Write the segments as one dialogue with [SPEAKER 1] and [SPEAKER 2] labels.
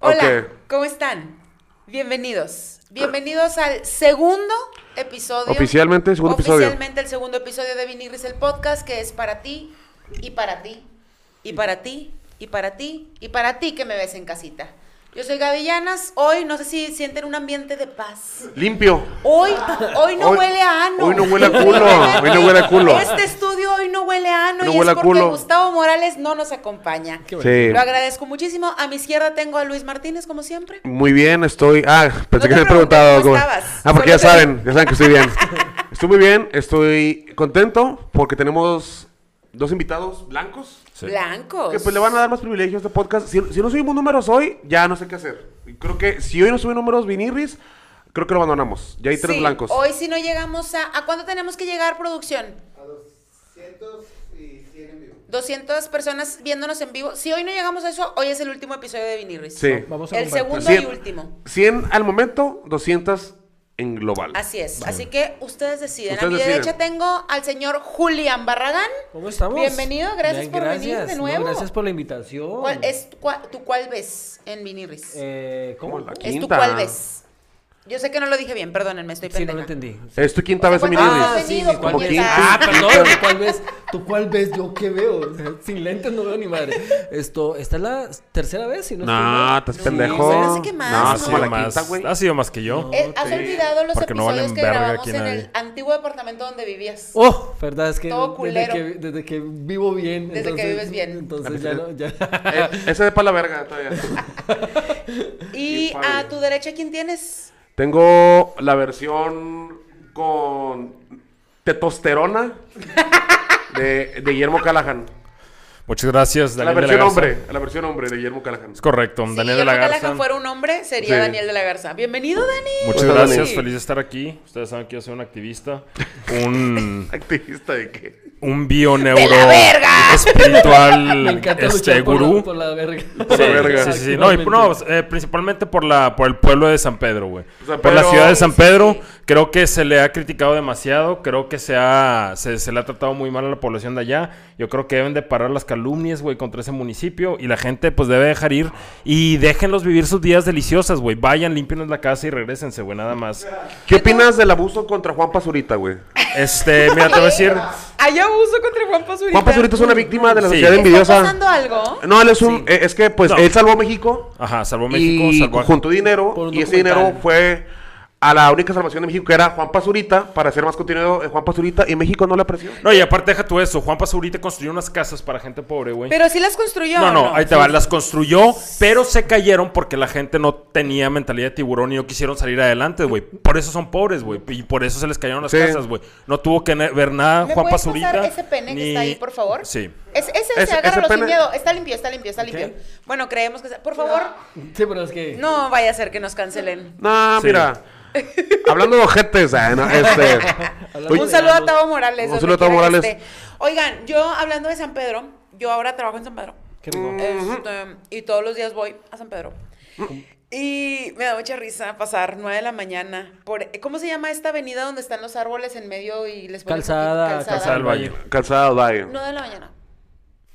[SPEAKER 1] Hola,
[SPEAKER 2] Ok.
[SPEAKER 1] ¿cómo están? Bienvenidos. Bienvenidos al segundo episodio.
[SPEAKER 2] Oficialmente, el segundo episodio.
[SPEAKER 1] Oficialmente el segundo episodio de Vinirris, el podcast que es para ti y para ti y para ti y para ti y para ti que me ves en casita. Yo soy Gaby Llanas. Hoy no sé si sienten un ambiente de paz.
[SPEAKER 2] Limpio.
[SPEAKER 1] Hoy, hoy no
[SPEAKER 2] Hoy-
[SPEAKER 1] huele a ano.
[SPEAKER 2] hoy no huele a culo, hoy no huele a culo.
[SPEAKER 1] Este estudio hoy no huele a ano
[SPEAKER 2] No
[SPEAKER 1] y
[SPEAKER 2] huele
[SPEAKER 1] es
[SPEAKER 2] a
[SPEAKER 1] porque
[SPEAKER 2] culo.
[SPEAKER 1] Gustavo Morales no nos acompaña.
[SPEAKER 2] Sí.
[SPEAKER 1] Lo agradezco muchísimo. A mi izquierda tengo a Luis Martínez, como siempre.
[SPEAKER 2] Muy bien, estoy. Ah, pensé
[SPEAKER 1] te
[SPEAKER 2] que me he
[SPEAKER 1] pregunté
[SPEAKER 2] preguntado.
[SPEAKER 1] cómo
[SPEAKER 2] algo.
[SPEAKER 1] estabas.
[SPEAKER 2] Ah, porque ya
[SPEAKER 1] Solo te-
[SPEAKER 2] saben, ya saben que estoy bien. Estoy muy bien, estoy contento porque tenemos dos invitados blancos
[SPEAKER 1] Blancos.
[SPEAKER 2] que pues le van a dar más privilegios de podcast. Si, si no subimos números hoy, ya no sé qué hacer. Y Creo que si hoy no subimos números vinirris, creo que lo abandonamos. Ya hay tres
[SPEAKER 1] Sí,
[SPEAKER 2] blancos.
[SPEAKER 1] Hoy si no llegamos a... ¿A cuánto tenemos que llegar, producción?
[SPEAKER 3] A 200 y 100 en vivo.
[SPEAKER 1] 200 personas viéndonos en vivo. Si hoy no llegamos a eso, hoy es el último episodio de Vinirris.
[SPEAKER 2] Sí.
[SPEAKER 4] Vamos a
[SPEAKER 1] El
[SPEAKER 4] compartir.
[SPEAKER 1] segundo
[SPEAKER 2] Cien-
[SPEAKER 1] y último.
[SPEAKER 2] 100 al momento, 200 en global.
[SPEAKER 1] Así es. Así que ustedes deciden. a
[SPEAKER 2] Ustedes
[SPEAKER 1] mi
[SPEAKER 2] deciden.
[SPEAKER 1] derecha tengo al señor Julián Barragán.
[SPEAKER 4] ¿Cómo estamos?
[SPEAKER 1] Bienvenido, gracias
[SPEAKER 4] Bien,
[SPEAKER 1] por venir de
[SPEAKER 4] gracias. No,
[SPEAKER 1] nueve.
[SPEAKER 4] gracias por la invitación.
[SPEAKER 1] ¿Cuál es, cua- ¿Tú cuál ves en Vinirris?
[SPEAKER 4] Oh. Eh, ¿Cómo?
[SPEAKER 2] Hola.
[SPEAKER 1] es tu
[SPEAKER 2] quinta.
[SPEAKER 1] cuál ves. Yo sé que no lo dije bien, perdónenme, estoy
[SPEAKER 4] Sí, no
[SPEAKER 1] pendeja.
[SPEAKER 4] lo entendí.
[SPEAKER 2] Es tu quinta
[SPEAKER 1] O sea,
[SPEAKER 2] vez en
[SPEAKER 1] ¿cuántas
[SPEAKER 2] vinirris.
[SPEAKER 1] veces has venido,
[SPEAKER 4] mi cual
[SPEAKER 2] como
[SPEAKER 4] ves.
[SPEAKER 2] quinta.
[SPEAKER 4] Ah,
[SPEAKER 2] quinta.
[SPEAKER 4] perdón, ¿tú cuál ves? ¿Tú cuál ves? ¿Yo qué veo? O sea, sin lentes no veo ni madre. Esto, esta es la tercera vez, si no estoy
[SPEAKER 2] No,
[SPEAKER 4] mal.
[SPEAKER 2] estás
[SPEAKER 4] Sí,
[SPEAKER 2] pendejo.
[SPEAKER 1] güey, no sé qué más,
[SPEAKER 2] No,
[SPEAKER 1] ¿no?
[SPEAKER 5] Ha
[SPEAKER 2] es
[SPEAKER 1] Sí,
[SPEAKER 2] Ah, como
[SPEAKER 5] sido
[SPEAKER 2] la
[SPEAKER 5] más,
[SPEAKER 2] quinta, güey.
[SPEAKER 5] ha sido más que yo.
[SPEAKER 1] Eh, ¿Has olvidado los
[SPEAKER 5] Porque no
[SPEAKER 1] episodios
[SPEAKER 5] valen
[SPEAKER 1] que
[SPEAKER 5] verga
[SPEAKER 1] grabamos
[SPEAKER 5] aquí
[SPEAKER 1] en el
[SPEAKER 5] nadie.
[SPEAKER 1] antiguo departamento donde vivías?
[SPEAKER 4] Oh, verdad, es que
[SPEAKER 1] Todo
[SPEAKER 4] desde
[SPEAKER 1] culero.
[SPEAKER 4] que, desde que vivo bien.
[SPEAKER 1] Desde que vives bien.
[SPEAKER 4] Entonces ya no, ya.
[SPEAKER 2] Eh, ese de pa' la verga todavía.
[SPEAKER 1] y
[SPEAKER 2] qué padre.
[SPEAKER 1] a tu derecha, ¿quién tienes?
[SPEAKER 2] Tengo la versión con tetosterona de, de Guillermo Callahan.
[SPEAKER 5] Muchas gracias,
[SPEAKER 2] La
[SPEAKER 5] Daniel de
[SPEAKER 2] versión
[SPEAKER 5] la Garza.
[SPEAKER 2] hombre, la versión hombre de Guillermo Callahan.
[SPEAKER 5] Es correcto,
[SPEAKER 1] Si
[SPEAKER 5] Daniel de la
[SPEAKER 1] Guillermo
[SPEAKER 5] Garza.
[SPEAKER 1] Callahan fuera un hombre, sería
[SPEAKER 2] Sí.
[SPEAKER 1] Daniel de la Garza. Bienvenido, Dani.
[SPEAKER 5] Muchas
[SPEAKER 2] Hola,
[SPEAKER 5] gracias,
[SPEAKER 1] Dani.
[SPEAKER 5] feliz de estar aquí. Ustedes saben que yo soy un activista, un,
[SPEAKER 2] Activista de qué?
[SPEAKER 5] un bioneuro
[SPEAKER 1] ¡De la verga!
[SPEAKER 4] Me
[SPEAKER 5] espiritual
[SPEAKER 4] encanta
[SPEAKER 5] este,
[SPEAKER 4] luchar por la-
[SPEAKER 5] gurú.
[SPEAKER 4] Por la verga.
[SPEAKER 5] Sí,
[SPEAKER 2] la verga.
[SPEAKER 5] sí, sí, sí. No, y- no, eh, principalmente por la por el pueblo de San Pedro, güey.
[SPEAKER 2] San
[SPEAKER 5] Por la
[SPEAKER 2] Pedro.
[SPEAKER 5] ciudad de San
[SPEAKER 1] Sí,
[SPEAKER 5] Pedro,
[SPEAKER 1] sí.
[SPEAKER 5] creo que se le ha criticado demasiado, creo que se ha se, se le ha tratado muy mal a la población de allá. Yo creo que deben de parar las calumnias, güey, contra ese municipio y la gente pues debe dejar ir y déjenlos vivir sus días deliciosas, güey. Vayan, límpienos la casa y regrésense, güey, nada más.
[SPEAKER 2] ¿Qué opinas del abuso contra Juan Pazurita, güey?
[SPEAKER 5] Este, mira, te voy a decir,
[SPEAKER 1] Hay abuso contra Juan Pazurita.
[SPEAKER 2] Juan Pazurita es una víctima de la
[SPEAKER 5] Sí.
[SPEAKER 2] sociedad
[SPEAKER 1] ¿Está
[SPEAKER 2] envidiosa.
[SPEAKER 1] pasando algo?
[SPEAKER 2] No, él es un. eh, Es que, pues,
[SPEAKER 5] No.
[SPEAKER 2] él salvó a México.
[SPEAKER 5] ajá, salvó México,
[SPEAKER 2] y
[SPEAKER 5] salvó a-
[SPEAKER 2] juntó dinero
[SPEAKER 4] Por un
[SPEAKER 2] y ese
[SPEAKER 4] documental.
[SPEAKER 2] dinero fue a la única salvación de México que era Juan Pazurita para hacer más contenido en Juan Pazurita y México no le apreció.
[SPEAKER 5] No, y aparte deja tú eso, Juan Pazurita construyó unas casas para gente pobre, güey.
[SPEAKER 1] Pero sí las construyó.
[SPEAKER 5] No,
[SPEAKER 1] ¿o
[SPEAKER 5] no, ahí te va, las construyó, pero se cayeron porque la gente no tenía mentalidad de tiburón y no quisieron salir adelante, güey. Por eso son pobres, güey, y por eso se les cayeron las
[SPEAKER 2] Sí.
[SPEAKER 5] casas, güey. No tuvo que ne- ver nada
[SPEAKER 1] ¿Me
[SPEAKER 5] Juan
[SPEAKER 1] puedes pasar
[SPEAKER 5] Pazurita.
[SPEAKER 1] ese pene que
[SPEAKER 5] ni-
[SPEAKER 1] está ahí, por favor?
[SPEAKER 5] Sí.
[SPEAKER 1] Es, ese,
[SPEAKER 2] Ese-
[SPEAKER 1] se agárralo
[SPEAKER 2] ese
[SPEAKER 1] sin
[SPEAKER 2] pene-
[SPEAKER 1] miedo. Está limpio, está limpio, está limpio.
[SPEAKER 4] Ok.
[SPEAKER 1] Bueno, creemos que... sea- Por favor,
[SPEAKER 4] Sí, pero es que.
[SPEAKER 1] no vaya a ser que nos cancelen.
[SPEAKER 2] No,
[SPEAKER 5] Sí.
[SPEAKER 2] mira. Hablando de ojetes, ah, no, este.
[SPEAKER 4] Oye,
[SPEAKER 1] un saludo a
[SPEAKER 4] vamos.
[SPEAKER 1] Tavo Morales.
[SPEAKER 2] Un
[SPEAKER 1] donde
[SPEAKER 2] saludo a Tavo
[SPEAKER 1] quiera que
[SPEAKER 2] Morales.
[SPEAKER 1] esté. Oigan, yo hablando de San Pedro, yo ahora trabajo en San Pedro.
[SPEAKER 4] Qué rico.
[SPEAKER 1] Este, y todos los días voy a San Pedro. Y me da mucha risa pasar 9 de la mañana por... ¿Cómo se llama esta avenida donde están los árboles en medio y les ponen
[SPEAKER 4] Calzada,
[SPEAKER 1] poquito-
[SPEAKER 5] Calzada del Valle.
[SPEAKER 2] Calzada Valle.
[SPEAKER 1] 9 de la mañana.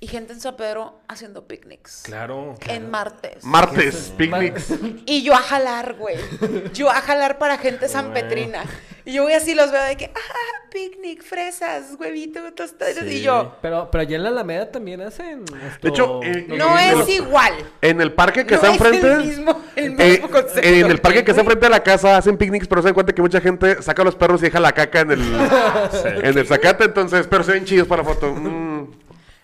[SPEAKER 1] Y gente en San Pedro haciendo picnics.
[SPEAKER 5] Claro.
[SPEAKER 1] En martes.
[SPEAKER 2] Martes, picnics.
[SPEAKER 1] Y yo a jalar, güey. Yo a jalar para gente sanpetrina. Y yo voy así, los veo de que, ah, picnic, fresas, huevito, tostadas. Y
[SPEAKER 5] Sí.
[SPEAKER 1] yo,
[SPEAKER 4] Pero, pero allá en la Alameda también hacen. esto-
[SPEAKER 2] hecho, eh,
[SPEAKER 4] los
[SPEAKER 1] no
[SPEAKER 4] domingos.
[SPEAKER 1] es igual.
[SPEAKER 2] En el parque que
[SPEAKER 1] No
[SPEAKER 2] está
[SPEAKER 1] es el
[SPEAKER 2] enfrente.
[SPEAKER 1] mismo- el mismo
[SPEAKER 2] eh,
[SPEAKER 1] concepto,
[SPEAKER 2] en el parque que está
[SPEAKER 1] güey.
[SPEAKER 2] enfrente de la casa hacen picnics, pero se dan cuenta que mucha gente saca a los perros y deja la caca en el, en el zacate, entonces, pero se ven chidos para la foto. Mm.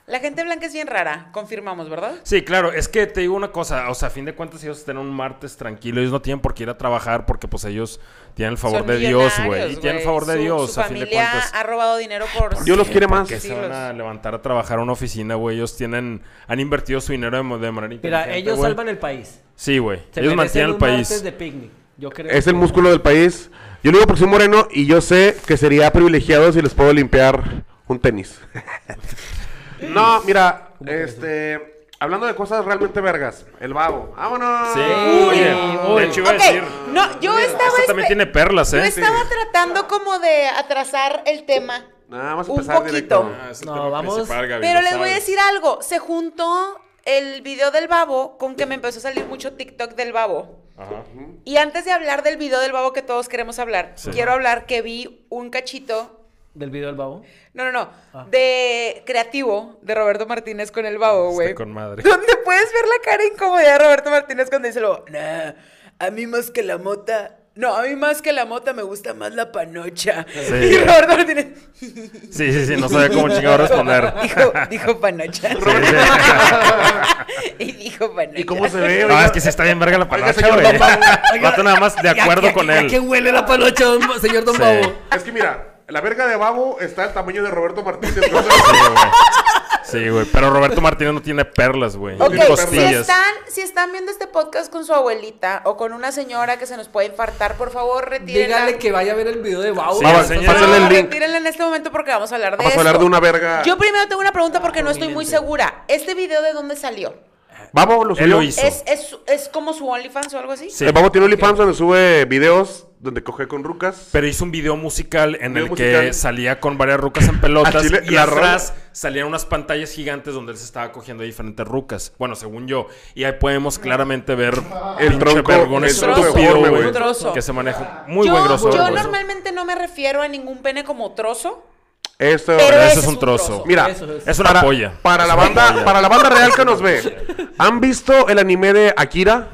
[SPEAKER 1] La gente blanca es bien rara, confirmamos, ¿verdad?
[SPEAKER 5] Sí, claro, es que te digo una cosa, o sea, a fin de cuentas ellos tienen un martes tranquilo, ellos no tienen por qué ir a trabajar porque pues ellos tienen el favor
[SPEAKER 1] Son
[SPEAKER 5] de Dios,
[SPEAKER 1] millonarios,
[SPEAKER 5] güey, y tienen el favor de
[SPEAKER 1] Su-
[SPEAKER 5] Dios,
[SPEAKER 1] su
[SPEAKER 5] a fin de
[SPEAKER 1] familia
[SPEAKER 5] cuentas.
[SPEAKER 1] ha robado dinero por...
[SPEAKER 2] Dios los quiere más.
[SPEAKER 5] Que se
[SPEAKER 1] siglos.
[SPEAKER 5] van a levantar a trabajar a una oficina, güey. Ellos tienen, han invertido su dinero de, mo- de manera
[SPEAKER 4] Mira,
[SPEAKER 5] inteligente,
[SPEAKER 4] ellos
[SPEAKER 5] güey.
[SPEAKER 4] salvan el país.
[SPEAKER 5] Sí, güey.
[SPEAKER 4] Se merecen
[SPEAKER 5] Ellos mantienen el
[SPEAKER 4] un
[SPEAKER 5] país.
[SPEAKER 4] martes de picnic. Yo creo.
[SPEAKER 2] Es el músculo del país. Yo lo digo porque soy moreno y yo sé que sería privilegiado si les puedo limpiar un tenis. no, mira, este. Hablando de cosas realmente vergas, el vago. ¡Vámonos!
[SPEAKER 5] Sí.
[SPEAKER 4] Uy,
[SPEAKER 5] oye,
[SPEAKER 4] uy.
[SPEAKER 5] De hecho, iba
[SPEAKER 1] Ok,
[SPEAKER 5] a decir.
[SPEAKER 1] no, yo estaba...
[SPEAKER 5] Esta también
[SPEAKER 1] espe-
[SPEAKER 5] tiene perlas,
[SPEAKER 1] Yo
[SPEAKER 5] ¿eh?
[SPEAKER 1] estaba tratando como de atrasar el tema.
[SPEAKER 2] Nada más
[SPEAKER 1] Un
[SPEAKER 2] empezar
[SPEAKER 1] poquito.
[SPEAKER 2] directo.
[SPEAKER 4] No, vamos.
[SPEAKER 1] Pero les voy a decir algo. Se juntó el video del babo con que me empezó a salir mucho TikTok del babo.
[SPEAKER 5] Ajá.
[SPEAKER 1] Y antes de hablar del video del babo que todos queremos hablar,
[SPEAKER 5] Sí.
[SPEAKER 1] quiero hablar que vi un cachito.
[SPEAKER 4] Del video del babo.
[SPEAKER 1] No, no, no.
[SPEAKER 4] Ah.
[SPEAKER 1] De creativo de Roberto Martínez con el babo,
[SPEAKER 5] Está
[SPEAKER 1] güey.
[SPEAKER 5] Este con madre.
[SPEAKER 1] Donde puedes ver la cara incómoda de Roberto Martínez cuando dice lo, nah, a mí más que la mota. No, a mí más que la mota me gusta más la panocha.
[SPEAKER 5] Sí.
[SPEAKER 1] Y Roberto Martínez
[SPEAKER 5] Sí, sí, sí, no sabía cómo chingado responder.
[SPEAKER 1] dijo, dijo panocha.
[SPEAKER 5] Sí, sí.
[SPEAKER 1] y dijo panocha.
[SPEAKER 2] ¿Y cómo se ve?
[SPEAKER 5] No,
[SPEAKER 2] oiga?
[SPEAKER 5] es que sí está bien verga la
[SPEAKER 2] Oiga,
[SPEAKER 5] panocha,
[SPEAKER 2] señor
[SPEAKER 5] güey.
[SPEAKER 2] Don Babo.
[SPEAKER 5] Vato nada más de acuerdo con
[SPEAKER 4] ¿A qué
[SPEAKER 5] él.
[SPEAKER 4] huele la panocha, don Ba- señor Don
[SPEAKER 5] Sí.
[SPEAKER 4] Babo?
[SPEAKER 2] Es que mira, la verga de Babo está al tamaño de Roberto Martínez. ¿no?
[SPEAKER 5] Sí, güey. Pero Roberto Martínez no tiene perlas, güey.
[SPEAKER 1] Ok,
[SPEAKER 5] Ni
[SPEAKER 1] si
[SPEAKER 5] costillas.
[SPEAKER 1] están, si están viendo este podcast con su abuelita o con una señora que se nos puede infartar, por favor, retírenla.
[SPEAKER 4] Dígale que vaya a ver el video de Babo.
[SPEAKER 5] Sí,
[SPEAKER 4] Babo,
[SPEAKER 5] enséñale.
[SPEAKER 4] estás-
[SPEAKER 5] Pásale
[SPEAKER 1] No,
[SPEAKER 5] el link.
[SPEAKER 1] retírenla en este momento porque vamos a hablar de
[SPEAKER 2] Vamos a
[SPEAKER 1] esto.
[SPEAKER 2] hablar de una verga.
[SPEAKER 1] Yo primero tengo una pregunta porque no estoy muy
[SPEAKER 4] Prominente.
[SPEAKER 1] segura. ¿Este video de dónde salió?
[SPEAKER 2] Babo lo
[SPEAKER 5] Él lo
[SPEAKER 2] subió.
[SPEAKER 5] hizo.
[SPEAKER 1] ¿Es, es, ¿Es como su OnlyFans o algo así?
[SPEAKER 5] Sí.
[SPEAKER 2] El Babo tiene OnlyFans donde sube videos donde coge con rucas.
[SPEAKER 5] Pero hizo un video musical en
[SPEAKER 2] Video
[SPEAKER 5] el
[SPEAKER 2] musical.
[SPEAKER 5] que salía con varias rucas en pelotas
[SPEAKER 2] A Chile,
[SPEAKER 5] y
[SPEAKER 2] la
[SPEAKER 5] atrás salían unas pantallas gigantes donde él se estaba cogiendo a diferentes rucas. Bueno, según yo. Y ahí podemos claramente ver
[SPEAKER 2] El
[SPEAKER 5] pinche
[SPEAKER 2] tronco,
[SPEAKER 5] vergón
[SPEAKER 2] el
[SPEAKER 1] tronco
[SPEAKER 5] estúpido,
[SPEAKER 1] enorme,
[SPEAKER 5] güey,
[SPEAKER 1] güey. Trozo.
[SPEAKER 5] que se maneja muy
[SPEAKER 1] yo,
[SPEAKER 5] buen grosor.
[SPEAKER 1] Yo
[SPEAKER 5] güey.
[SPEAKER 1] normalmente no me refiero a ningún pene como trozo.
[SPEAKER 2] Esto.
[SPEAKER 1] Pero
[SPEAKER 5] ese
[SPEAKER 1] ese
[SPEAKER 5] es un trozo.
[SPEAKER 2] Mira,
[SPEAKER 4] Eso es.
[SPEAKER 5] Es una
[SPEAKER 2] para,
[SPEAKER 5] polla.
[SPEAKER 2] Para
[SPEAKER 5] Es
[SPEAKER 2] la
[SPEAKER 5] una
[SPEAKER 2] banda,
[SPEAKER 5] polla.
[SPEAKER 2] para la banda real que nos ve. ¿Han visto el anime de Akira?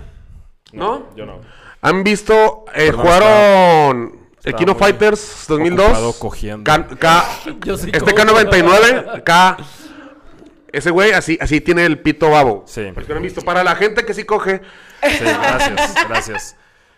[SPEAKER 2] ¿No?
[SPEAKER 5] Yo no.
[SPEAKER 2] ¿Han visto eh,
[SPEAKER 5] Perdón,
[SPEAKER 2] jugaron el
[SPEAKER 5] estaba
[SPEAKER 2] Kino
[SPEAKER 5] muy
[SPEAKER 2] Fighters
[SPEAKER 5] ocupado
[SPEAKER 2] 2002?
[SPEAKER 5] cogiendo.
[SPEAKER 2] K, K-
[SPEAKER 4] Yo sí
[SPEAKER 2] este
[SPEAKER 4] como.
[SPEAKER 2] K99, K ese güey así así tiene el pito babo.
[SPEAKER 5] Sí.
[SPEAKER 2] Porque no han visto para la gente que sí coge
[SPEAKER 5] Sí, gracias, gracias.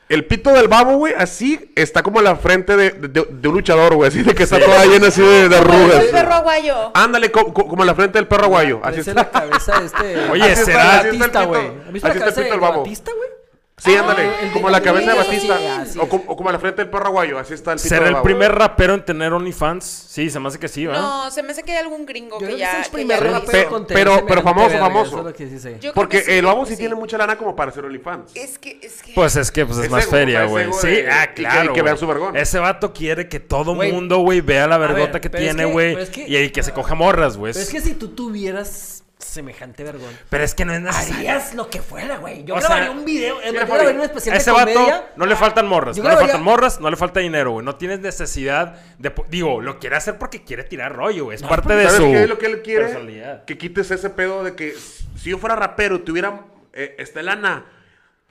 [SPEAKER 2] el pito del babo, güey, así está como la frente de, de- de un luchador, güey, así de que está toda llena así de, de
[SPEAKER 1] Soy
[SPEAKER 2] arrugas.
[SPEAKER 1] perro aguayo.
[SPEAKER 2] Ándale, co- co- como la frente del perro aguayo. Así
[SPEAKER 4] Parece
[SPEAKER 2] está.
[SPEAKER 4] la cabeza de este.
[SPEAKER 5] Oye,
[SPEAKER 4] Así
[SPEAKER 5] será-
[SPEAKER 4] está el
[SPEAKER 2] así está el
[SPEAKER 4] Batista, güey.
[SPEAKER 2] pito.
[SPEAKER 4] ¿Has
[SPEAKER 2] Así
[SPEAKER 4] visto la
[SPEAKER 2] está el pito
[SPEAKER 4] cabeza de
[SPEAKER 2] el babo.
[SPEAKER 4] Batista, güey?
[SPEAKER 2] Sí,
[SPEAKER 1] Ah,
[SPEAKER 2] ándale,
[SPEAKER 1] el
[SPEAKER 2] como
[SPEAKER 1] de
[SPEAKER 2] la cabeza de
[SPEAKER 1] Batista.
[SPEAKER 2] Batista.
[SPEAKER 4] Sí,
[SPEAKER 2] O,
[SPEAKER 4] así
[SPEAKER 2] como, o como la frente del perro aguayo, así está el pito
[SPEAKER 5] ¿Ser
[SPEAKER 2] del
[SPEAKER 5] el
[SPEAKER 2] babo.
[SPEAKER 5] primer rapero en tener OnlyFans? Sí, se me hace que sí, ¿verdad?
[SPEAKER 2] ¿Ah?
[SPEAKER 1] No, se me hace que hay algún gringo
[SPEAKER 4] Yo
[SPEAKER 1] que
[SPEAKER 4] creo que
[SPEAKER 1] ya.
[SPEAKER 4] es el
[SPEAKER 1] que
[SPEAKER 4] primer
[SPEAKER 1] ya lo
[SPEAKER 4] rapero
[SPEAKER 1] hizo.
[SPEAKER 2] pero-
[SPEAKER 4] con
[SPEAKER 2] pero-
[SPEAKER 4] tenis
[SPEAKER 2] pero
[SPEAKER 4] en la
[SPEAKER 2] famoso,
[SPEAKER 4] verga,
[SPEAKER 2] famoso.
[SPEAKER 4] eso es lo que sí sé.
[SPEAKER 1] Yo creo
[SPEAKER 2] Porque
[SPEAKER 1] que sí, Eh,
[SPEAKER 2] el babo sí
[SPEAKER 1] sí.
[SPEAKER 2] tiene mucha lana como para hacer OnlyFans.
[SPEAKER 1] Es que, es que.
[SPEAKER 5] Pues es que pues es
[SPEAKER 2] Es
[SPEAKER 5] más
[SPEAKER 2] ego,
[SPEAKER 5] feria,
[SPEAKER 2] o sea, es
[SPEAKER 5] güey.
[SPEAKER 2] ego
[SPEAKER 5] Sí,
[SPEAKER 2] de- y
[SPEAKER 5] ah,
[SPEAKER 2] que-
[SPEAKER 5] claro.
[SPEAKER 2] y que
[SPEAKER 5] güey.
[SPEAKER 2] vean su vergón.
[SPEAKER 5] Ese vato quiere que todo
[SPEAKER 4] Güey.
[SPEAKER 5] mundo, güey, vea la vergota
[SPEAKER 4] ver,
[SPEAKER 5] que
[SPEAKER 4] pero es
[SPEAKER 5] tiene,
[SPEAKER 4] que-
[SPEAKER 5] güey.
[SPEAKER 4] pero es que-
[SPEAKER 5] y ahí que se coja morras, güey.
[SPEAKER 4] Pero es que si tú tuvieras semejante vergón,
[SPEAKER 5] Pero es que no es necesario.
[SPEAKER 4] harías lo que fuera, güey. Yo
[SPEAKER 5] O
[SPEAKER 4] grabaría
[SPEAKER 5] sea,
[SPEAKER 4] un video,
[SPEAKER 2] mira,
[SPEAKER 4] en vez de grabar
[SPEAKER 2] Fabi,
[SPEAKER 4] un especial
[SPEAKER 5] A ese
[SPEAKER 4] de
[SPEAKER 5] vato
[SPEAKER 4] comedia.
[SPEAKER 5] no le faltan morras,
[SPEAKER 4] Yo
[SPEAKER 5] no le
[SPEAKER 4] grabaría-
[SPEAKER 5] faltan morras, no le falta dinero, güey. No tienes necesidad de. po- Digo, lo quiere hacer porque quiere tirar rollo, güey. Es
[SPEAKER 4] pues,
[SPEAKER 5] parte de
[SPEAKER 2] ¿Sabes
[SPEAKER 5] su.
[SPEAKER 2] qué es lo que él quiere?
[SPEAKER 5] personalidad.
[SPEAKER 2] Que quites ese pedo de que si yo fuera rapero y tuviera eh, esta lana,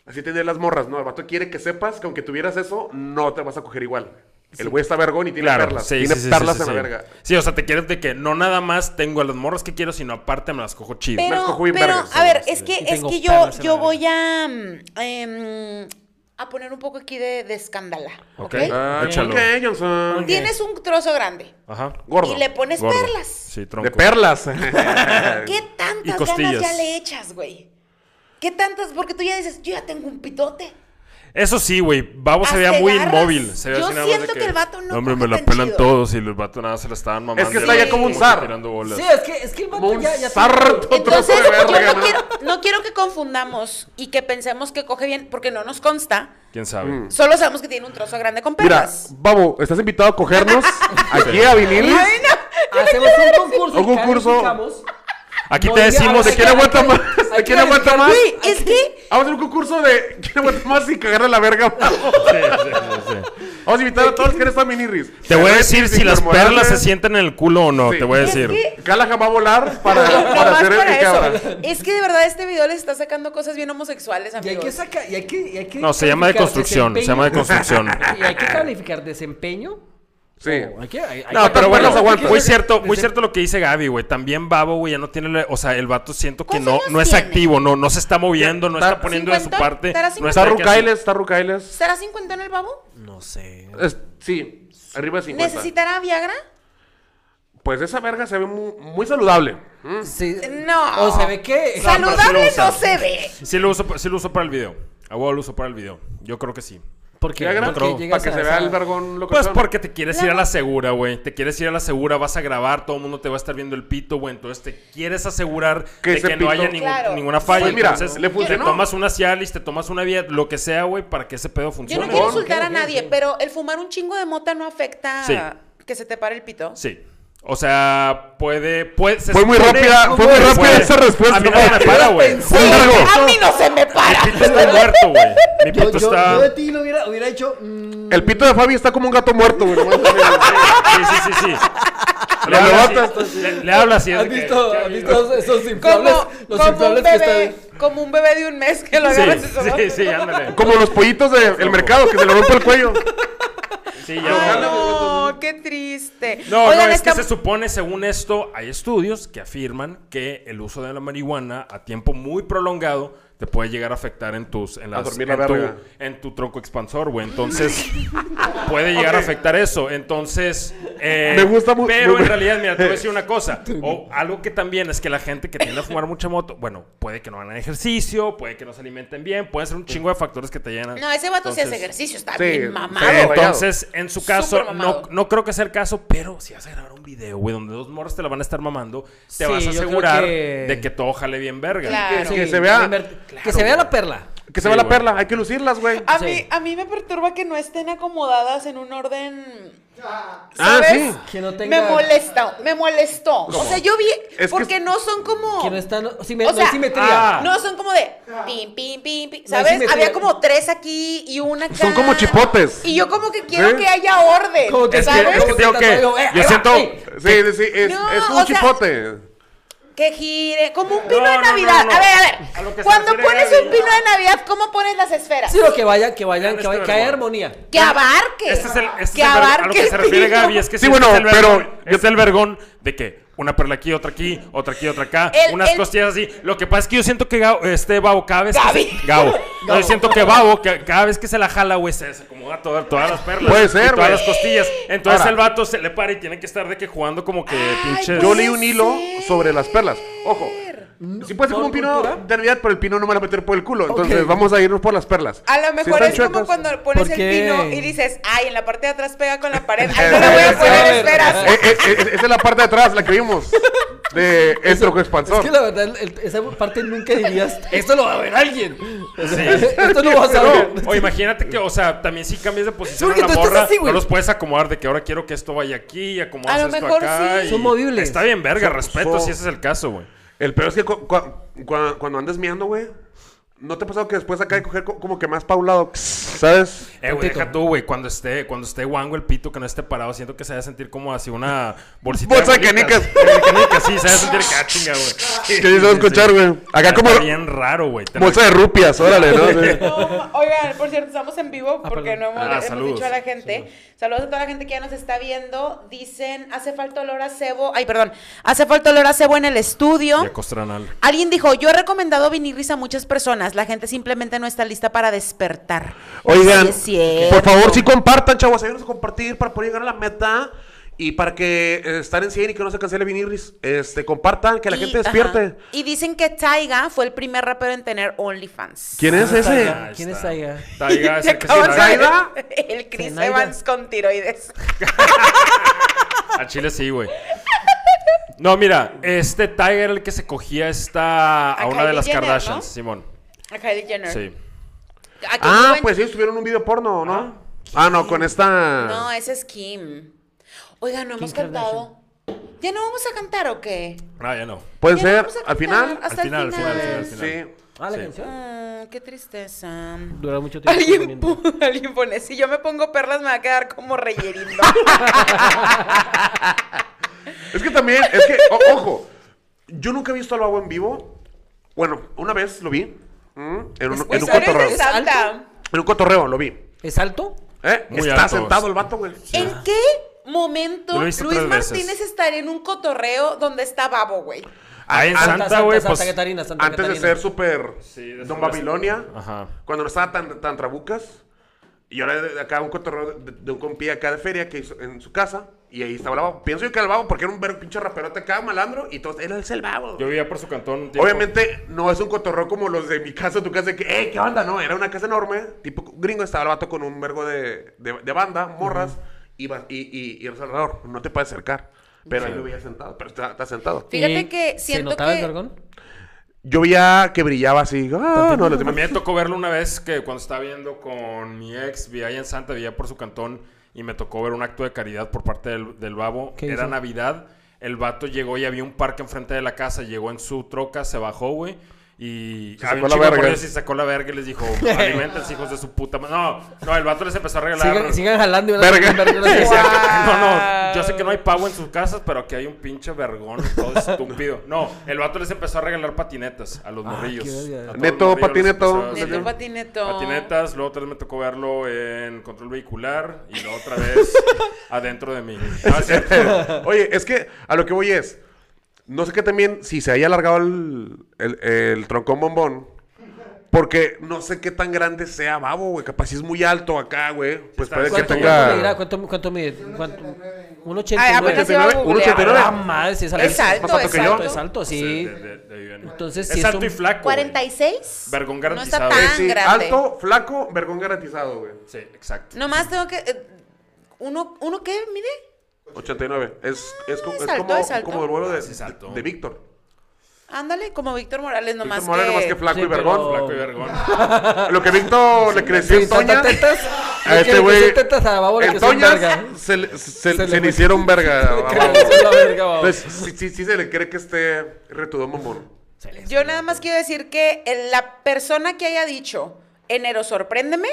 [SPEAKER 2] así tendría las morras. No, el vato quiere que sepas que aunque tuvieras eso, no te vas a coger igual. El güey está vergón y tiene
[SPEAKER 5] Claro,
[SPEAKER 2] perlas.
[SPEAKER 5] sí,
[SPEAKER 2] tiene
[SPEAKER 5] sí, sí,
[SPEAKER 2] perlas
[SPEAKER 5] sí, sí,
[SPEAKER 2] en la
[SPEAKER 5] sí.
[SPEAKER 2] verga.
[SPEAKER 5] Sí, o sea, te quieres de que no nada más tengo a las morras que quiero, sino aparte me las cojo chido.
[SPEAKER 2] Me las
[SPEAKER 1] Pero,
[SPEAKER 2] cojo bien
[SPEAKER 1] pero,
[SPEAKER 2] vergas,
[SPEAKER 1] a ver,
[SPEAKER 5] sí,
[SPEAKER 1] es
[SPEAKER 5] sí.
[SPEAKER 1] que,
[SPEAKER 4] Y
[SPEAKER 1] es
[SPEAKER 4] tengo
[SPEAKER 1] que yo,
[SPEAKER 4] perlas en
[SPEAKER 1] yo
[SPEAKER 4] la
[SPEAKER 1] voy a. mm, em, a poner un poco aquí de, de escándala.
[SPEAKER 5] Ok.
[SPEAKER 1] ¿ok?
[SPEAKER 2] Ah,
[SPEAKER 5] Échalo.
[SPEAKER 2] ok, Johnson.
[SPEAKER 1] Tienes un trozo grande
[SPEAKER 5] Ajá.
[SPEAKER 2] Gordo.
[SPEAKER 1] y le pones
[SPEAKER 5] Gordo.
[SPEAKER 1] perlas.
[SPEAKER 5] Sí, tronco.
[SPEAKER 2] De perlas.
[SPEAKER 1] ¿Qué tantas ganas
[SPEAKER 5] costillas.
[SPEAKER 1] ya le echas, güey? ¿Qué tantas? Porque tú ya dices, yo ya tengo un pitote.
[SPEAKER 5] Eso sí, güey. Babo se
[SPEAKER 1] Hasta
[SPEAKER 5] veía muy
[SPEAKER 1] garras.
[SPEAKER 5] inmóvil. Se veía
[SPEAKER 1] Yo
[SPEAKER 5] así nada más de
[SPEAKER 1] siento que el vato no
[SPEAKER 5] Hombre, me
[SPEAKER 1] coge
[SPEAKER 5] la
[SPEAKER 1] tan
[SPEAKER 5] pelan
[SPEAKER 1] chido".
[SPEAKER 5] todos y el vato nada se la estaban mamando.
[SPEAKER 2] Es que
[SPEAKER 5] y
[SPEAKER 2] está
[SPEAKER 5] el
[SPEAKER 2] ya
[SPEAKER 5] vato
[SPEAKER 2] como un
[SPEAKER 5] que
[SPEAKER 2] zar.
[SPEAKER 5] Tirando bolas.
[SPEAKER 4] Sí, es que, es que el
[SPEAKER 2] Como
[SPEAKER 4] vato
[SPEAKER 2] un
[SPEAKER 4] ya, ya
[SPEAKER 2] sarto.
[SPEAKER 4] tiene-
[SPEAKER 1] Entonces,
[SPEAKER 2] trozo de
[SPEAKER 1] yo
[SPEAKER 2] verga,
[SPEAKER 1] no
[SPEAKER 2] ¿no?
[SPEAKER 1] quiero, no quiero que confundamos y que pensemos que coge bien, porque no nos consta.
[SPEAKER 5] ¿Quién sabe?
[SPEAKER 2] Mm.
[SPEAKER 1] Solo sabemos que tiene un trozo grande con
[SPEAKER 2] Mira,
[SPEAKER 1] perlas.
[SPEAKER 2] Babo, estás invitado a cogernos aquí a vinil.
[SPEAKER 4] Hacemos un concurso.
[SPEAKER 2] Un concurso.
[SPEAKER 5] Aquí
[SPEAKER 4] No,
[SPEAKER 5] te
[SPEAKER 4] ya,
[SPEAKER 5] decimos...
[SPEAKER 4] ahora
[SPEAKER 2] ¿De
[SPEAKER 4] sí
[SPEAKER 5] que
[SPEAKER 2] quién
[SPEAKER 4] Hay que-
[SPEAKER 2] aguanta más?
[SPEAKER 4] hay que-
[SPEAKER 2] ¿De quién aguanta más?
[SPEAKER 1] Güey, es que
[SPEAKER 2] Vamos a hacer un concurso de quién aguanta más sin cagarle la verga. Vamos a invitar a todos los que están minirris.
[SPEAKER 5] Te voy a decir si las perlas se sienten en el culo o no.
[SPEAKER 2] Sí.
[SPEAKER 5] Te voy a
[SPEAKER 1] Es
[SPEAKER 5] decir.
[SPEAKER 1] que-
[SPEAKER 2] Callahan va a volar para,
[SPEAKER 1] no
[SPEAKER 2] para
[SPEAKER 1] más
[SPEAKER 2] hacer el
[SPEAKER 1] para
[SPEAKER 2] que cabra.
[SPEAKER 1] eso. Es que de verdad este video les está sacando cosas bien homosexuales,
[SPEAKER 4] Y hay que
[SPEAKER 1] amigos.
[SPEAKER 4] sacar. Y hay que, y hay que
[SPEAKER 5] No, se llama de
[SPEAKER 4] calificar
[SPEAKER 5] construcción. Se llama de
[SPEAKER 4] desempeño.
[SPEAKER 5] construcción.
[SPEAKER 4] Y hay que calificar desempeño.
[SPEAKER 2] Sí.
[SPEAKER 4] Hay que- hay- hay
[SPEAKER 5] No,
[SPEAKER 4] que-
[SPEAKER 5] pero bueno,
[SPEAKER 2] perlas aguantan.
[SPEAKER 5] muy cierto, muy cierto lo que dice Gaby, güey. También Babo, güey, ya no tiene, la- o sea, el vato siento que no,
[SPEAKER 1] ¿Cuántos
[SPEAKER 5] no es
[SPEAKER 1] años tiene?
[SPEAKER 5] activo, no, no se está moviendo, no está poniendo de su
[SPEAKER 1] ¿Cincuentón?
[SPEAKER 5] parte.
[SPEAKER 1] ¿Estará
[SPEAKER 5] No
[SPEAKER 2] Está
[SPEAKER 5] está
[SPEAKER 2] Rucailes, está Rucailes.
[SPEAKER 1] ¿Será 50 en el babo?
[SPEAKER 4] No sé.
[SPEAKER 2] Es- sí, arriba de 50.
[SPEAKER 1] ¿Necesitará Viagra?
[SPEAKER 2] Pues esa verga se ve muy, muy saludable. Mm.
[SPEAKER 4] Sí.
[SPEAKER 1] No.
[SPEAKER 4] O se ve que.
[SPEAKER 1] Saludable
[SPEAKER 5] usa.
[SPEAKER 1] no se ve.
[SPEAKER 5] Sí lo uso, sí lo uso para el video. A huevo lo uso para el video. Yo creo que sí.
[SPEAKER 4] Porque,
[SPEAKER 2] Viagra,
[SPEAKER 5] no creo.
[SPEAKER 4] porque llegas
[SPEAKER 2] para que
[SPEAKER 4] a
[SPEAKER 2] se
[SPEAKER 4] esa-
[SPEAKER 2] vea el vergón lo que
[SPEAKER 5] Pues
[SPEAKER 2] son.
[SPEAKER 5] porque te quieres
[SPEAKER 1] La
[SPEAKER 5] ir a la
[SPEAKER 1] neta.
[SPEAKER 5] segura, güey. Te quieres ir a la segura, vas a grabar, todo el mundo te va a estar viendo el pito, güey. Entonces te quieres asegurar
[SPEAKER 2] Que
[SPEAKER 5] de que
[SPEAKER 2] ese
[SPEAKER 5] no
[SPEAKER 2] pito-
[SPEAKER 5] haya ningún-
[SPEAKER 1] Claro.
[SPEAKER 5] ninguna falla.
[SPEAKER 2] Pues mira,
[SPEAKER 5] Entonces
[SPEAKER 2] le
[SPEAKER 5] te
[SPEAKER 2] funcionó.
[SPEAKER 5] tomas una Cialis, te tomas una vía, lo que sea, güey, para que ese pedo
[SPEAKER 1] Yo
[SPEAKER 5] funcione.
[SPEAKER 1] no quiero
[SPEAKER 2] amor.
[SPEAKER 1] insultar a
[SPEAKER 4] Ok, ok,
[SPEAKER 1] nadie,
[SPEAKER 4] ok.
[SPEAKER 1] pero el fumar un chingo de mota no afecta
[SPEAKER 5] Sí.
[SPEAKER 1] que se te pare el pito.
[SPEAKER 5] Sí. O sea, puede... puede se
[SPEAKER 2] Fue muy
[SPEAKER 5] supone-
[SPEAKER 2] rápida, fue muy
[SPEAKER 5] puede-
[SPEAKER 2] rápida esa respuesta.
[SPEAKER 5] A mí no me la para, güey.
[SPEAKER 4] pensé.
[SPEAKER 1] Sí,
[SPEAKER 2] Juan Largo.
[SPEAKER 1] a mí no se me para.
[SPEAKER 5] Mi pito está muerto, güey.
[SPEAKER 4] Yo,
[SPEAKER 5] Mi pito
[SPEAKER 4] yo,
[SPEAKER 5] está...
[SPEAKER 4] yo de ti lo hubiera, hubiera hecho. mm,
[SPEAKER 2] El pito de Fabi está como un gato muerto, güey. nomás.
[SPEAKER 5] Sí, sí, sí, sí. Le
[SPEAKER 2] Lo
[SPEAKER 5] habla
[SPEAKER 2] levantas,
[SPEAKER 5] así. Le, le habla así. es
[SPEAKER 4] ¿Has
[SPEAKER 5] que-
[SPEAKER 4] visto,
[SPEAKER 5] que-
[SPEAKER 4] has visto esos
[SPEAKER 1] Como,
[SPEAKER 4] inflables? Los
[SPEAKER 1] como un
[SPEAKER 4] inflables que
[SPEAKER 1] bebé,
[SPEAKER 4] están.
[SPEAKER 1] como un bebé de un mes que lo
[SPEAKER 5] Sí,
[SPEAKER 1] agarras y se va.
[SPEAKER 5] sí, sí, ándale.
[SPEAKER 2] Como los pollitos del mercado que se le rompe el cuello.
[SPEAKER 5] Sí, ya.
[SPEAKER 1] Ay,
[SPEAKER 5] ándale.
[SPEAKER 1] no, qué triste.
[SPEAKER 5] No,
[SPEAKER 1] Oigan,
[SPEAKER 5] no, es
[SPEAKER 1] está-
[SPEAKER 5] que se supone, según esto, hay estudios que afirman que el uso de la marihuana a tiempo muy prolongado te puede llegar a afectar en tus en, las-
[SPEAKER 2] dormir la
[SPEAKER 5] en, tu,
[SPEAKER 2] verga.
[SPEAKER 5] en tu tronco expansor, güey. Entonces, puede llegar a afectar eso. Entonces, eh,
[SPEAKER 2] Me gusta mu-
[SPEAKER 5] Pero
[SPEAKER 2] mu-
[SPEAKER 5] en realidad, mira, te voy a decir una cosa. O algo que también es que la gente que tiende a fumar mucha moto, bueno, puede que no hagan ejercicio, puede que no se alimenten bien, pueden ser un chingo de factores que te llenan.
[SPEAKER 1] No, ese vato sí hace
[SPEAKER 5] Entonces-
[SPEAKER 1] ejercicio, está
[SPEAKER 2] Sí,
[SPEAKER 1] bien
[SPEAKER 2] sí,
[SPEAKER 1] mamado.
[SPEAKER 2] rayado.
[SPEAKER 5] entonces, en su caso,
[SPEAKER 1] Súper
[SPEAKER 5] no,
[SPEAKER 1] mamado.
[SPEAKER 5] no creo que sea el caso, pero si vas a grabar un video, güey, donde dos morras te la van a estar mamando, te
[SPEAKER 4] Sí,
[SPEAKER 5] vas a
[SPEAKER 4] yo creo
[SPEAKER 5] asegurar
[SPEAKER 4] que-
[SPEAKER 5] de que todo jale bien verga.
[SPEAKER 1] Claro.
[SPEAKER 2] Que- que se vea-
[SPEAKER 4] inver-
[SPEAKER 5] Claro,
[SPEAKER 4] que se vea
[SPEAKER 5] güey.
[SPEAKER 4] la perla.
[SPEAKER 2] Que se
[SPEAKER 5] Sí,
[SPEAKER 2] va la
[SPEAKER 5] güey.
[SPEAKER 2] perla, hay que lucirlas, güey.
[SPEAKER 1] A,
[SPEAKER 4] Sí.
[SPEAKER 1] mí, a mí me perturba que no estén acomodadas en un orden.
[SPEAKER 2] Ah,
[SPEAKER 1] ¿sabes?
[SPEAKER 2] sí.
[SPEAKER 4] Que no tenga.
[SPEAKER 1] Me molesta, me molestó. O sea, yo vi.
[SPEAKER 2] que-
[SPEAKER 1] porque no son como.
[SPEAKER 4] Que no está. No, si me,
[SPEAKER 1] O
[SPEAKER 4] no hay
[SPEAKER 1] sea,
[SPEAKER 4] simetría.
[SPEAKER 5] ah,
[SPEAKER 1] No, son como de pim, pim, pim, pim.
[SPEAKER 4] No hay
[SPEAKER 1] ¿Sabes?
[SPEAKER 4] simetría.
[SPEAKER 1] Había como tres aquí y una acá.
[SPEAKER 2] Son como chipotes.
[SPEAKER 1] Y yo como que quiero
[SPEAKER 2] ¿Sí?
[SPEAKER 1] que haya orden.
[SPEAKER 4] Como que-
[SPEAKER 2] Es que,
[SPEAKER 1] ¿Sabes?
[SPEAKER 2] es que tengo que.
[SPEAKER 4] Eh, ahí
[SPEAKER 2] Yo
[SPEAKER 4] va,
[SPEAKER 2] siento.
[SPEAKER 4] ahí.
[SPEAKER 2] Sí, sí, sí, es,
[SPEAKER 1] No,
[SPEAKER 2] es
[SPEAKER 1] o sea-
[SPEAKER 2] un chipote.
[SPEAKER 1] Que gire, como un pino
[SPEAKER 5] No,
[SPEAKER 1] de
[SPEAKER 5] no,
[SPEAKER 1] Navidad.
[SPEAKER 5] no, no.
[SPEAKER 1] A ver,
[SPEAKER 5] A
[SPEAKER 1] a
[SPEAKER 5] lo
[SPEAKER 1] ver.
[SPEAKER 5] que se
[SPEAKER 1] Cuando
[SPEAKER 5] refiere
[SPEAKER 1] pones
[SPEAKER 5] Gaby.
[SPEAKER 1] un pino de Navidad, ¿cómo pones las esferas?
[SPEAKER 4] Sí, pero que vayan, que vayan, que
[SPEAKER 5] Este
[SPEAKER 4] vayan. Que
[SPEAKER 5] verbo.
[SPEAKER 4] haya armonía.
[SPEAKER 1] Que abarque.
[SPEAKER 5] Este es el, este es
[SPEAKER 1] que
[SPEAKER 5] el ver-
[SPEAKER 1] abarque.
[SPEAKER 5] a lo que
[SPEAKER 1] el
[SPEAKER 5] se refiere
[SPEAKER 1] pino.
[SPEAKER 5] Gaby, es que
[SPEAKER 2] Sí,
[SPEAKER 5] si
[SPEAKER 2] bueno,
[SPEAKER 5] es el vergón,
[SPEAKER 2] pero-
[SPEAKER 5] es el vergón de que una perla aquí, otra aquí, otra aquí, otra acá,
[SPEAKER 1] El-
[SPEAKER 5] unas
[SPEAKER 1] el-
[SPEAKER 5] costillas así. Lo que pasa es que yo siento que Gao- este Babo cada vez que
[SPEAKER 1] Gaby.
[SPEAKER 5] se- Gabo. No, yo siento que Babo que cada vez que se la jala, güey, se desacomoda toda- todas las perlas
[SPEAKER 2] Puede
[SPEAKER 5] y
[SPEAKER 2] ser, güey.
[SPEAKER 5] todas las costillas. Entonces
[SPEAKER 2] Ahora.
[SPEAKER 5] el vato se le para y tiene que estar de que jugando como que pinches
[SPEAKER 2] Yo
[SPEAKER 1] Puede
[SPEAKER 2] leí un hilo
[SPEAKER 1] ser.
[SPEAKER 2] sobre las perlas. Ojo. Si puede ser como un
[SPEAKER 4] ¿por
[SPEAKER 2] pino
[SPEAKER 4] cultura?
[SPEAKER 2] de Navidad, pero el pino no me lo va a meter por el culo. Entonces
[SPEAKER 4] Ok.
[SPEAKER 2] vamos a irnos por las perlas.
[SPEAKER 1] A lo
[SPEAKER 2] Si
[SPEAKER 1] mejor
[SPEAKER 2] están
[SPEAKER 1] es como
[SPEAKER 2] chuecas-
[SPEAKER 1] cuando pones
[SPEAKER 4] ¿Por
[SPEAKER 1] el
[SPEAKER 4] qué?
[SPEAKER 1] pino y dices, ay, en la parte de atrás pega con la pared. Ay, no le voy a poner
[SPEAKER 4] Eh,
[SPEAKER 1] esferas.
[SPEAKER 2] Eh, eh, eh, esa es la parte de atrás, la que vimos. De el troco expansor.
[SPEAKER 4] Es que la verdad, el- esa parte nunca dirías. Esto lo va a ver alguien.
[SPEAKER 5] Sí.
[SPEAKER 4] Esto lo vas a ver.
[SPEAKER 5] No, o imagínate que, o sea, también si cambias de posición
[SPEAKER 4] Porque
[SPEAKER 5] a la
[SPEAKER 4] tú estás
[SPEAKER 5] morra,
[SPEAKER 4] así, güey.
[SPEAKER 5] no los puedes acomodar de que ahora quiero que esto vaya aquí y acomodas
[SPEAKER 1] A lo
[SPEAKER 5] esto
[SPEAKER 1] mejor
[SPEAKER 5] acá.
[SPEAKER 1] sí.
[SPEAKER 5] y-
[SPEAKER 4] Son movibles.
[SPEAKER 5] Está bien, verga, respeto
[SPEAKER 2] son-
[SPEAKER 5] si ese es el caso, güey.
[SPEAKER 2] El peor es que cu- cu- cu- cuando andas miando, güey, ¿no te ha pasado que después acá de coger co- como que más paulado? ¿Sabes?
[SPEAKER 5] Eh, güey,
[SPEAKER 4] Tantito.
[SPEAKER 5] deja tú, güey, cuando esté, cuando esté guango el pito que no esté parado, siento que se va a sentir como así una bolsita
[SPEAKER 2] Bolsa de
[SPEAKER 5] bolitas.
[SPEAKER 2] canicas.
[SPEAKER 5] De canicas, sí, se va a sentir que, ah, chinga, güey.
[SPEAKER 2] Que sí se va a escuchar, güey. Acá
[SPEAKER 5] Está
[SPEAKER 2] como
[SPEAKER 5] bien raro, güey. Te-
[SPEAKER 2] bolsa de rupias, órale, ¿no? Sí.
[SPEAKER 1] No, oigan, por cierto, estamos en vivo porque
[SPEAKER 4] perdón.
[SPEAKER 1] no hemos,
[SPEAKER 5] Ah,
[SPEAKER 1] hemos
[SPEAKER 5] saludos.
[SPEAKER 1] dicho a la gente. Saludos a toda la gente que ya nos está viendo. Dicen, hace falta olor a cebo. Ay, perdón. Hace falta olor a cebo en el estudio.
[SPEAKER 5] Y acostranal.
[SPEAKER 1] Alguien dijo, yo he recomendado vinirris a muchas personas. La gente simplemente no está lista para despertar.
[SPEAKER 2] Oigan,
[SPEAKER 1] Sí, es cierto.
[SPEAKER 2] por favor, sí compartan, chavos. Ayúdenos a compartir para poder llegar a la meta. Y para que eh, estar en 100 y que no se cancele Vinirris, este, compartan, que la
[SPEAKER 1] Y-
[SPEAKER 2] gente despierte.
[SPEAKER 1] ajá. Y dicen que Taiga fue el primer rapero en tener OnlyFans.
[SPEAKER 2] ¿Quién es ese?
[SPEAKER 5] Ahí
[SPEAKER 4] ¿Quién
[SPEAKER 5] está.
[SPEAKER 4] es Taiga?
[SPEAKER 5] Taiga es
[SPEAKER 1] Te
[SPEAKER 5] el que se
[SPEAKER 1] acabas de-
[SPEAKER 2] Zenaida?
[SPEAKER 1] El Chris
[SPEAKER 4] Zenaida.
[SPEAKER 1] Evans con tiroides.
[SPEAKER 5] A Chile sí, güey. No, mira, este Tiger era el que se cogía esta a,
[SPEAKER 1] A
[SPEAKER 5] una de
[SPEAKER 1] Kylie
[SPEAKER 5] las
[SPEAKER 1] Jenner,
[SPEAKER 5] Kardashians,
[SPEAKER 1] ¿no? Eh.
[SPEAKER 5] Simón.
[SPEAKER 1] A Kylie Jenner.
[SPEAKER 5] Sí.
[SPEAKER 1] ¿A qué
[SPEAKER 2] Ah,
[SPEAKER 1] joven-
[SPEAKER 2] pues ellos tuvieron un video porno, ¿no? Ah, no, con esta.
[SPEAKER 1] No, eh, ese es Kim. Oiga, no hemos
[SPEAKER 4] Kardashian.
[SPEAKER 1] cantado. ¿Ya no vamos a cantar o qué?
[SPEAKER 5] No, Ah, ya no.
[SPEAKER 2] Puede
[SPEAKER 1] Ya no
[SPEAKER 2] ser,
[SPEAKER 1] vamos a
[SPEAKER 2] al final.
[SPEAKER 1] cantar. Hasta
[SPEAKER 5] al final,
[SPEAKER 1] el
[SPEAKER 5] al final, al final, al
[SPEAKER 1] final.
[SPEAKER 5] final.
[SPEAKER 2] Sí.
[SPEAKER 4] Ah, la
[SPEAKER 5] Sí.
[SPEAKER 4] canción.
[SPEAKER 1] Mm, qué tristeza.
[SPEAKER 4] Dura mucho tiempo.
[SPEAKER 1] Alguien,
[SPEAKER 4] poniendo.
[SPEAKER 1] pu- alguien pone, si yo me pongo perlas me va a quedar como reyerito.
[SPEAKER 2] Es que también, es que, o- ojo, yo nunca he visto al babo en vivo. Bueno, una vez lo vi. ¿mm? En un, en un
[SPEAKER 1] Tú Pues, eres de
[SPEAKER 2] cotorreo.
[SPEAKER 4] ¿Es
[SPEAKER 1] Santa.
[SPEAKER 4] alto?
[SPEAKER 2] En un cotorreo lo vi.
[SPEAKER 4] ¿Es alto?
[SPEAKER 2] ¿Eh?
[SPEAKER 5] Muy
[SPEAKER 2] Está
[SPEAKER 5] alto.
[SPEAKER 2] sentado el vato, güey.
[SPEAKER 1] ¿En qué momento
[SPEAKER 5] Lo he
[SPEAKER 1] Luis
[SPEAKER 5] visto tres veces.
[SPEAKER 1] Martínez estaría en un cotorreo donde está Babo, güey?
[SPEAKER 5] Ahí Ah, en
[SPEAKER 2] An-
[SPEAKER 5] Santa,
[SPEAKER 4] Santa,
[SPEAKER 5] güey,
[SPEAKER 4] Santa
[SPEAKER 5] pues.
[SPEAKER 4] Catarina, Santa
[SPEAKER 2] Antes de
[SPEAKER 4] Catarina.
[SPEAKER 2] ser súper
[SPEAKER 5] Sí, de
[SPEAKER 2] Don
[SPEAKER 5] ser-
[SPEAKER 2] Babilonia.
[SPEAKER 5] Ajá.
[SPEAKER 2] Cuando no estaba tan, tan trabucas. Y ahora de- de acá un cotorreo de, de un compi acá de feria que hizo en su casa. Y ahí estaba el babo. Pienso yo que era el babo porque era un ver- pinche raperote acá, malandro. Y todos, él es el babo.
[SPEAKER 5] Yo vivía por su cantón. un tiempo.
[SPEAKER 2] Obviamente no es un cotorreo como los de mi casa, tu casa, de que, ¡eh, qué banda! No, era una casa enorme, tipo gringo, estaba el vato con un vergo de, de, de banda, morras, y, va- y, y, y el Salvador, no te puedes acercar. Pero ahí lo veía sentado, pero está, está sentado.
[SPEAKER 1] Fíjate
[SPEAKER 4] ¿Y
[SPEAKER 1] que
[SPEAKER 4] ¿Se
[SPEAKER 1] siento
[SPEAKER 4] notaba
[SPEAKER 1] que-
[SPEAKER 4] el vergón?
[SPEAKER 2] Yo veía que brillaba así, ah, no, los
[SPEAKER 5] A
[SPEAKER 2] demás.
[SPEAKER 5] mí me tocó verlo una vez que cuando estaba viendo con mi ex, vi ahí en Santa, vivía por su cantón. y me tocó ver un acto de caridad por parte del, del babo.
[SPEAKER 4] ¿Qué
[SPEAKER 5] Era
[SPEAKER 4] hizo?
[SPEAKER 5] Navidad, el vato llegó y había un parque enfrente de la casa, llegó en su troca, se bajó, güey. Y
[SPEAKER 2] Se sacó
[SPEAKER 5] había un
[SPEAKER 2] la
[SPEAKER 5] chingo de
[SPEAKER 2] verga.
[SPEAKER 5] hamburguesas y sacó la verga y les dijo, alimentense hijos de su puta madre. No, no, el vato les empezó a regalar...
[SPEAKER 4] Sigan, sigan jalando y van a
[SPEAKER 2] Verga.
[SPEAKER 4] sacar vergas.
[SPEAKER 5] Sí, sí,
[SPEAKER 1] Wow.
[SPEAKER 5] No, no, yo sé que no hay pavo en sus casas, pero aquí hay un pinche vergón todo estúpido. No, el vato les empezó a regalar patinetas a los
[SPEAKER 4] Ah,
[SPEAKER 5] morrillos.
[SPEAKER 4] qué verga.
[SPEAKER 5] A
[SPEAKER 2] Neto,
[SPEAKER 5] todos los morrillos les
[SPEAKER 2] patineto.
[SPEAKER 5] empezó a-
[SPEAKER 2] Neto,
[SPEAKER 1] Neto patineto.
[SPEAKER 5] Patinetas, luego otra vez me tocó verlo en control vehicular y luego otra vez adentro de mí. No, es cierto.
[SPEAKER 2] Ah, Oye, es que a lo que voy es. No sé qué también, si se haya alargado el, el, el troncón bombón. Porque no sé qué tan grande sea Babo, güey. Capaz si es muy alto acá, güey. Pues
[SPEAKER 5] está-
[SPEAKER 2] puede que
[SPEAKER 4] ¿Cuánto,
[SPEAKER 5] ¿cuánto
[SPEAKER 2] tenga.
[SPEAKER 4] medirá? ¿Cuánto, cuánto mide? ¿Cuánto?
[SPEAKER 3] 1.89.
[SPEAKER 4] Un
[SPEAKER 1] Ay, ah,
[SPEAKER 4] 89.
[SPEAKER 1] aparte se va a
[SPEAKER 2] Un
[SPEAKER 1] googlear.
[SPEAKER 2] 89.
[SPEAKER 4] Ah, madre, sí, es alto.
[SPEAKER 1] Es alto,
[SPEAKER 2] Más alto
[SPEAKER 1] es
[SPEAKER 2] que yo.
[SPEAKER 1] alto.
[SPEAKER 4] Es alto, sí.
[SPEAKER 5] De- de- de ahí viene.
[SPEAKER 4] Entonces,
[SPEAKER 5] es
[SPEAKER 4] si es
[SPEAKER 5] alto
[SPEAKER 4] un
[SPEAKER 5] y flaco. güey.
[SPEAKER 1] 46.
[SPEAKER 5] Vergón
[SPEAKER 1] No está
[SPEAKER 5] garantizado. Pues
[SPEAKER 1] tan
[SPEAKER 2] Eh, sí,
[SPEAKER 1] grande.
[SPEAKER 2] alto, flaco, vergón garantizado, güey.
[SPEAKER 5] Sí, exacto.
[SPEAKER 1] Nomás tengo que. eh, ¿Uno, ¿Uno qué mide?
[SPEAKER 2] 89. Es, es, co-
[SPEAKER 1] es
[SPEAKER 2] es
[SPEAKER 1] alto,
[SPEAKER 2] como,
[SPEAKER 1] es alto.
[SPEAKER 2] como el vuelo de,
[SPEAKER 5] Ah, sí, es alto.
[SPEAKER 2] de Víctor.
[SPEAKER 1] Ándale, como Víctor Morales, nomás.
[SPEAKER 2] Víctor Moreno más que flaco
[SPEAKER 4] Sí,
[SPEAKER 2] y vergón.
[SPEAKER 4] pero-
[SPEAKER 5] Flaco y vergón.
[SPEAKER 2] Lo que Víctor le creció
[SPEAKER 4] Sí,
[SPEAKER 2] en Toña.
[SPEAKER 4] tanta tetas.
[SPEAKER 2] A
[SPEAKER 4] el que
[SPEAKER 2] este
[SPEAKER 4] le
[SPEAKER 2] güey.
[SPEAKER 4] creció tetas a Babo le
[SPEAKER 2] En
[SPEAKER 4] creció un
[SPEAKER 2] Toña
[SPEAKER 4] verga. ¿eh?
[SPEAKER 2] se, le- se,
[SPEAKER 4] Se
[SPEAKER 2] se,
[SPEAKER 4] le
[SPEAKER 2] le
[SPEAKER 4] fue.
[SPEAKER 2] hicieron verga. a
[SPEAKER 4] Que le
[SPEAKER 2] Babo.
[SPEAKER 4] creció la verga, Babo.
[SPEAKER 2] Entonces, sí, sí, sí se le cree que esté retudón bombón.
[SPEAKER 1] Yo nada más quiero decir que el- la persona que haya dicho enero sorpréndeme,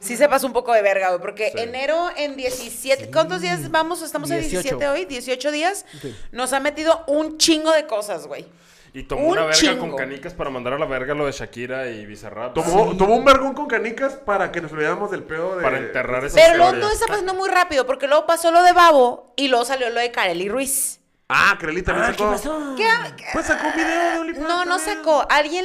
[SPEAKER 1] sí se pasó un poco de verga, güey, porque enero en 17, ¿cuántos días vamos? Estamos en 17 hoy, 18 días. Nos ha metido un chingo de cosas, güey.
[SPEAKER 5] Y tomó
[SPEAKER 1] Un
[SPEAKER 5] una verga con
[SPEAKER 1] chingo.
[SPEAKER 5] canicas para mandar a la verga lo de Shakira y Bizarrap.
[SPEAKER 2] Tomó, tomó un vergón con canicas para que nos olvidáramos del pedo de.
[SPEAKER 5] Para enterrar esas
[SPEAKER 1] Pero luego
[SPEAKER 5] teorías.
[SPEAKER 1] todo está pasando muy rápido, porque luego pasó lo de Babo y luego salió lo de Kareli Ruiz.
[SPEAKER 2] Ah, Crelita también
[SPEAKER 4] Ah, ¿Qué
[SPEAKER 2] sacó.
[SPEAKER 4] pasó?
[SPEAKER 1] ¿Qué,
[SPEAKER 2] Pues sacó un video de OnlyFans.
[SPEAKER 1] No, no
[SPEAKER 2] también.
[SPEAKER 1] sacó. Alguien,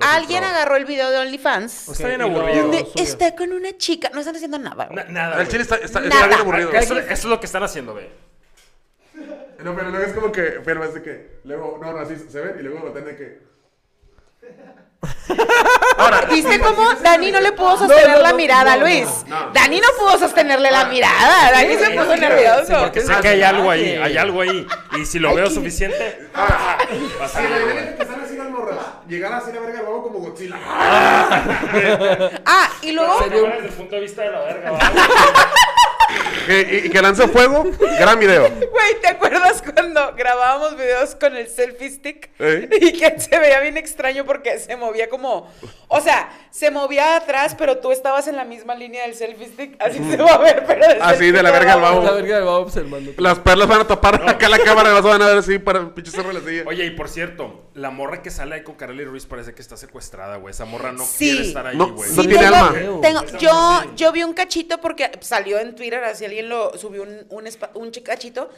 [SPEAKER 1] alguien agarró el video de OnlyFans.
[SPEAKER 4] Ok,
[SPEAKER 5] Está bien
[SPEAKER 4] y lo
[SPEAKER 5] aburrido.
[SPEAKER 1] donde
[SPEAKER 4] subió.
[SPEAKER 1] está con una chica. No están haciendo nada. güey.
[SPEAKER 5] Na-
[SPEAKER 4] Ah,
[SPEAKER 5] nada.
[SPEAKER 2] El
[SPEAKER 5] güey.
[SPEAKER 2] chile está, está, está
[SPEAKER 1] Nada.
[SPEAKER 2] bien aburrido.
[SPEAKER 5] Eso, eso es lo que están haciendo, güey.
[SPEAKER 2] No, pero luego es como que. Pero es de que. Luego, no, no, así se ven y luego lo tienen que.
[SPEAKER 1] ¿Viste cómo Dani no le pudo sostener
[SPEAKER 4] no,
[SPEAKER 1] la
[SPEAKER 4] no,
[SPEAKER 1] mirada,
[SPEAKER 4] no,
[SPEAKER 1] Luis?
[SPEAKER 2] no, no.
[SPEAKER 1] Dani no pudo sostenerle la mirada. Dani se puso
[SPEAKER 4] sí,
[SPEAKER 1] nervioso.
[SPEAKER 4] porque-
[SPEAKER 5] Sé que hay algo ahí, hay algo ahí. Y si lo veo suficiente,
[SPEAKER 4] Ah.
[SPEAKER 5] va a
[SPEAKER 2] Si Ah. la
[SPEAKER 5] salir,
[SPEAKER 2] idea
[SPEAKER 5] güey.
[SPEAKER 2] es que salen así las morras, llegar así la verga del babo como Godzilla.
[SPEAKER 1] Ah, y luego.
[SPEAKER 5] Desde el punto de vista de la verga, ¿verdad?
[SPEAKER 2] Que- y, y que lanza fuego, gran video.
[SPEAKER 1] Güey, ¿te acuerdas cuando grabábamos videos con el selfie stick?
[SPEAKER 2] ¿Eh?
[SPEAKER 1] Y que se veía bien extraño porque se movía como. O sea, se movía atrás, pero tú estabas en la misma línea del selfie stick. Así se va a ver, pero. del
[SPEAKER 2] Así,
[SPEAKER 1] selfie
[SPEAKER 2] de la
[SPEAKER 1] stick
[SPEAKER 2] verga al
[SPEAKER 1] abajo.
[SPEAKER 2] babo.
[SPEAKER 4] La verga de Babo observando.
[SPEAKER 2] Las perlas van a tapar acá la cámara, las van a ver así para pinche cerro la silla.
[SPEAKER 5] Oye, y por cierto, la morra que sale ahí con Carly Ruiz parece que está secuestrada, güey. Esa morra no
[SPEAKER 1] Sí.
[SPEAKER 5] quiere estar ahí,
[SPEAKER 2] No,
[SPEAKER 5] güey.
[SPEAKER 2] no tiene
[SPEAKER 1] tengo-
[SPEAKER 2] alma.
[SPEAKER 1] tengo-
[SPEAKER 5] Esa
[SPEAKER 1] yo,
[SPEAKER 5] madre sí.
[SPEAKER 1] yo vi un cachito porque salió en Twitter, así alguien lo subió un, un, espa- un chi- cachito.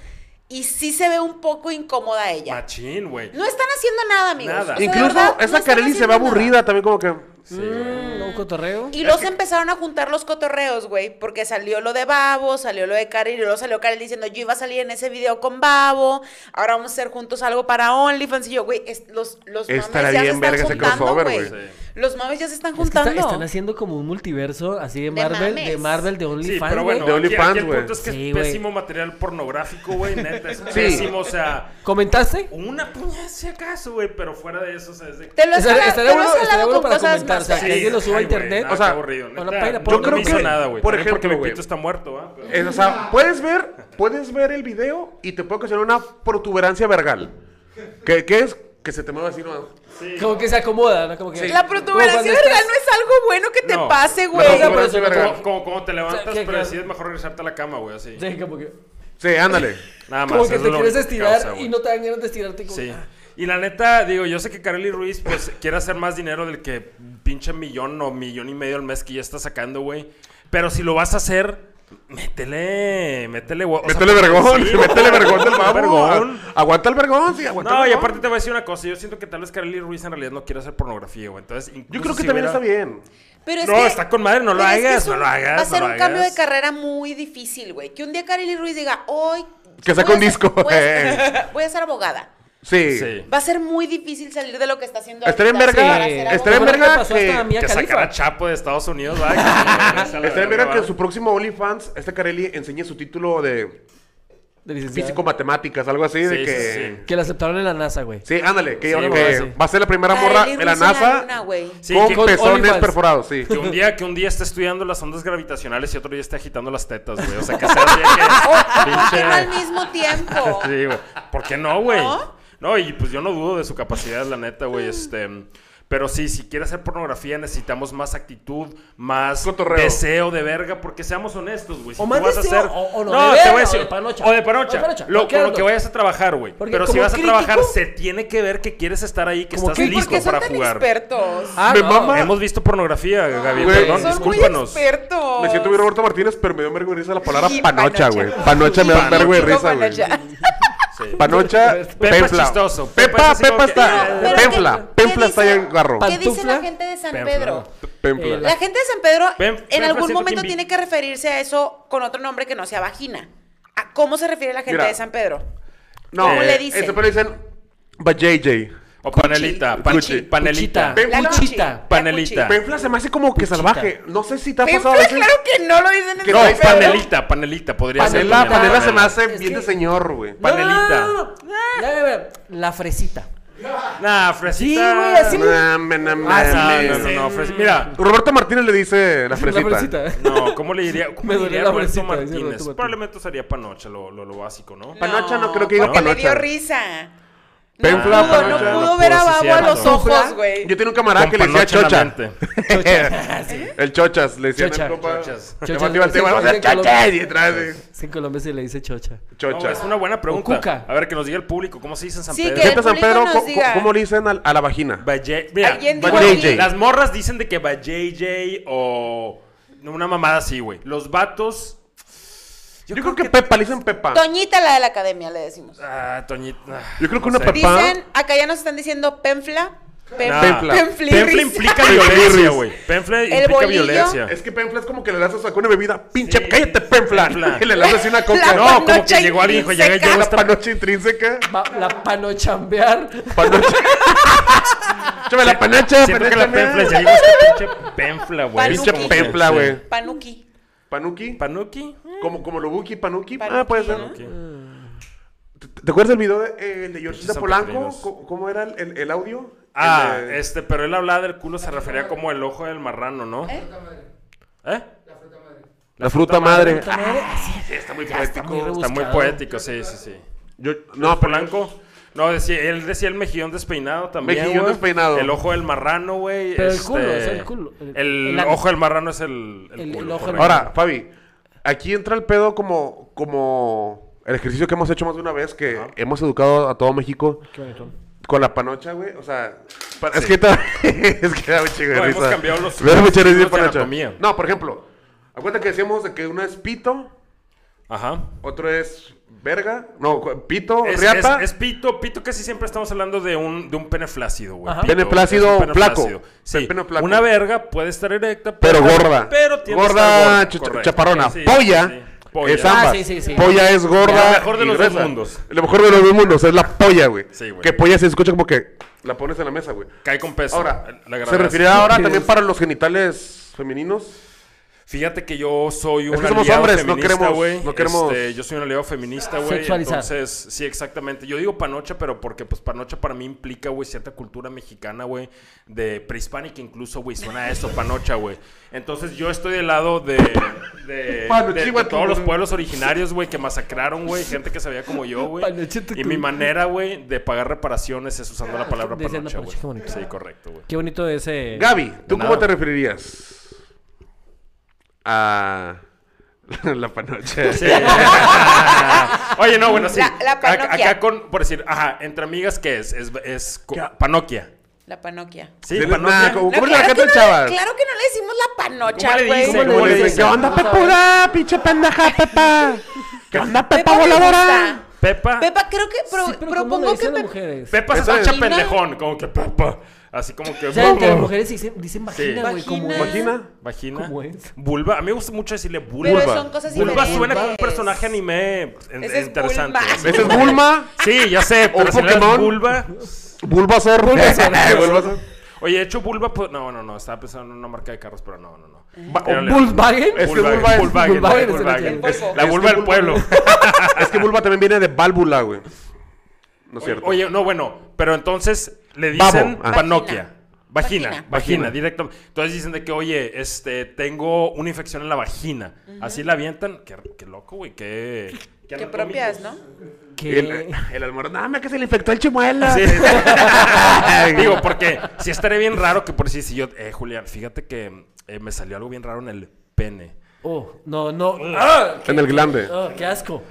[SPEAKER 1] Y sí se ve un poco incómoda ella.
[SPEAKER 5] Machín, güey.
[SPEAKER 1] No están haciendo nada, amigos.
[SPEAKER 5] Nada.
[SPEAKER 1] O sea, de
[SPEAKER 2] Incluso
[SPEAKER 1] verdad, no
[SPEAKER 2] esa
[SPEAKER 1] están
[SPEAKER 2] Kareli se
[SPEAKER 1] haciendo
[SPEAKER 2] ve
[SPEAKER 1] nada.
[SPEAKER 2] aburrida también como que...
[SPEAKER 5] Sí, güey.
[SPEAKER 4] Mm, un cotorreo.
[SPEAKER 1] Y los empezaron a juntar los cotorreos, güey, porque salió lo de Babo, salió lo de Kareli, y luego salió Kareli diciendo, yo iba a salir en ese video con Babo, ahora vamos a hacer juntos algo para OnlyFans, y yo, güey, es- los, los mames
[SPEAKER 2] Estará
[SPEAKER 1] ya se
[SPEAKER 2] bien
[SPEAKER 1] están
[SPEAKER 2] verga ese
[SPEAKER 1] juntando,
[SPEAKER 2] crossover,
[SPEAKER 1] güey.
[SPEAKER 5] güey. Sí.
[SPEAKER 1] Los mames ya se están
[SPEAKER 4] Es que está-
[SPEAKER 1] juntando.
[SPEAKER 4] están haciendo como un multiverso así de Marvel, de,
[SPEAKER 1] mames.
[SPEAKER 4] Marvel, de
[SPEAKER 5] Sí,
[SPEAKER 4] OnlyFans.
[SPEAKER 5] pero bueno,
[SPEAKER 2] De
[SPEAKER 5] aquí-
[SPEAKER 2] OnlyFans,
[SPEAKER 5] aquí el
[SPEAKER 2] güey.
[SPEAKER 5] punto es que es
[SPEAKER 4] Sí, güey.
[SPEAKER 5] pésimo material pornográfico, güey, neta, es
[SPEAKER 2] Sí.
[SPEAKER 5] pésimo, o sea,
[SPEAKER 4] ¿Comentaste?
[SPEAKER 5] una puñada si acaso, güey, pero fuera de eso, o sea, es de...
[SPEAKER 1] Te lo has
[SPEAKER 4] Estaría-
[SPEAKER 1] jalado- te lo
[SPEAKER 4] estaría
[SPEAKER 1] has
[SPEAKER 4] bueno- estaría
[SPEAKER 1] jalado
[SPEAKER 4] bueno
[SPEAKER 1] con
[SPEAKER 4] para
[SPEAKER 1] cosas
[SPEAKER 4] comentar,
[SPEAKER 1] más
[SPEAKER 4] o sea, que alguien lo suba a
[SPEAKER 5] ay, güey,
[SPEAKER 4] internet.
[SPEAKER 5] nada,
[SPEAKER 2] O sea,
[SPEAKER 5] qué aburrido,
[SPEAKER 4] hola,
[SPEAKER 5] neta.
[SPEAKER 4] Paira,
[SPEAKER 5] yo
[SPEAKER 4] ponlo.
[SPEAKER 5] creo
[SPEAKER 4] No
[SPEAKER 5] que
[SPEAKER 4] hizo
[SPEAKER 5] nada, güey.
[SPEAKER 2] por
[SPEAKER 5] También porque
[SPEAKER 2] ejemplo, güey.
[SPEAKER 5] Pepito está muerto, ¿ah? Pero-
[SPEAKER 2] Es, o sea, puedes ver, puedes ver el video y te puede ocasionar una protuberancia vergal. ¿Qué, qué es? Que se te mueva así, ¿no?
[SPEAKER 4] Como que se acomoda, ¿no? Como que,
[SPEAKER 1] La protuberancia
[SPEAKER 4] como cuando
[SPEAKER 1] verga
[SPEAKER 4] estás-
[SPEAKER 1] no es algo bueno que te
[SPEAKER 5] No,
[SPEAKER 1] pase,
[SPEAKER 2] no,
[SPEAKER 1] güey.
[SPEAKER 2] no,
[SPEAKER 4] pero
[SPEAKER 2] protuberancia
[SPEAKER 4] sobre todo-
[SPEAKER 2] vergal.
[SPEAKER 5] Como, como, como te levantas,
[SPEAKER 4] O sea, que-
[SPEAKER 5] pero decides mejor regresarte a la cama, güey, así.
[SPEAKER 4] Sí, como que,
[SPEAKER 2] Sí, ándale.
[SPEAKER 5] Nada más.
[SPEAKER 4] como que
[SPEAKER 5] eso
[SPEAKER 4] te
[SPEAKER 5] es lo
[SPEAKER 4] quieres
[SPEAKER 5] único que
[SPEAKER 4] estirar
[SPEAKER 5] causa, güey.
[SPEAKER 4] y no te dan ganas de estirarte. Como, ah,
[SPEAKER 5] Sí. Y la neta, digo, yo sé que Kareli Ruiz, pues, quiere hacer más dinero del que pinche millón o millón y medio al mes que ya está sacando, güey. Pero si lo vas a hacer, métele, métele, güey. O sea,
[SPEAKER 2] Métele vergón,
[SPEAKER 5] sí,
[SPEAKER 2] métele vergón del babo.
[SPEAKER 5] Vergón.
[SPEAKER 2] Aguanta el vergón, sí, aguanta
[SPEAKER 5] No,
[SPEAKER 2] el
[SPEAKER 5] y
[SPEAKER 2] vergón.
[SPEAKER 5] aparte te voy a decir una cosa. Yo siento que tal vez Kareli Ruiz en realidad no quiere hacer pornografía, güey. Entonces,
[SPEAKER 2] Yo
[SPEAKER 5] incluso
[SPEAKER 2] creo que
[SPEAKER 5] Pues si
[SPEAKER 2] también
[SPEAKER 5] hubiera-
[SPEAKER 2] está bien.
[SPEAKER 1] Pero es
[SPEAKER 5] No,
[SPEAKER 1] que-
[SPEAKER 5] está con madre, no lo
[SPEAKER 1] pero es que
[SPEAKER 5] hagas,
[SPEAKER 1] es
[SPEAKER 5] no
[SPEAKER 1] un-
[SPEAKER 5] lo hagas,
[SPEAKER 1] Va a ser
[SPEAKER 5] no
[SPEAKER 1] un
[SPEAKER 5] lo
[SPEAKER 1] cambio de
[SPEAKER 5] hagas.
[SPEAKER 1] carrera muy difícil, güey. Que un día Kareli Ruiz diga, hoy...
[SPEAKER 2] Que saque
[SPEAKER 1] voy a
[SPEAKER 2] un
[SPEAKER 1] ser-
[SPEAKER 2] disco,
[SPEAKER 1] Voy a,
[SPEAKER 2] eh.
[SPEAKER 1] voy a ser abogada.
[SPEAKER 2] Sí.
[SPEAKER 5] Sí.
[SPEAKER 1] Va a ser muy difícil salir de lo que está haciendo
[SPEAKER 2] Estaría en
[SPEAKER 1] ahorita,
[SPEAKER 2] verga-
[SPEAKER 1] para ser
[SPEAKER 2] estaría en
[SPEAKER 1] abogada.
[SPEAKER 4] Como lo que
[SPEAKER 2] verga
[SPEAKER 4] pasó
[SPEAKER 2] que-
[SPEAKER 4] hasta a Mía
[SPEAKER 5] Que sacara
[SPEAKER 4] Khalifa.
[SPEAKER 5] Chapo de Estados Unidos, ¿verdad? Que se regresa a la
[SPEAKER 2] Estaría
[SPEAKER 5] verga,
[SPEAKER 2] bien que en
[SPEAKER 5] ¿va?
[SPEAKER 2] su próximo OnlyFans, esta Carelli enseñe su título de
[SPEAKER 4] de licenciada.
[SPEAKER 2] Físico-matemáticas, algo así de
[SPEAKER 5] Sí,
[SPEAKER 2] que...
[SPEAKER 5] sí, sí.
[SPEAKER 4] Que la aceptaron en la NASA, güey.
[SPEAKER 2] Sí, ándale, que,
[SPEAKER 5] Sí,
[SPEAKER 2] que
[SPEAKER 5] güey, sí.
[SPEAKER 2] va a ser la primera
[SPEAKER 1] A
[SPEAKER 2] morra
[SPEAKER 1] Eli
[SPEAKER 2] en la
[SPEAKER 1] Ruiz en la
[SPEAKER 2] NASA
[SPEAKER 1] luna, güey.
[SPEAKER 5] Sí,
[SPEAKER 2] con
[SPEAKER 5] que-
[SPEAKER 4] con
[SPEAKER 2] pezones
[SPEAKER 4] OnlyFans.
[SPEAKER 2] perforados, sí.
[SPEAKER 5] Que un día, que un día esté estudiando las ondas gravitacionales y otro día esté agitando las tetas, güey. O sea, que sea así de
[SPEAKER 4] Oh,
[SPEAKER 5] que...
[SPEAKER 1] Que no al
[SPEAKER 5] pinche-
[SPEAKER 1] mismo tiempo.
[SPEAKER 5] Sí, güey. ¿Por qué no, güey?
[SPEAKER 1] ¿No?
[SPEAKER 5] ¿No? y pues yo no dudo de su capacidad, la neta,
[SPEAKER 4] Mm.
[SPEAKER 5] güey. Este. Pero sí, si quiere hacer pornografía, necesitamos más actitud, más
[SPEAKER 2] Cotorreo.
[SPEAKER 5] deseo de verga, porque seamos honestos, güey. Si
[SPEAKER 4] O
[SPEAKER 5] tú
[SPEAKER 4] más
[SPEAKER 5] vas a
[SPEAKER 4] deseo,
[SPEAKER 5] hacer.
[SPEAKER 4] o- o no, de
[SPEAKER 5] te
[SPEAKER 4] verga,
[SPEAKER 5] voy a
[SPEAKER 4] o
[SPEAKER 5] decir.
[SPEAKER 4] de panocha.
[SPEAKER 5] O de panocha.
[SPEAKER 4] O de panocha,
[SPEAKER 5] Lo,
[SPEAKER 4] cualquier
[SPEAKER 5] con lo
[SPEAKER 4] otro.
[SPEAKER 5] que vayas a trabajar, güey.
[SPEAKER 4] Porque
[SPEAKER 5] Pero si
[SPEAKER 4] como
[SPEAKER 5] vas a
[SPEAKER 4] crítico-
[SPEAKER 5] trabajar, se tiene que ver que quieres estar ahí, que
[SPEAKER 4] Como
[SPEAKER 5] estás
[SPEAKER 4] crítico,
[SPEAKER 1] ¿Por qué
[SPEAKER 5] listo
[SPEAKER 1] son
[SPEAKER 5] para
[SPEAKER 1] tan
[SPEAKER 5] jugar.
[SPEAKER 1] expertos?
[SPEAKER 4] Ah,
[SPEAKER 2] Me
[SPEAKER 4] no.
[SPEAKER 2] mama.
[SPEAKER 5] Hemos visto pornografía, Gaby,
[SPEAKER 2] Güey,
[SPEAKER 5] perdón,
[SPEAKER 1] son muy
[SPEAKER 5] discúlpanos.
[SPEAKER 1] expertos.
[SPEAKER 2] Me siento bien Roberto Martínez, pero me dio vergüenza la palabra
[SPEAKER 1] Y
[SPEAKER 2] panocha,
[SPEAKER 1] panocha.
[SPEAKER 2] güey. Panocha me da un
[SPEAKER 5] Panocha.
[SPEAKER 2] vergo de risa, güey.
[SPEAKER 1] Panocha.
[SPEAKER 5] Sí.
[SPEAKER 2] Panocha,
[SPEAKER 5] Pepa es
[SPEAKER 2] Pempla.
[SPEAKER 5] chistoso, Pepa
[SPEAKER 2] Pepa,
[SPEAKER 5] es así como
[SPEAKER 2] Pepa
[SPEAKER 5] que-
[SPEAKER 2] está.
[SPEAKER 1] Pero
[SPEAKER 2] Pempla.
[SPEAKER 1] ¿qué-
[SPEAKER 2] Pempla
[SPEAKER 1] qué
[SPEAKER 2] está
[SPEAKER 1] dice-
[SPEAKER 2] ahí en garro.
[SPEAKER 1] ¿Qué dice
[SPEAKER 4] Pantufla?
[SPEAKER 1] la gente de San
[SPEAKER 5] Pempla.
[SPEAKER 1] Pedro?
[SPEAKER 4] Eh,
[SPEAKER 2] Pempla.
[SPEAKER 1] La gente de San Pedro en
[SPEAKER 5] Pem- Pempla
[SPEAKER 1] algún
[SPEAKER 5] siento que
[SPEAKER 1] momento
[SPEAKER 5] invi-
[SPEAKER 1] tiene que referirse a eso con otro nombre que no sea vagina. ¿A cómo se refiere la gente
[SPEAKER 2] Mira.
[SPEAKER 1] de San Pedro?
[SPEAKER 2] No,
[SPEAKER 1] ¿Cómo le
[SPEAKER 2] eh,
[SPEAKER 1] dicen?
[SPEAKER 2] eso pero dicen. But JJ.
[SPEAKER 5] O panelita, pan-
[SPEAKER 2] Cuchi.
[SPEAKER 5] panelita.
[SPEAKER 2] Cuchita.
[SPEAKER 1] La
[SPEAKER 4] Cuchita,
[SPEAKER 1] cuchi, la
[SPEAKER 5] panelita.
[SPEAKER 1] cuchi.
[SPEAKER 2] Pempla se me hace como que salvaje. No sé si te ha pasado a
[SPEAKER 1] Pempla,
[SPEAKER 2] veces.
[SPEAKER 1] claro que no lo dicen en
[SPEAKER 2] Que
[SPEAKER 5] No,
[SPEAKER 1] San
[SPEAKER 2] traes
[SPEAKER 1] Pedro.
[SPEAKER 5] panelita, panelita, podría ser.
[SPEAKER 2] Panela,
[SPEAKER 5] también,
[SPEAKER 2] panela se me hace
[SPEAKER 4] Es
[SPEAKER 2] bien de
[SPEAKER 4] que-
[SPEAKER 2] señor, güey.
[SPEAKER 4] No, no, no,
[SPEAKER 5] panelita.
[SPEAKER 4] no, no, no. Ya, ya, ya. La fresita.
[SPEAKER 5] Nah, fresita.
[SPEAKER 4] Sí, güey, así-
[SPEAKER 2] Na, me, na, me,
[SPEAKER 5] Ah,
[SPEAKER 2] me.
[SPEAKER 5] no, no, no, no, fresi- Mira,
[SPEAKER 2] Roberto Martínez le dice la fresita.
[SPEAKER 4] La fresita.
[SPEAKER 5] no, ¿cómo le diría? ¿Cómo
[SPEAKER 4] Me
[SPEAKER 5] le
[SPEAKER 4] dolió
[SPEAKER 5] diría
[SPEAKER 4] la
[SPEAKER 5] Roberto
[SPEAKER 4] bolsita, dice Roberto
[SPEAKER 5] Martínez?
[SPEAKER 4] Martínez.
[SPEAKER 5] Probablemente usaría panocha, lo, lo, lo básico, ¿no?
[SPEAKER 2] Panocha no creo que diga
[SPEAKER 1] porque le dio
[SPEAKER 2] panocha.
[SPEAKER 1] risa.
[SPEAKER 2] Pempla,
[SPEAKER 1] no pudo, no
[SPEAKER 2] panocha.
[SPEAKER 1] pudo
[SPEAKER 5] No
[SPEAKER 1] ver
[SPEAKER 5] pudo,
[SPEAKER 1] a
[SPEAKER 5] sí,
[SPEAKER 1] Babo a
[SPEAKER 5] cierto.
[SPEAKER 1] los ojos,
[SPEAKER 4] Pantufla.
[SPEAKER 1] güey.
[SPEAKER 2] Yo tenía un camarada
[SPEAKER 5] Con
[SPEAKER 2] que le decía
[SPEAKER 5] panocha en la
[SPEAKER 2] chocha.
[SPEAKER 5] mente.
[SPEAKER 4] Chocha. sí.
[SPEAKER 2] El chochas, le decían
[SPEAKER 4] Chocha.
[SPEAKER 2] al compa.
[SPEAKER 5] Chochas.
[SPEAKER 2] Le
[SPEAKER 4] Chochas,
[SPEAKER 2] mandaba el tema,
[SPEAKER 4] sí,
[SPEAKER 2] vamos a hacer
[SPEAKER 4] sí, Colombia.
[SPEAKER 2] chochas y atrás, eh,
[SPEAKER 4] Sí, en Colombia se le dice chocha.
[SPEAKER 5] No,
[SPEAKER 2] Chochas.
[SPEAKER 5] es una buena pregunta.
[SPEAKER 4] cuca.
[SPEAKER 5] A ver, que nos diga el público, ¿cómo se dice en San
[SPEAKER 1] Sí,
[SPEAKER 5] Pedro?
[SPEAKER 1] que-
[SPEAKER 2] Gente de San
[SPEAKER 1] público
[SPEAKER 2] Pedro,
[SPEAKER 1] nos
[SPEAKER 2] co-
[SPEAKER 1] diga.
[SPEAKER 2] co- ¿cómo le dicen al- a la vagina?
[SPEAKER 5] Valle- Mira,
[SPEAKER 1] Alguien dijo
[SPEAKER 5] Valle-
[SPEAKER 2] aquí.
[SPEAKER 5] las morras dicen de que Vajayjay o una mamada así, güey. Los vatos...
[SPEAKER 2] Yo, creo, que, Pepa, le dicen Pepa.
[SPEAKER 1] Toñita la de la academia, le decimos.
[SPEAKER 5] Ah, Toñita. ah,
[SPEAKER 2] Yo creo que
[SPEAKER 5] no
[SPEAKER 2] una
[SPEAKER 5] sé.
[SPEAKER 2] pepa-
[SPEAKER 1] Dicen, acá ya nos están diciendo Penfla. Pem-
[SPEAKER 5] Nah.
[SPEAKER 2] Penfla.
[SPEAKER 1] Penflirris.
[SPEAKER 5] Penfle implica
[SPEAKER 2] Penflirris.
[SPEAKER 5] violencia, güey. Penfle
[SPEAKER 1] El
[SPEAKER 5] implica
[SPEAKER 1] bolillo.
[SPEAKER 5] violencia.
[SPEAKER 2] Es que Penfla es como que le lanzas sacó una bebida. Pinche,
[SPEAKER 5] Sí.
[SPEAKER 2] cállate, Penfla.
[SPEAKER 5] Penfla.
[SPEAKER 2] Y le lanzas así una coca.
[SPEAKER 1] La
[SPEAKER 5] No, como que
[SPEAKER 1] panocha
[SPEAKER 5] llegó alguien y dijo, llega-
[SPEAKER 1] intrínseca.
[SPEAKER 5] llega
[SPEAKER 2] la panocha intrínseca.
[SPEAKER 4] Pa- la panochambear.
[SPEAKER 2] Panocha. Échame la panocha,
[SPEAKER 5] Siento que
[SPEAKER 2] panocha
[SPEAKER 5] la
[SPEAKER 2] mía.
[SPEAKER 5] penfla, ya digo, esta pinche penfla, güey.
[SPEAKER 1] Panuki.
[SPEAKER 5] Es como que-
[SPEAKER 2] Penfla,
[SPEAKER 5] sí.
[SPEAKER 2] güey.
[SPEAKER 1] Panuki.
[SPEAKER 2] Panuki.
[SPEAKER 5] Panuki.
[SPEAKER 2] Como, como Lobuki, Panuki. Ah,
[SPEAKER 1] Panuki.
[SPEAKER 2] puede ser.
[SPEAKER 5] Panuki.
[SPEAKER 2] ¿Te acuerdas del video de, eh, el de Yoshida
[SPEAKER 5] Pinches
[SPEAKER 2] Polanco?
[SPEAKER 5] zapatrinos.
[SPEAKER 2] Co- ¿Cómo era el, el- el audio?
[SPEAKER 5] Ah,
[SPEAKER 2] El de-
[SPEAKER 5] este, pero él hablaba del culo, se refería como el ojo del marrano, ¿no? ¿Eh?
[SPEAKER 2] La fruta madre.
[SPEAKER 4] Puta madre, así.
[SPEAKER 2] Ah, sí, está muy
[SPEAKER 4] Ya está
[SPEAKER 2] poético.
[SPEAKER 4] muy
[SPEAKER 5] Está muy
[SPEAKER 4] rebuscado.
[SPEAKER 5] poético, sí, sí, sí.
[SPEAKER 2] Yo- no, Polanco.
[SPEAKER 5] Polanco. No, decía, él decía el mejillón despeinado también.
[SPEAKER 2] Mejillón
[SPEAKER 5] güey.
[SPEAKER 2] despeinado.
[SPEAKER 5] El ojo del marrano, güey.
[SPEAKER 4] Pero el
[SPEAKER 5] este,
[SPEAKER 4] culo, es el culo. El-
[SPEAKER 5] El,
[SPEAKER 4] el ano.
[SPEAKER 5] ojo del marrano es el, el,
[SPEAKER 4] El-
[SPEAKER 5] culo,
[SPEAKER 4] el ojo del
[SPEAKER 5] correcto.
[SPEAKER 2] Ahora, Fabi, aquí entra el pedo como, como el ejercicio que hemos hecho más de una vez, que hemos educado a todo México con la panocha, güey. O sea, pa- es que ta- es que da un chingo de
[SPEAKER 5] No, hemos
[SPEAKER 2] risa.
[SPEAKER 5] cambiado los-
[SPEAKER 2] Me da mucha risa
[SPEAKER 5] los
[SPEAKER 2] decir
[SPEAKER 5] de
[SPEAKER 2] panocha.
[SPEAKER 5] anatomía.
[SPEAKER 2] No, por ejemplo, acuérdate que decíamos de que uno es pito,
[SPEAKER 5] Ajá.
[SPEAKER 2] otro es verga, no, cu- pito,
[SPEAKER 5] Es,
[SPEAKER 2] Oh, riata.
[SPEAKER 5] es- es pito, pito casi siempre estamos hablando de un, de un pene flácido, güey.
[SPEAKER 4] Ajá.
[SPEAKER 5] Pito,
[SPEAKER 2] Pene plácido,
[SPEAKER 5] es un
[SPEAKER 2] flaco.
[SPEAKER 5] Sí,
[SPEAKER 2] Pe- pene flaco.
[SPEAKER 5] una verga puede estar erecta,
[SPEAKER 2] Pero gorda.
[SPEAKER 5] Pero tiene que
[SPEAKER 2] gorda,
[SPEAKER 5] estar
[SPEAKER 2] cha- cha-
[SPEAKER 5] correcto.
[SPEAKER 2] chaparrona.
[SPEAKER 5] Sí, sí,
[SPEAKER 2] polla,
[SPEAKER 5] sí. Polla.
[SPEAKER 2] es ambas.
[SPEAKER 4] Ah, sí, sí, sí.
[SPEAKER 2] Polla es gorda.
[SPEAKER 5] Lo mejor de
[SPEAKER 2] y
[SPEAKER 5] los dos
[SPEAKER 2] gruesa.
[SPEAKER 5] mundos.
[SPEAKER 2] Lo mejor de los dos mundos es la polla, güey.
[SPEAKER 5] Sí, güey.
[SPEAKER 2] Que polla se escucha como que la pones en la mesa, güey.
[SPEAKER 5] Cae con peso.
[SPEAKER 2] Ahora,
[SPEAKER 5] La
[SPEAKER 2] se
[SPEAKER 5] gravedad.
[SPEAKER 2] refiere ahora también para los genitales femeninos.
[SPEAKER 5] Fíjate que yo soy un
[SPEAKER 2] que somos
[SPEAKER 5] aliado
[SPEAKER 2] hombres, no
[SPEAKER 5] feminista,
[SPEAKER 2] queremos-
[SPEAKER 5] güey.
[SPEAKER 2] no queremos-
[SPEAKER 5] Este, yo soy un aliado feminista, güey.
[SPEAKER 4] Sexualizar.
[SPEAKER 5] Entonces, sí, exactamente. Yo digo panocha, pero porque pues panocha para mí implica, güey, cierta cultura mexicana, güey, de prehispánica incluso, güey. Suena a eso, panocha, güey. Entonces, yo estoy del lado de... de- de- de
[SPEAKER 2] Panochíhuatl,
[SPEAKER 5] todos los
[SPEAKER 2] güey.
[SPEAKER 5] pueblos originarios, güey, que masacraron, güey. Gente que se veía como yo, güey.
[SPEAKER 4] Panochito
[SPEAKER 5] Y
[SPEAKER 4] tú.
[SPEAKER 5] mi manera, güey, de pagar reparaciones es usando la palabra
[SPEAKER 4] Ah, Diciendo
[SPEAKER 5] panocha,
[SPEAKER 4] panocha, qué
[SPEAKER 5] güey.
[SPEAKER 4] bonito.
[SPEAKER 5] Sí, correcto, güey.
[SPEAKER 4] Qué bonito ese.
[SPEAKER 2] Gaby, ¿tú cómo
[SPEAKER 5] nada.
[SPEAKER 2] te referirías? A la panocha.
[SPEAKER 5] Sí. Oye, no, bueno, sí.
[SPEAKER 1] La- la
[SPEAKER 5] Ac-
[SPEAKER 1] panoquia.
[SPEAKER 5] Acá con, por decir, ajá, entre amigas, ¿qué es? Es, es co-
[SPEAKER 2] Ya.
[SPEAKER 5] panoquia.
[SPEAKER 1] La panoquia.
[SPEAKER 5] Sí,
[SPEAKER 2] Sí,
[SPEAKER 5] panoquia.
[SPEAKER 2] nada, como- ¿Cómo le
[SPEAKER 1] claro,
[SPEAKER 2] la
[SPEAKER 1] que
[SPEAKER 2] cantan,
[SPEAKER 1] no,
[SPEAKER 2] chavas?
[SPEAKER 1] le- claro que no le decimos la
[SPEAKER 5] ¿Cómo
[SPEAKER 1] panocha,
[SPEAKER 5] le
[SPEAKER 1] güey.
[SPEAKER 5] dicen?
[SPEAKER 2] ¿Cómo
[SPEAKER 5] ¿Cómo
[SPEAKER 2] le
[SPEAKER 5] le
[SPEAKER 2] dicen?
[SPEAKER 5] dicen?
[SPEAKER 2] ¿Qué onda, pepuda? Pinche pendeja, Pepa. ¿Qué onda, Pepa
[SPEAKER 1] me
[SPEAKER 2] voladora?
[SPEAKER 1] gusta.
[SPEAKER 5] Pepa.
[SPEAKER 1] Pepa, creo que pro-
[SPEAKER 4] Sí, pero ¿cómo le
[SPEAKER 1] propongo que
[SPEAKER 4] dicen a
[SPEAKER 1] Pe-
[SPEAKER 4] las mujeres?
[SPEAKER 5] Pepa se
[SPEAKER 2] Eso
[SPEAKER 5] escucha
[SPEAKER 2] es-
[SPEAKER 5] pendejón. Como que Pepa. Así como que.
[SPEAKER 4] O sea, entre las
[SPEAKER 5] "Vamos".
[SPEAKER 4] mujeres dicen, dicen vagina, güey.
[SPEAKER 1] Vagina.
[SPEAKER 4] como es.
[SPEAKER 2] Vagina.
[SPEAKER 5] Vagina.
[SPEAKER 4] ¿Cómo es?
[SPEAKER 5] Vulva. A mí me gusta mucho decirle
[SPEAKER 1] Pero
[SPEAKER 5] vulva.
[SPEAKER 2] Vulva.
[SPEAKER 1] son cosas
[SPEAKER 5] Vulva
[SPEAKER 1] diferentes.
[SPEAKER 5] suena como un personaje anime en-
[SPEAKER 1] Ese es
[SPEAKER 5] interesante.
[SPEAKER 1] Bulma.
[SPEAKER 5] Sí,
[SPEAKER 2] Ese es
[SPEAKER 5] güey.
[SPEAKER 2] Bulma.
[SPEAKER 5] Sí, ya sé.
[SPEAKER 2] O
[SPEAKER 5] Pero si le das
[SPEAKER 2] Pokémon.
[SPEAKER 5] vulva.
[SPEAKER 2] Bulbasaur. Bulbasaur.
[SPEAKER 5] Oye, de hecho, Bulba, pues, no, no, no, estaba pensando en una marca de carros, pero no, no, no.
[SPEAKER 2] Va-
[SPEAKER 5] Era la-
[SPEAKER 4] ¿Volkswagen?
[SPEAKER 2] Es que
[SPEAKER 5] Bulba,
[SPEAKER 2] Bulba es-
[SPEAKER 5] Bulvagen,
[SPEAKER 4] Bulba es-
[SPEAKER 5] Bulvagen.
[SPEAKER 4] El
[SPEAKER 1] polvo.
[SPEAKER 5] Es
[SPEAKER 1] Es
[SPEAKER 5] La
[SPEAKER 2] que
[SPEAKER 5] vulva del
[SPEAKER 2] Bulba-
[SPEAKER 5] pueblo.
[SPEAKER 2] es que vulva también viene de válvula, güey. No es cierto.
[SPEAKER 5] Oye, no, bueno, pero entonces le
[SPEAKER 2] Babo,
[SPEAKER 5] dicen
[SPEAKER 2] ah.
[SPEAKER 5] panoquia.
[SPEAKER 1] Vagina.
[SPEAKER 5] Vagina,
[SPEAKER 1] Vagina.
[SPEAKER 5] vagina, directo. Entonces dicen de que, oye, este, tengo una infección en la vagina. Así la avientan. Qué, qué loco, güey, qué... Qué,
[SPEAKER 1] Que
[SPEAKER 5] anatómicos.
[SPEAKER 1] propias, ¿no?
[SPEAKER 2] Y el, eh,
[SPEAKER 4] ¿Qué?
[SPEAKER 2] el almuerzo, dame que se le infectó el chimuela.
[SPEAKER 5] Sí. Digo, porque si estaría bien raro que por si si yo, eh, Julián, fíjate que eh, me salió algo bien raro en el pene.
[SPEAKER 4] Oh, no, no. ¡Ah!
[SPEAKER 2] En el glande.
[SPEAKER 4] Ah, ¡Qué asco!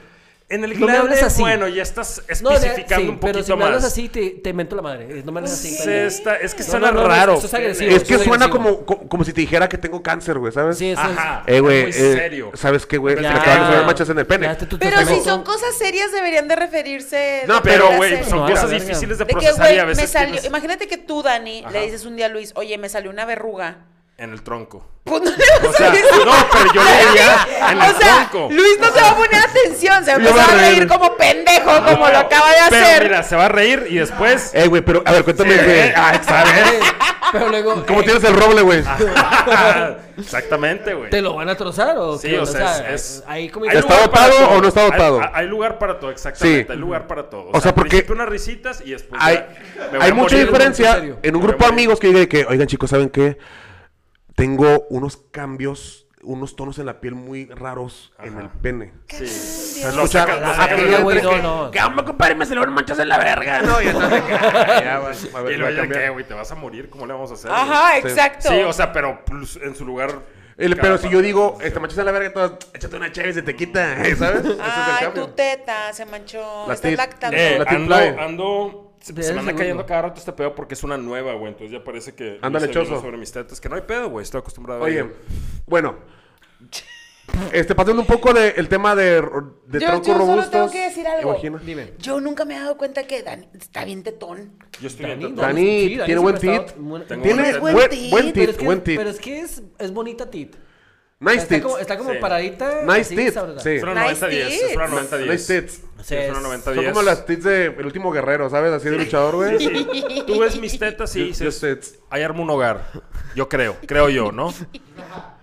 [SPEAKER 5] En el
[SPEAKER 4] No me
[SPEAKER 5] glande,
[SPEAKER 4] hables así.
[SPEAKER 5] bueno, ya estás
[SPEAKER 4] No, de-
[SPEAKER 5] especificando
[SPEAKER 4] sí,
[SPEAKER 5] un
[SPEAKER 4] pero
[SPEAKER 5] poquito
[SPEAKER 4] si me
[SPEAKER 5] más.
[SPEAKER 4] hablas así, te, te mento la madre. Eh, No me hablas así.
[SPEAKER 5] Se
[SPEAKER 4] Tania.
[SPEAKER 5] está- es que
[SPEAKER 4] No,
[SPEAKER 5] suena
[SPEAKER 4] no, no, no,
[SPEAKER 5] raro.
[SPEAKER 4] eso es agresivo.
[SPEAKER 2] Es que
[SPEAKER 4] Eso es
[SPEAKER 2] suena como,
[SPEAKER 4] agresivo.
[SPEAKER 2] co- como si te dijera que tengo cáncer, güey, ¿sabes?
[SPEAKER 4] Sí, eso
[SPEAKER 5] Ajá.
[SPEAKER 2] Eh, güey,
[SPEAKER 5] Muy
[SPEAKER 2] eh,
[SPEAKER 5] serio.
[SPEAKER 2] ¿sabes qué, güey? Se
[SPEAKER 4] es.
[SPEAKER 2] le
[SPEAKER 4] Ya.
[SPEAKER 2] acaban de salir manchas en el
[SPEAKER 4] Ya
[SPEAKER 2] pene.
[SPEAKER 4] te- tú- tú-
[SPEAKER 1] Pero
[SPEAKER 4] tú-
[SPEAKER 1] si
[SPEAKER 4] tú-
[SPEAKER 1] son cosas serias deberían de referirse.
[SPEAKER 2] No,
[SPEAKER 1] de
[SPEAKER 5] Pero,
[SPEAKER 1] manera
[SPEAKER 5] güey,
[SPEAKER 1] seria.
[SPEAKER 5] son
[SPEAKER 4] No, a la
[SPEAKER 5] cosas
[SPEAKER 4] verga.
[SPEAKER 5] difíciles de
[SPEAKER 1] De que,
[SPEAKER 5] procesar y a
[SPEAKER 1] güey, me
[SPEAKER 5] veces
[SPEAKER 1] salió.
[SPEAKER 5] tienes-
[SPEAKER 1] Imagínate que tú, Dani,
[SPEAKER 5] Ajá.
[SPEAKER 1] le dices un día a Luis, oye, me salió una verruga.
[SPEAKER 5] en el tronco.
[SPEAKER 1] Pues no le vas
[SPEAKER 5] O sea,
[SPEAKER 1] a decir.
[SPEAKER 5] no, pero yo le diría en el
[SPEAKER 1] o sea,
[SPEAKER 5] tronco.
[SPEAKER 1] Luis no se va a poner atención, se va a
[SPEAKER 2] Yo
[SPEAKER 1] empezar
[SPEAKER 2] me
[SPEAKER 1] a
[SPEAKER 2] reí.
[SPEAKER 1] reír como pendejo, como lo
[SPEAKER 5] No,
[SPEAKER 1] acaba de
[SPEAKER 5] Ah, pero
[SPEAKER 1] hacer.
[SPEAKER 5] Mira, se va a reír y después.
[SPEAKER 2] Eh, güey, pero a ver, cuéntame,
[SPEAKER 5] Sí,
[SPEAKER 2] güey.
[SPEAKER 5] eh, ah,
[SPEAKER 4] Eh, Pero luego.
[SPEAKER 2] ¿Cómo
[SPEAKER 4] eh,
[SPEAKER 2] tienes el roble, güey?
[SPEAKER 5] Exactamente, güey.
[SPEAKER 4] ¿Te lo van a trozar o
[SPEAKER 5] Sí,
[SPEAKER 4] qué?
[SPEAKER 5] o
[SPEAKER 4] onda?
[SPEAKER 5] sea,
[SPEAKER 4] O sea, eh,
[SPEAKER 5] es- es-
[SPEAKER 4] Ahí como.
[SPEAKER 5] Hay
[SPEAKER 2] ¿Está
[SPEAKER 5] lugar para
[SPEAKER 2] dotado
[SPEAKER 5] todo.
[SPEAKER 2] o no está
[SPEAKER 5] Hay-
[SPEAKER 2] dotado?
[SPEAKER 5] Hay, lugar para todo, exactamente.
[SPEAKER 2] Sí.
[SPEAKER 5] Hay lugar para todo.
[SPEAKER 2] O sea,
[SPEAKER 5] al
[SPEAKER 2] porque-
[SPEAKER 5] principio unas risitas y después.
[SPEAKER 2] Hay,
[SPEAKER 5] ya me voy
[SPEAKER 2] hay
[SPEAKER 5] a
[SPEAKER 2] mucha
[SPEAKER 5] morir.
[SPEAKER 2] diferencia
[SPEAKER 4] serio.
[SPEAKER 2] en un
[SPEAKER 5] Me voy a
[SPEAKER 2] grupo de
[SPEAKER 5] morir.
[SPEAKER 2] amigos que digan que, oigan, chicos, ¿saben qué? Tengo unos cambios, unos tonos en la piel muy raros en
[SPEAKER 5] Ajá.
[SPEAKER 2] el pene.
[SPEAKER 5] Sí.
[SPEAKER 2] Se Ah,
[SPEAKER 5] Lo saca- lo saca-
[SPEAKER 4] verga, güey, no, no.
[SPEAKER 2] ¿Qué onda, compadre? Me salieron manchas en la verga, ¿no? Y entonces, ah, ya, va, a
[SPEAKER 5] Y
[SPEAKER 2] ver, va a
[SPEAKER 5] luego ya
[SPEAKER 2] cambiar.
[SPEAKER 5] que, güey, te vas a morir. ¿Cómo le vamos a hacer?
[SPEAKER 1] Ajá,
[SPEAKER 2] Sí.
[SPEAKER 1] exacto.
[SPEAKER 5] güey? Sí, o sea, pero plus, en su lugar.
[SPEAKER 2] El-
[SPEAKER 5] cada
[SPEAKER 2] pero si yo
[SPEAKER 5] parte
[SPEAKER 2] digo,
[SPEAKER 5] de la
[SPEAKER 2] esta manchas en la verga, todas, échate una chévere y se te quita, ¿sabes? Ese es el
[SPEAKER 1] Ay,
[SPEAKER 2] cambio.
[SPEAKER 1] tu teta se manchó.
[SPEAKER 2] La
[SPEAKER 1] Estás
[SPEAKER 2] tit-
[SPEAKER 1] lactando.
[SPEAKER 5] Eh,
[SPEAKER 2] La
[SPEAKER 5] ando,
[SPEAKER 2] Team Play.
[SPEAKER 5] ando- Se,
[SPEAKER 4] De
[SPEAKER 5] se me
[SPEAKER 4] ese
[SPEAKER 5] anda cayendo
[SPEAKER 4] grupo.
[SPEAKER 5] cada rato este pedo porque es una nueva, güey. Entonces ya parece que.
[SPEAKER 2] Anda
[SPEAKER 5] Luis se vino
[SPEAKER 2] lechoso.
[SPEAKER 5] Sobre mis tetas. Que no hay pedo, güey. Estoy acostumbrado a
[SPEAKER 2] Oye,
[SPEAKER 5] ello.
[SPEAKER 2] bueno. Este, pasando un poco del tema de, de
[SPEAKER 1] Yo-
[SPEAKER 2] troncos
[SPEAKER 1] yo solo
[SPEAKER 2] robustos.
[SPEAKER 1] tengo que decir algo.
[SPEAKER 2] imagina.
[SPEAKER 4] Dime.
[SPEAKER 1] Yo nunca me he dado cuenta que Dani está bien tetón.
[SPEAKER 5] Yo estoy
[SPEAKER 4] Dani,
[SPEAKER 5] bien.
[SPEAKER 4] no,
[SPEAKER 5] tentado.
[SPEAKER 2] Dani,
[SPEAKER 4] sí,
[SPEAKER 2] tiene buen
[SPEAKER 4] siempre ha
[SPEAKER 2] tit.
[SPEAKER 4] estado muy-
[SPEAKER 5] Tengo
[SPEAKER 2] Tienes
[SPEAKER 5] Tienes
[SPEAKER 2] buen,
[SPEAKER 1] buen
[SPEAKER 2] buen,
[SPEAKER 1] tit,
[SPEAKER 2] buen tit,
[SPEAKER 4] pero es que,
[SPEAKER 2] buen tit.
[SPEAKER 4] Pero es que es, es bonita tit.
[SPEAKER 2] Nice
[SPEAKER 4] Está
[SPEAKER 2] tits.
[SPEAKER 4] como, está como
[SPEAKER 5] Sí.
[SPEAKER 4] paradita.
[SPEAKER 2] Nice
[SPEAKER 4] así,
[SPEAKER 2] tits.
[SPEAKER 4] sabrosa.
[SPEAKER 2] Sí.
[SPEAKER 5] Es una
[SPEAKER 1] Nice
[SPEAKER 5] 90-10. Es una
[SPEAKER 1] tits.
[SPEAKER 5] 90-10.
[SPEAKER 2] Nice tits.
[SPEAKER 5] Sí, es una 90-10.
[SPEAKER 2] Son como las tits de El último guerrero, ¿sabes? Así de luchador, güey.
[SPEAKER 5] Tú ves mis tetas y
[SPEAKER 2] Yo- yo sé.
[SPEAKER 5] dices, ahí armo un hogar. Yo creo, creo yo, ¿no?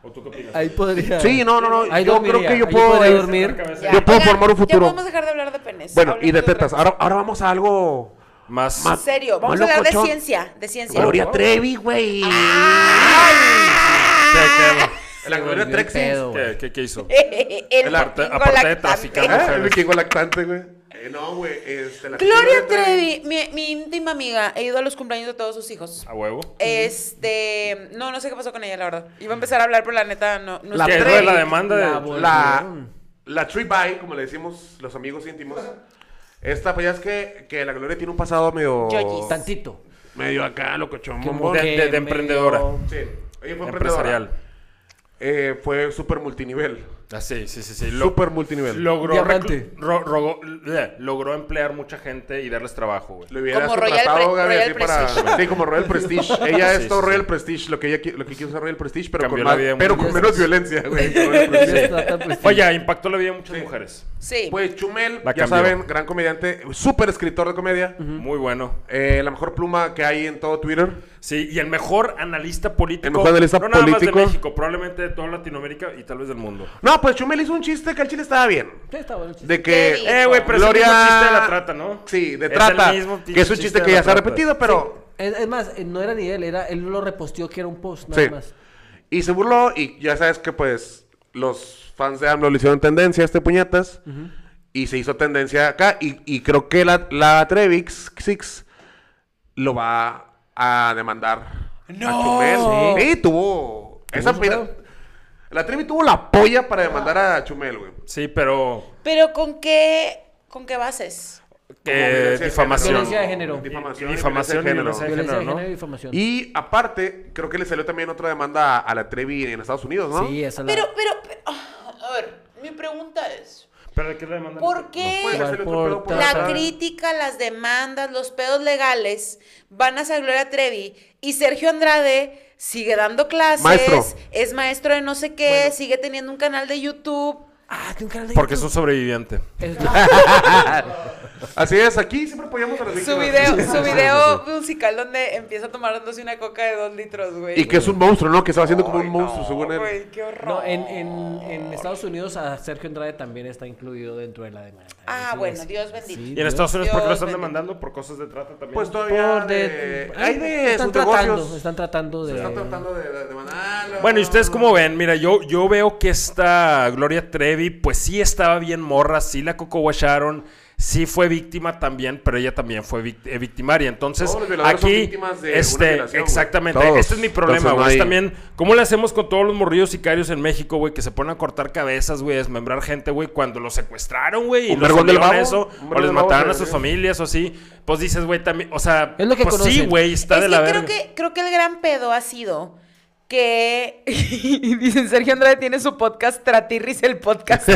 [SPEAKER 5] ¿O tú qué opinas?
[SPEAKER 4] Ahí podría.
[SPEAKER 2] Sí, no, no, no.
[SPEAKER 4] Ahí
[SPEAKER 2] yo
[SPEAKER 4] dormiría,
[SPEAKER 2] creo que yo
[SPEAKER 4] ahí
[SPEAKER 2] puedo.
[SPEAKER 4] podría
[SPEAKER 2] eh,
[SPEAKER 4] dormir.
[SPEAKER 5] Cabeza.
[SPEAKER 1] Ya.
[SPEAKER 2] Yo puedo
[SPEAKER 1] Oigan,
[SPEAKER 2] formar un futuro.
[SPEAKER 1] Ya podemos dejar de hablar de penes.
[SPEAKER 2] Bueno, y
[SPEAKER 1] Hablemos
[SPEAKER 2] de
[SPEAKER 1] otra
[SPEAKER 2] tetas.
[SPEAKER 1] cosa.
[SPEAKER 2] Ahora, ahora vamos a algo.
[SPEAKER 5] Más.
[SPEAKER 1] En serio, vamos a
[SPEAKER 2] Malo
[SPEAKER 1] hablar de
[SPEAKER 2] colchón.
[SPEAKER 1] ciencia. De ciencia.
[SPEAKER 2] Gloria Trevi, güey.
[SPEAKER 1] Ah,
[SPEAKER 5] ¿Qué,
[SPEAKER 2] La Gloria
[SPEAKER 4] volvió
[SPEAKER 2] Trevi.
[SPEAKER 4] pedo, güey.
[SPEAKER 5] qué, qué, qué hizo?
[SPEAKER 1] Eh. El
[SPEAKER 5] La parte-
[SPEAKER 1] vikingo
[SPEAKER 5] aparte de
[SPEAKER 1] lactante.
[SPEAKER 5] traficar
[SPEAKER 2] Ah,
[SPEAKER 5] mujeres.
[SPEAKER 2] El vikingo lactante, güey. Eh, No, güey. este, la
[SPEAKER 1] Gloria Trevi, mi, mi íntima amiga, he ido a los cumpleaños de todos sus hijos.
[SPEAKER 5] ¿A huevo?
[SPEAKER 1] Este, no, no sé qué pasó con ella, la verdad. Iba a empezar a hablar, pero la neta no. no
[SPEAKER 2] La
[SPEAKER 5] ¿Qué
[SPEAKER 1] sé.
[SPEAKER 5] es lo
[SPEAKER 2] Trevi,
[SPEAKER 5] de la demanda
[SPEAKER 4] la
[SPEAKER 5] de...?
[SPEAKER 4] bo-
[SPEAKER 2] La, la Tree Bye, como le decimos los amigos íntimos. Esta, pues ya es que, que la Gloria tiene un pasado medio.
[SPEAKER 1] Yoyis.
[SPEAKER 4] Tantito.
[SPEAKER 2] Medio acá, locochón,
[SPEAKER 4] Como
[SPEAKER 2] bombón.
[SPEAKER 5] de-
[SPEAKER 4] que
[SPEAKER 5] de emprendedora.
[SPEAKER 2] Sí. Ella fue
[SPEAKER 5] Empresarial.
[SPEAKER 2] emprendedora. Eh, fue súper multinivel.
[SPEAKER 5] Ah, sí, sí, sí. sí. Lo-
[SPEAKER 2] Súper multinivel.
[SPEAKER 5] logró,
[SPEAKER 4] Diamante.
[SPEAKER 5] reclu- ro- rogó- le- logró emplear mucha gente y darles trabajo, güey.
[SPEAKER 2] Lo hubiera
[SPEAKER 1] Como Royal
[SPEAKER 2] contratado,
[SPEAKER 1] Pre-
[SPEAKER 2] Gaby,
[SPEAKER 1] Royal
[SPEAKER 2] así para...
[SPEAKER 1] Prestige.
[SPEAKER 2] Sí, como Royal Prestige. Ella
[SPEAKER 5] Sí,
[SPEAKER 2] es todo
[SPEAKER 5] sí,
[SPEAKER 2] Royal
[SPEAKER 5] sí.
[SPEAKER 2] Prestige, lo que ella qui- lo que quiso hacer Royal Prestige, pero,
[SPEAKER 5] Cambió
[SPEAKER 2] con,
[SPEAKER 5] la
[SPEAKER 2] más-
[SPEAKER 5] vida de
[SPEAKER 2] pero
[SPEAKER 5] muchas
[SPEAKER 2] con menos violencia, güey. que Royal Prestige.
[SPEAKER 5] Oye, impactó la vida de muchas mujeres.
[SPEAKER 1] Sí.
[SPEAKER 2] Pues Chumel,
[SPEAKER 5] La
[SPEAKER 2] ya
[SPEAKER 5] cambió.
[SPEAKER 2] saben, gran comediante, súper escritor de comedia.
[SPEAKER 5] Muy bueno.
[SPEAKER 2] Eh, la mejor pluma que hay en todo Twitter.
[SPEAKER 5] Sí, y el mejor analista político.
[SPEAKER 2] El mejor analista
[SPEAKER 5] no nada
[SPEAKER 2] político.
[SPEAKER 5] más de México, probablemente de toda Latinoamérica y tal vez del mundo.
[SPEAKER 2] No, pues Chumel hizo un chiste que al chile estaba bien.
[SPEAKER 4] Está bueno el chiste.
[SPEAKER 2] De que...
[SPEAKER 1] Sí.
[SPEAKER 5] Eh, güey, pero es el mismo chiste de la trata, ¿no?
[SPEAKER 2] Sí, de
[SPEAKER 5] Es el
[SPEAKER 2] trata.
[SPEAKER 5] mismo
[SPEAKER 2] que es un chiste
[SPEAKER 5] de
[SPEAKER 2] que
[SPEAKER 5] la
[SPEAKER 2] ya se ha
[SPEAKER 5] trata.
[SPEAKER 2] repetido, pero...
[SPEAKER 4] Es, es más, eh, no era ni él, era, él lo reposteó que era un post, nada
[SPEAKER 2] Sí.
[SPEAKER 4] más.
[SPEAKER 2] Y se burló y ya sabes que pues los fans de AMLO le hicieron tendencia a este puñetas. Y se hizo tendencia acá. Y, y creo que la, la Trevix Six lo va a demandar. A Chumel. Sí, tuvo... Esa
[SPEAKER 4] su
[SPEAKER 2] pira-
[SPEAKER 4] pedo. Ah.
[SPEAKER 2] La Trevi tuvo la polla para demandar a Chumel, güey.
[SPEAKER 5] Sí, pero.
[SPEAKER 1] Pero con qué, con qué bases?
[SPEAKER 2] Como
[SPEAKER 5] Que
[SPEAKER 2] violencia de
[SPEAKER 5] Eh, difamación.
[SPEAKER 4] Violencia de género.
[SPEAKER 2] Difamación. y
[SPEAKER 5] Difamación y
[SPEAKER 2] violencia de género.
[SPEAKER 4] Violencia de
[SPEAKER 5] ¿no?
[SPEAKER 4] género y difamación.
[SPEAKER 2] Y aparte, creo que le salió también otra demanda a- a la Trevi en Estados Unidos, ¿no?
[SPEAKER 4] Sí, esa la...
[SPEAKER 1] Pero, pero, pero- ah, a ver, mi pregunta es,
[SPEAKER 5] ¿Pero de qué la demandan?
[SPEAKER 1] ¿por
[SPEAKER 2] Puede
[SPEAKER 1] qué
[SPEAKER 2] hacerle
[SPEAKER 4] No,
[SPEAKER 2] otro
[SPEAKER 4] por
[SPEAKER 2] pedo pues. por
[SPEAKER 4] la
[SPEAKER 1] la
[SPEAKER 2] atrás.
[SPEAKER 1] crítica, las demandas, los pedos legales van hacia Gloria Trevi y Sergio Andrade sigue dando clases,
[SPEAKER 2] Maestro.
[SPEAKER 1] es maestro de no sé qué, sigue teniendo un canal de YouTube?
[SPEAKER 4] Ah, tiene un canal de
[SPEAKER 5] Porque es un
[SPEAKER 4] YouTube.
[SPEAKER 5] sobreviviente.
[SPEAKER 2] Así es, aquí siempre apoyamos a las
[SPEAKER 1] Su
[SPEAKER 2] víctimas.
[SPEAKER 1] video, su video musical donde empieza tomándose una coca de dos litros, güey.
[SPEAKER 2] Y que es un monstruo, ¿no? Que estaba haciendo como un monstruo, según él.
[SPEAKER 1] Güey, qué horror.
[SPEAKER 4] No, en, en, en Estados Unidos a Sergio Andrade también está incluido dentro de la demanda.
[SPEAKER 1] Ah,
[SPEAKER 4] Eso
[SPEAKER 1] bueno,
[SPEAKER 4] es-
[SPEAKER 1] Dios bendito.
[SPEAKER 4] Sí,
[SPEAKER 5] Y en Estados Unidos, ¿por qué lo
[SPEAKER 1] Dios
[SPEAKER 5] están
[SPEAKER 1] bendito.
[SPEAKER 5] demandando? Por cosas de trata también.
[SPEAKER 2] Pues todavía
[SPEAKER 4] Por
[SPEAKER 2] de...
[SPEAKER 4] de-
[SPEAKER 2] hay de
[SPEAKER 4] están
[SPEAKER 2] sus
[SPEAKER 4] tratando,
[SPEAKER 2] negocios.
[SPEAKER 4] están tratando de...
[SPEAKER 2] Están tratando de, de, de mandarlo.
[SPEAKER 5] Bueno, ¿y ustedes cómo ven? Mira, yo, yo veo que esta Gloria Trevi, pues sí estaba bien morra, sí la cocowacharon, sí fue víctima también, pero ella también fue vic- eh, victimaria. Entonces,
[SPEAKER 2] Todos los violadores son
[SPEAKER 5] aquí,
[SPEAKER 2] víctimas de una
[SPEAKER 5] este,
[SPEAKER 2] violación, güey.
[SPEAKER 5] exactamente,
[SPEAKER 2] Todos.
[SPEAKER 5] este es mi problema,
[SPEAKER 2] Entonces, no
[SPEAKER 5] güey.
[SPEAKER 2] hay-
[SPEAKER 5] Es también, ¿cómo le hacemos con todos los morrillos sicarios en México, güey, que se ponen a cortar cabezas, güey, a desmembrar gente, güey, cuando los secuestraron, güey, y
[SPEAKER 2] Un
[SPEAKER 5] los
[SPEAKER 2] vergón del
[SPEAKER 5] olieron
[SPEAKER 2] babo,
[SPEAKER 5] eso,
[SPEAKER 2] un
[SPEAKER 5] o
[SPEAKER 2] vergón
[SPEAKER 5] les
[SPEAKER 2] del babo,
[SPEAKER 5] mataron a
[SPEAKER 2] pero
[SPEAKER 5] sus
[SPEAKER 2] sí.
[SPEAKER 5] familias o así, pues dices, güey, también, o sea,
[SPEAKER 4] Es lo que
[SPEAKER 5] pues sí,
[SPEAKER 4] conocen.
[SPEAKER 5] güey, está
[SPEAKER 1] es
[SPEAKER 5] de
[SPEAKER 1] que
[SPEAKER 5] la
[SPEAKER 1] creo
[SPEAKER 5] verga.
[SPEAKER 1] que creo que el gran pedo ha sido que dicen Sergio Andrade tiene su podcast Tratirris el podcast.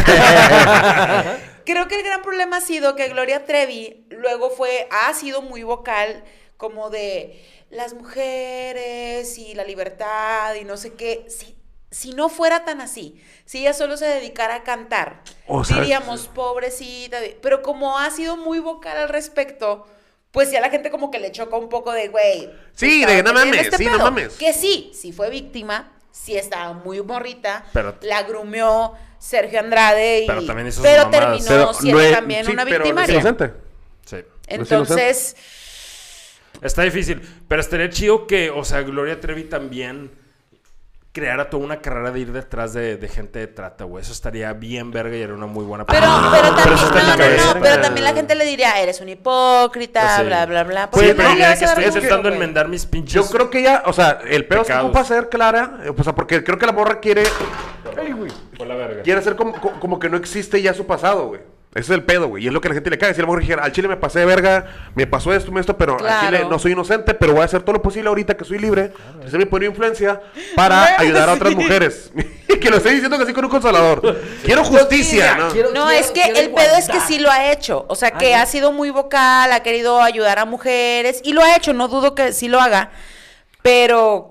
[SPEAKER 1] creo que el gran problema ha sido que Gloria Trevi luego fue ha sido muy vocal como de las mujeres y la libertad y no sé qué. Si, si no fuera tan así, si ella solo se dedicara a cantar,
[SPEAKER 2] O sea,
[SPEAKER 1] diríamos pobrecita, de- pero como ha sido muy vocal al respecto, pues ya la gente como que le choca un poco de, güey.
[SPEAKER 2] Sí,
[SPEAKER 1] estaba
[SPEAKER 2] de no
[SPEAKER 1] teniendo
[SPEAKER 2] mames, sí, no mames.
[SPEAKER 1] Que sí, sí fue víctima, sí estaba muy morrita,
[SPEAKER 5] Pero-
[SPEAKER 1] la grumió Sergio Andrade y
[SPEAKER 5] Pero también hizo sus
[SPEAKER 1] pero
[SPEAKER 5] mamadas.
[SPEAKER 1] terminó siendo también una victimaria.
[SPEAKER 2] inocente.
[SPEAKER 5] Sí.
[SPEAKER 1] Entonces,
[SPEAKER 5] Está difícil, pero estaría chido que, o sea, Gloria Trevi también creara toda una carrera de ir detrás de, de gente de trata, güey. Eso estaría bien verga y era una muy buena
[SPEAKER 1] pero,
[SPEAKER 5] película.
[SPEAKER 1] pero
[SPEAKER 5] Ah, Pero eso
[SPEAKER 1] también,
[SPEAKER 5] está en
[SPEAKER 1] no,
[SPEAKER 5] mi
[SPEAKER 1] no,
[SPEAKER 5] cabeza.
[SPEAKER 1] no, pero también la gente le diría, eres un hipócrita,
[SPEAKER 5] Pues sí.
[SPEAKER 1] bla, bla, bla.
[SPEAKER 5] Sí,
[SPEAKER 1] Pues,
[SPEAKER 5] pero
[SPEAKER 1] no, le
[SPEAKER 5] ya
[SPEAKER 1] vas
[SPEAKER 5] que
[SPEAKER 1] a dar
[SPEAKER 5] estoy
[SPEAKER 1] gusto,
[SPEAKER 5] intentando
[SPEAKER 1] güey.
[SPEAKER 5] enmendar mis pinches...
[SPEAKER 2] Yo creo que ella, o sea, el peor es que
[SPEAKER 5] Pecados.
[SPEAKER 2] ocupa ser clara, eh, o sea, porque creo que la morra quiere,
[SPEAKER 5] Fue la verga.
[SPEAKER 2] quiere hacer como, co- como que no existe ya su pasado, güey. Ese es el pedo, güey. Y es lo que a la gente le cae. Si a lo mejor dijera, al chile me pasé de verga, me pasó esto, me esto, pero
[SPEAKER 1] Claro.
[SPEAKER 2] al chile no soy inocente, pero voy a hacer todo lo posible ahorita que soy libre, ser mi poder de influencia, para
[SPEAKER 1] Bueno,
[SPEAKER 2] ayudar a otras
[SPEAKER 1] sí.
[SPEAKER 2] mujeres. que lo estoy diciendo casi con un consolador. Quiero justicia, ¿no?
[SPEAKER 4] quiero-
[SPEAKER 1] No, es que
[SPEAKER 4] quiero
[SPEAKER 1] el pedo es que
[SPEAKER 4] igualdad.
[SPEAKER 1] sí lo ha hecho. O sea, que
[SPEAKER 4] Ah, ya.
[SPEAKER 1] ha sido muy vocal, ha querido ayudar a mujeres y lo ha hecho. No dudo que sí lo haga. Pero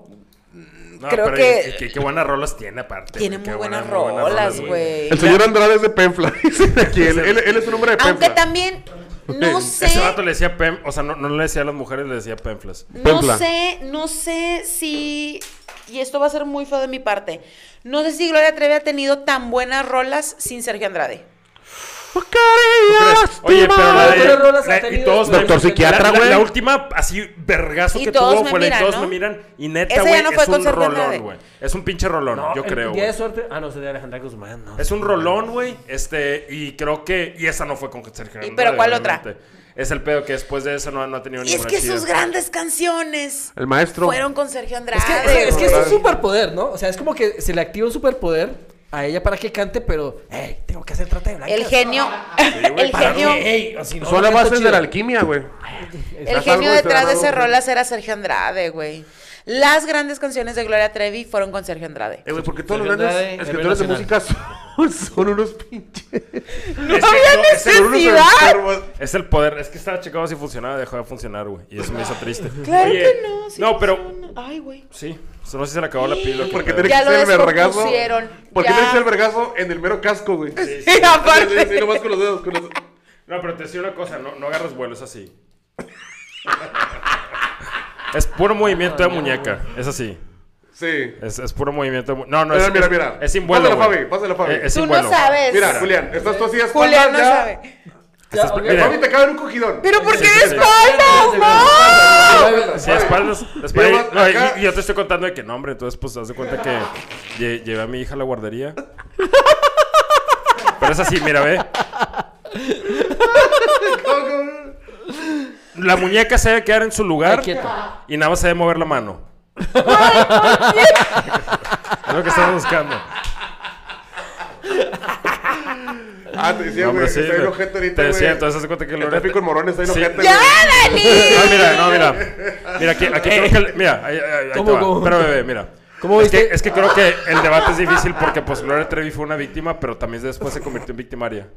[SPEAKER 5] No,
[SPEAKER 1] creo
[SPEAKER 5] pero
[SPEAKER 1] que-
[SPEAKER 5] qué- Qué, qué buenas rolas tiene aparte.
[SPEAKER 1] tiene muy
[SPEAKER 5] güey. Qué
[SPEAKER 1] buenas
[SPEAKER 5] muy
[SPEAKER 1] rolas, güey.
[SPEAKER 2] El señor Andrade es de Penfla. dicen aquí. Él, él- él es un hombre de Penfla.
[SPEAKER 1] Aunque también, no sé.
[SPEAKER 5] Ese vato le decía Pem... O sea, no, no le decía a las mujeres, le decía Pemflas.
[SPEAKER 1] No
[SPEAKER 2] Templa.
[SPEAKER 1] sé, no sé si. Y esto va a ser muy feo de mi parte. No sé si Gloria Trevi ha tenido tan buenas rolas sin Sergio Andrade.
[SPEAKER 5] ¿Crees? Oye, pero la de...
[SPEAKER 4] ¿Cuántas rolas ha
[SPEAKER 5] la- y
[SPEAKER 4] tenido?
[SPEAKER 5] todos... me-
[SPEAKER 2] Doctor
[SPEAKER 5] la-
[SPEAKER 2] psiquiatra,
[SPEAKER 5] la-
[SPEAKER 2] güey.
[SPEAKER 5] La, última, así, vergazo
[SPEAKER 1] Y
[SPEAKER 5] que
[SPEAKER 1] todos
[SPEAKER 5] tuvo
[SPEAKER 1] me
[SPEAKER 5] fue la de
[SPEAKER 1] miran,
[SPEAKER 5] Todos
[SPEAKER 1] ¿no?
[SPEAKER 5] me miran. Y neta,
[SPEAKER 1] Esa ya
[SPEAKER 5] güey,
[SPEAKER 1] no fue
[SPEAKER 5] es un
[SPEAKER 1] concierto de
[SPEAKER 5] rolón,
[SPEAKER 1] nadie.
[SPEAKER 5] güey. Es un pinche rolón,
[SPEAKER 4] No,
[SPEAKER 5] yo
[SPEAKER 4] el
[SPEAKER 5] creo,
[SPEAKER 4] Día
[SPEAKER 5] güey.
[SPEAKER 4] de suerte... Ah, no, es el de Alejandra Guzmán, no.
[SPEAKER 5] Es un rolón, güey. Este, y creo que. Y esa no fue con Sergio
[SPEAKER 1] ¿Y
[SPEAKER 5] Andrade,
[SPEAKER 1] pero cuál otra?
[SPEAKER 5] obviamente. Es el pedo que después de eso no, no ha tenido
[SPEAKER 1] Y es
[SPEAKER 5] ninguna
[SPEAKER 1] que
[SPEAKER 5] chida.
[SPEAKER 1] sus grandes canciones
[SPEAKER 2] El maestro.
[SPEAKER 1] fueron con Sergio Andrade.
[SPEAKER 4] Es que, es que- es que es un
[SPEAKER 2] Claro.
[SPEAKER 4] superpoder, ¿no? O sea, es como que se le activa un superpoder a ella para que cante, pero, hey, tengo que hacer trata de blancas.
[SPEAKER 1] El genio.
[SPEAKER 5] güey,
[SPEAKER 1] el
[SPEAKER 5] para
[SPEAKER 1] genio.
[SPEAKER 5] mí,
[SPEAKER 4] Ey, o si no,
[SPEAKER 2] Son
[SPEAKER 4] no
[SPEAKER 2] las
[SPEAKER 4] canto
[SPEAKER 2] bases
[SPEAKER 4] chido.
[SPEAKER 2] de la alquimia, güey.
[SPEAKER 1] El
[SPEAKER 2] Haz
[SPEAKER 1] genio
[SPEAKER 2] algo,
[SPEAKER 1] detrás
[SPEAKER 2] haz
[SPEAKER 1] de ese
[SPEAKER 2] algo.
[SPEAKER 1] rolas era Sergio Andrade, güey. Las grandes canciones de Gloria Trevi fueron con Sergio Andrade.
[SPEAKER 2] Eh,
[SPEAKER 5] pues,
[SPEAKER 2] güey, porque todos los
[SPEAKER 4] Sergio
[SPEAKER 2] grandes
[SPEAKER 4] Andrade,
[SPEAKER 2] escritores de
[SPEAKER 4] héroe
[SPEAKER 2] música son, son unos pinches.
[SPEAKER 5] Es que no, es el-
[SPEAKER 2] Son unos
[SPEAKER 1] ¿Necesidad?
[SPEAKER 2] enfermos.
[SPEAKER 5] Es el poder. Es que estaba checado si funcionaba, dejó de funcionar, güey. Y eso me hizo triste.
[SPEAKER 1] Claro
[SPEAKER 5] Oye,
[SPEAKER 1] que no. sí
[SPEAKER 5] no, pero.
[SPEAKER 1] funciona. Ay, güey.
[SPEAKER 5] Sí, so- no sé si se le acabó la pila.
[SPEAKER 2] ¿Por qué
[SPEAKER 5] pero-
[SPEAKER 2] tiene
[SPEAKER 1] Ya
[SPEAKER 2] que
[SPEAKER 1] lo
[SPEAKER 2] ser el vergazo?
[SPEAKER 1] descompusieron,
[SPEAKER 2] ¿Por qué
[SPEAKER 1] ya.
[SPEAKER 2] tiene que ser el vergazo en el mero casco, güey? Sí,
[SPEAKER 1] Y aparte.
[SPEAKER 2] sí, nomás con los dedos. Con los...
[SPEAKER 5] No, pero te decía una cosa: no, no agarras vuelo, es así. es puro movimiento de muñeca, es así.
[SPEAKER 2] Sí.
[SPEAKER 5] Es, es puro movimiento. de mu- No, no,
[SPEAKER 2] Mira,
[SPEAKER 5] es,
[SPEAKER 2] mira,
[SPEAKER 5] es-
[SPEAKER 2] mira.
[SPEAKER 5] es sin vuelo.
[SPEAKER 2] Pásala,
[SPEAKER 5] güey.
[SPEAKER 2] Fabi, pásala, Fabi.
[SPEAKER 5] Eh, es
[SPEAKER 1] Tú
[SPEAKER 5] sin
[SPEAKER 1] no
[SPEAKER 5] vuelo.
[SPEAKER 1] sabes.
[SPEAKER 2] Mira, Julián, estás tú así de espaldas
[SPEAKER 1] Julián no
[SPEAKER 2] ya.
[SPEAKER 1] sabe.
[SPEAKER 4] Ya,
[SPEAKER 5] Estás-
[SPEAKER 4] ok.
[SPEAKER 5] mira.
[SPEAKER 2] Fabi, te cabe en un cogidón.
[SPEAKER 1] Pero ¿por qué
[SPEAKER 5] sí,
[SPEAKER 1] de
[SPEAKER 5] sí.
[SPEAKER 1] espaldas? ¡No!
[SPEAKER 2] Fabi,
[SPEAKER 5] Sí, espaldas. espaldas-
[SPEAKER 2] Y además,
[SPEAKER 5] no, y-
[SPEAKER 2] acá-
[SPEAKER 5] y yo te estoy contando de que no, hombre. Entonces, pues, haz de cuenta que lle- llevé a mi hija a la guardería. Pero es así, mira, ve. La muñeca se debe quedar en su lugar
[SPEAKER 4] Ay, quieto.
[SPEAKER 5] y nada más se debe mover la mano. es lo que estamos buscando.
[SPEAKER 2] Ah, te decía,
[SPEAKER 5] No, hombre,
[SPEAKER 2] güey.
[SPEAKER 5] sí,
[SPEAKER 2] Está en
[SPEAKER 5] te-
[SPEAKER 2] ojete ahorita,
[SPEAKER 5] Te
[SPEAKER 2] güey.
[SPEAKER 5] decía, entonces, haz de cuenta que
[SPEAKER 2] El tráfico en Morón está en
[SPEAKER 5] Sí.
[SPEAKER 2] ojete, güey.
[SPEAKER 1] ¡Ya, Dani!
[SPEAKER 5] No, Ah, mira, no, mira. Mira, aquí, aquí creo que. el- mira, ahí, ahí- ahí te
[SPEAKER 4] ¿Cómo,
[SPEAKER 5] va.
[SPEAKER 4] cómo?
[SPEAKER 5] Pero, bebé, mira.
[SPEAKER 4] ¿Cómo
[SPEAKER 5] es, que,
[SPEAKER 4] viste?
[SPEAKER 5] es que creo que el debate es difícil porque, pues, Gloria Trevi fue una víctima, pero también después se convirtió en victimaria.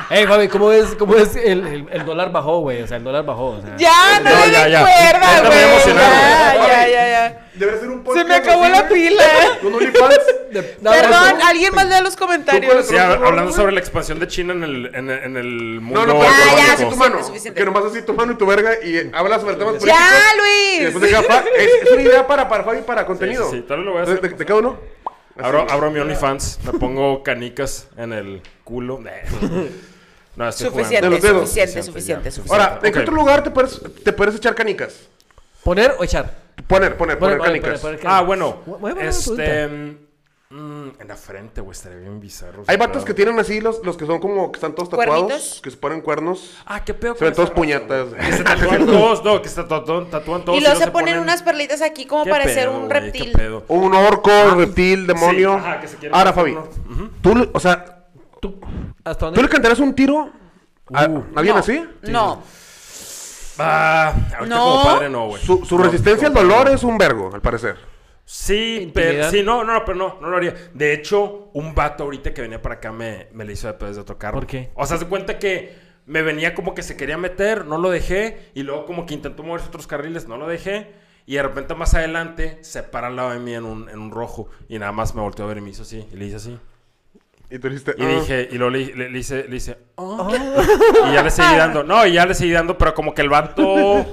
[SPEAKER 4] Ey, Fabi, ¿cómo es, cómo es el, el- el dólar bajó, güey? O sea, el dólar bajó. O sea.
[SPEAKER 1] Ya, no,
[SPEAKER 5] No,
[SPEAKER 1] me
[SPEAKER 5] ya, ya.
[SPEAKER 1] recuerda,
[SPEAKER 5] Ya me voy a
[SPEAKER 1] güey.
[SPEAKER 5] emocionar,
[SPEAKER 1] Ya,
[SPEAKER 2] güey.
[SPEAKER 1] ya, ya, ya.
[SPEAKER 2] Debe ser un
[SPEAKER 1] Se
[SPEAKER 2] podcast
[SPEAKER 1] me acabó
[SPEAKER 2] así,
[SPEAKER 1] la
[SPEAKER 2] güey,
[SPEAKER 1] pila.
[SPEAKER 2] Con OnlyFans.
[SPEAKER 4] de- nada más,
[SPEAKER 1] Perdón,
[SPEAKER 4] ¿no?
[SPEAKER 1] alguien más lea los comentarios.
[SPEAKER 5] Sí, hab- hablando sobre la expansión de China en el, en, en el mundo.
[SPEAKER 2] No, no, pero que
[SPEAKER 1] Ya, ya,
[SPEAKER 2] nomás así
[SPEAKER 5] económico.
[SPEAKER 2] tu mano.
[SPEAKER 1] suficiente.
[SPEAKER 2] Que nomás así tu mano y tu verga y eh, hablas sobre temas
[SPEAKER 5] pues,
[SPEAKER 2] políticos.
[SPEAKER 1] ¡Ya,
[SPEAKER 2] Y
[SPEAKER 1] Luis!
[SPEAKER 2] después de cada fa- es, es una idea para, para Fabi para contenido.
[SPEAKER 5] sí, tal vez lo voy a
[SPEAKER 2] Entonces,
[SPEAKER 5] hacer.
[SPEAKER 2] ¿De, de cada uno?
[SPEAKER 5] Abro, abro mi OnlyFans, me pongo canicas en el culo. Nah. No, estoy
[SPEAKER 1] Suficiente,
[SPEAKER 2] De los
[SPEAKER 5] jugando.
[SPEAKER 2] dedos.
[SPEAKER 1] suficiente,
[SPEAKER 5] Suficiente,
[SPEAKER 1] suficiente,
[SPEAKER 5] ya.
[SPEAKER 1] suficiente.
[SPEAKER 2] Ahora, ¿en
[SPEAKER 5] Ok.
[SPEAKER 2] qué otro lugar te puedes, te puedes echar canicas?
[SPEAKER 4] ¿Poner o echar?
[SPEAKER 2] Poner, poner, poner, canicas.
[SPEAKER 5] Ah, bueno.
[SPEAKER 4] Bu- buena
[SPEAKER 5] este.
[SPEAKER 4] pregunta.
[SPEAKER 5] mm, en la frente, güey, estaría bien bizarro.
[SPEAKER 2] Hay
[SPEAKER 5] claro.
[SPEAKER 2] vatos que tienen así los, los que son como que están todos tatuados,
[SPEAKER 1] ¿Cuernitos?
[SPEAKER 2] que se ponen cuernos.
[SPEAKER 5] Ah, qué pedo.
[SPEAKER 2] Se ven
[SPEAKER 5] con
[SPEAKER 2] todos
[SPEAKER 5] esa raza,
[SPEAKER 2] puñetas.
[SPEAKER 5] güey? Que se tatúan todos, no, que se tatúan, tatúan todos.
[SPEAKER 1] y luego se,
[SPEAKER 5] luego
[SPEAKER 1] ponen unas perlitas aquí como
[SPEAKER 5] ¿Qué
[SPEAKER 1] para ser
[SPEAKER 5] pedo,
[SPEAKER 1] un
[SPEAKER 5] güey?
[SPEAKER 1] reptil.
[SPEAKER 5] ¿Qué pedo?
[SPEAKER 2] Un orco, reptil, demonio.
[SPEAKER 5] Ah. ajá, que se quieren
[SPEAKER 2] Ahora, Fabi,
[SPEAKER 5] hacer
[SPEAKER 2] tú, le- o sea,
[SPEAKER 4] ¿Tú, ¿Hasta dónde?
[SPEAKER 2] ¿tú le cantarás un tiro a, a alguien
[SPEAKER 1] No,
[SPEAKER 2] así?
[SPEAKER 1] No.
[SPEAKER 5] Ah, ahorita
[SPEAKER 1] No.
[SPEAKER 5] como padre no, güey.
[SPEAKER 2] Su, su
[SPEAKER 5] No,
[SPEAKER 2] resistencia al
[SPEAKER 5] como
[SPEAKER 2] dolor
[SPEAKER 5] padre.
[SPEAKER 2] es un vergo, al parecer.
[SPEAKER 5] Sí, pero
[SPEAKER 4] Intimidad.
[SPEAKER 5] sí, no, no, pero no, no lo haría. De hecho, un vato ahorita que venía para acá me, me le hizo de pedos de tocar.
[SPEAKER 4] ¿Por qué?
[SPEAKER 5] O sea, se cuenta que me venía como que se quería meter, no lo dejé, y luego como que intentó moverse a otros carriles, no lo dejé, y de repente más adelante se para al lado de mí en un, en un rojo, y nada más me volteó a ver y me hizo así, y le hice así.
[SPEAKER 2] Y tú dijiste,
[SPEAKER 5] Y
[SPEAKER 2] ah.
[SPEAKER 5] dije, y luego le, le- le hice, le hice, "Ah". y ya le seguí dando. No, y ya le seguí dando, pero como que el vato,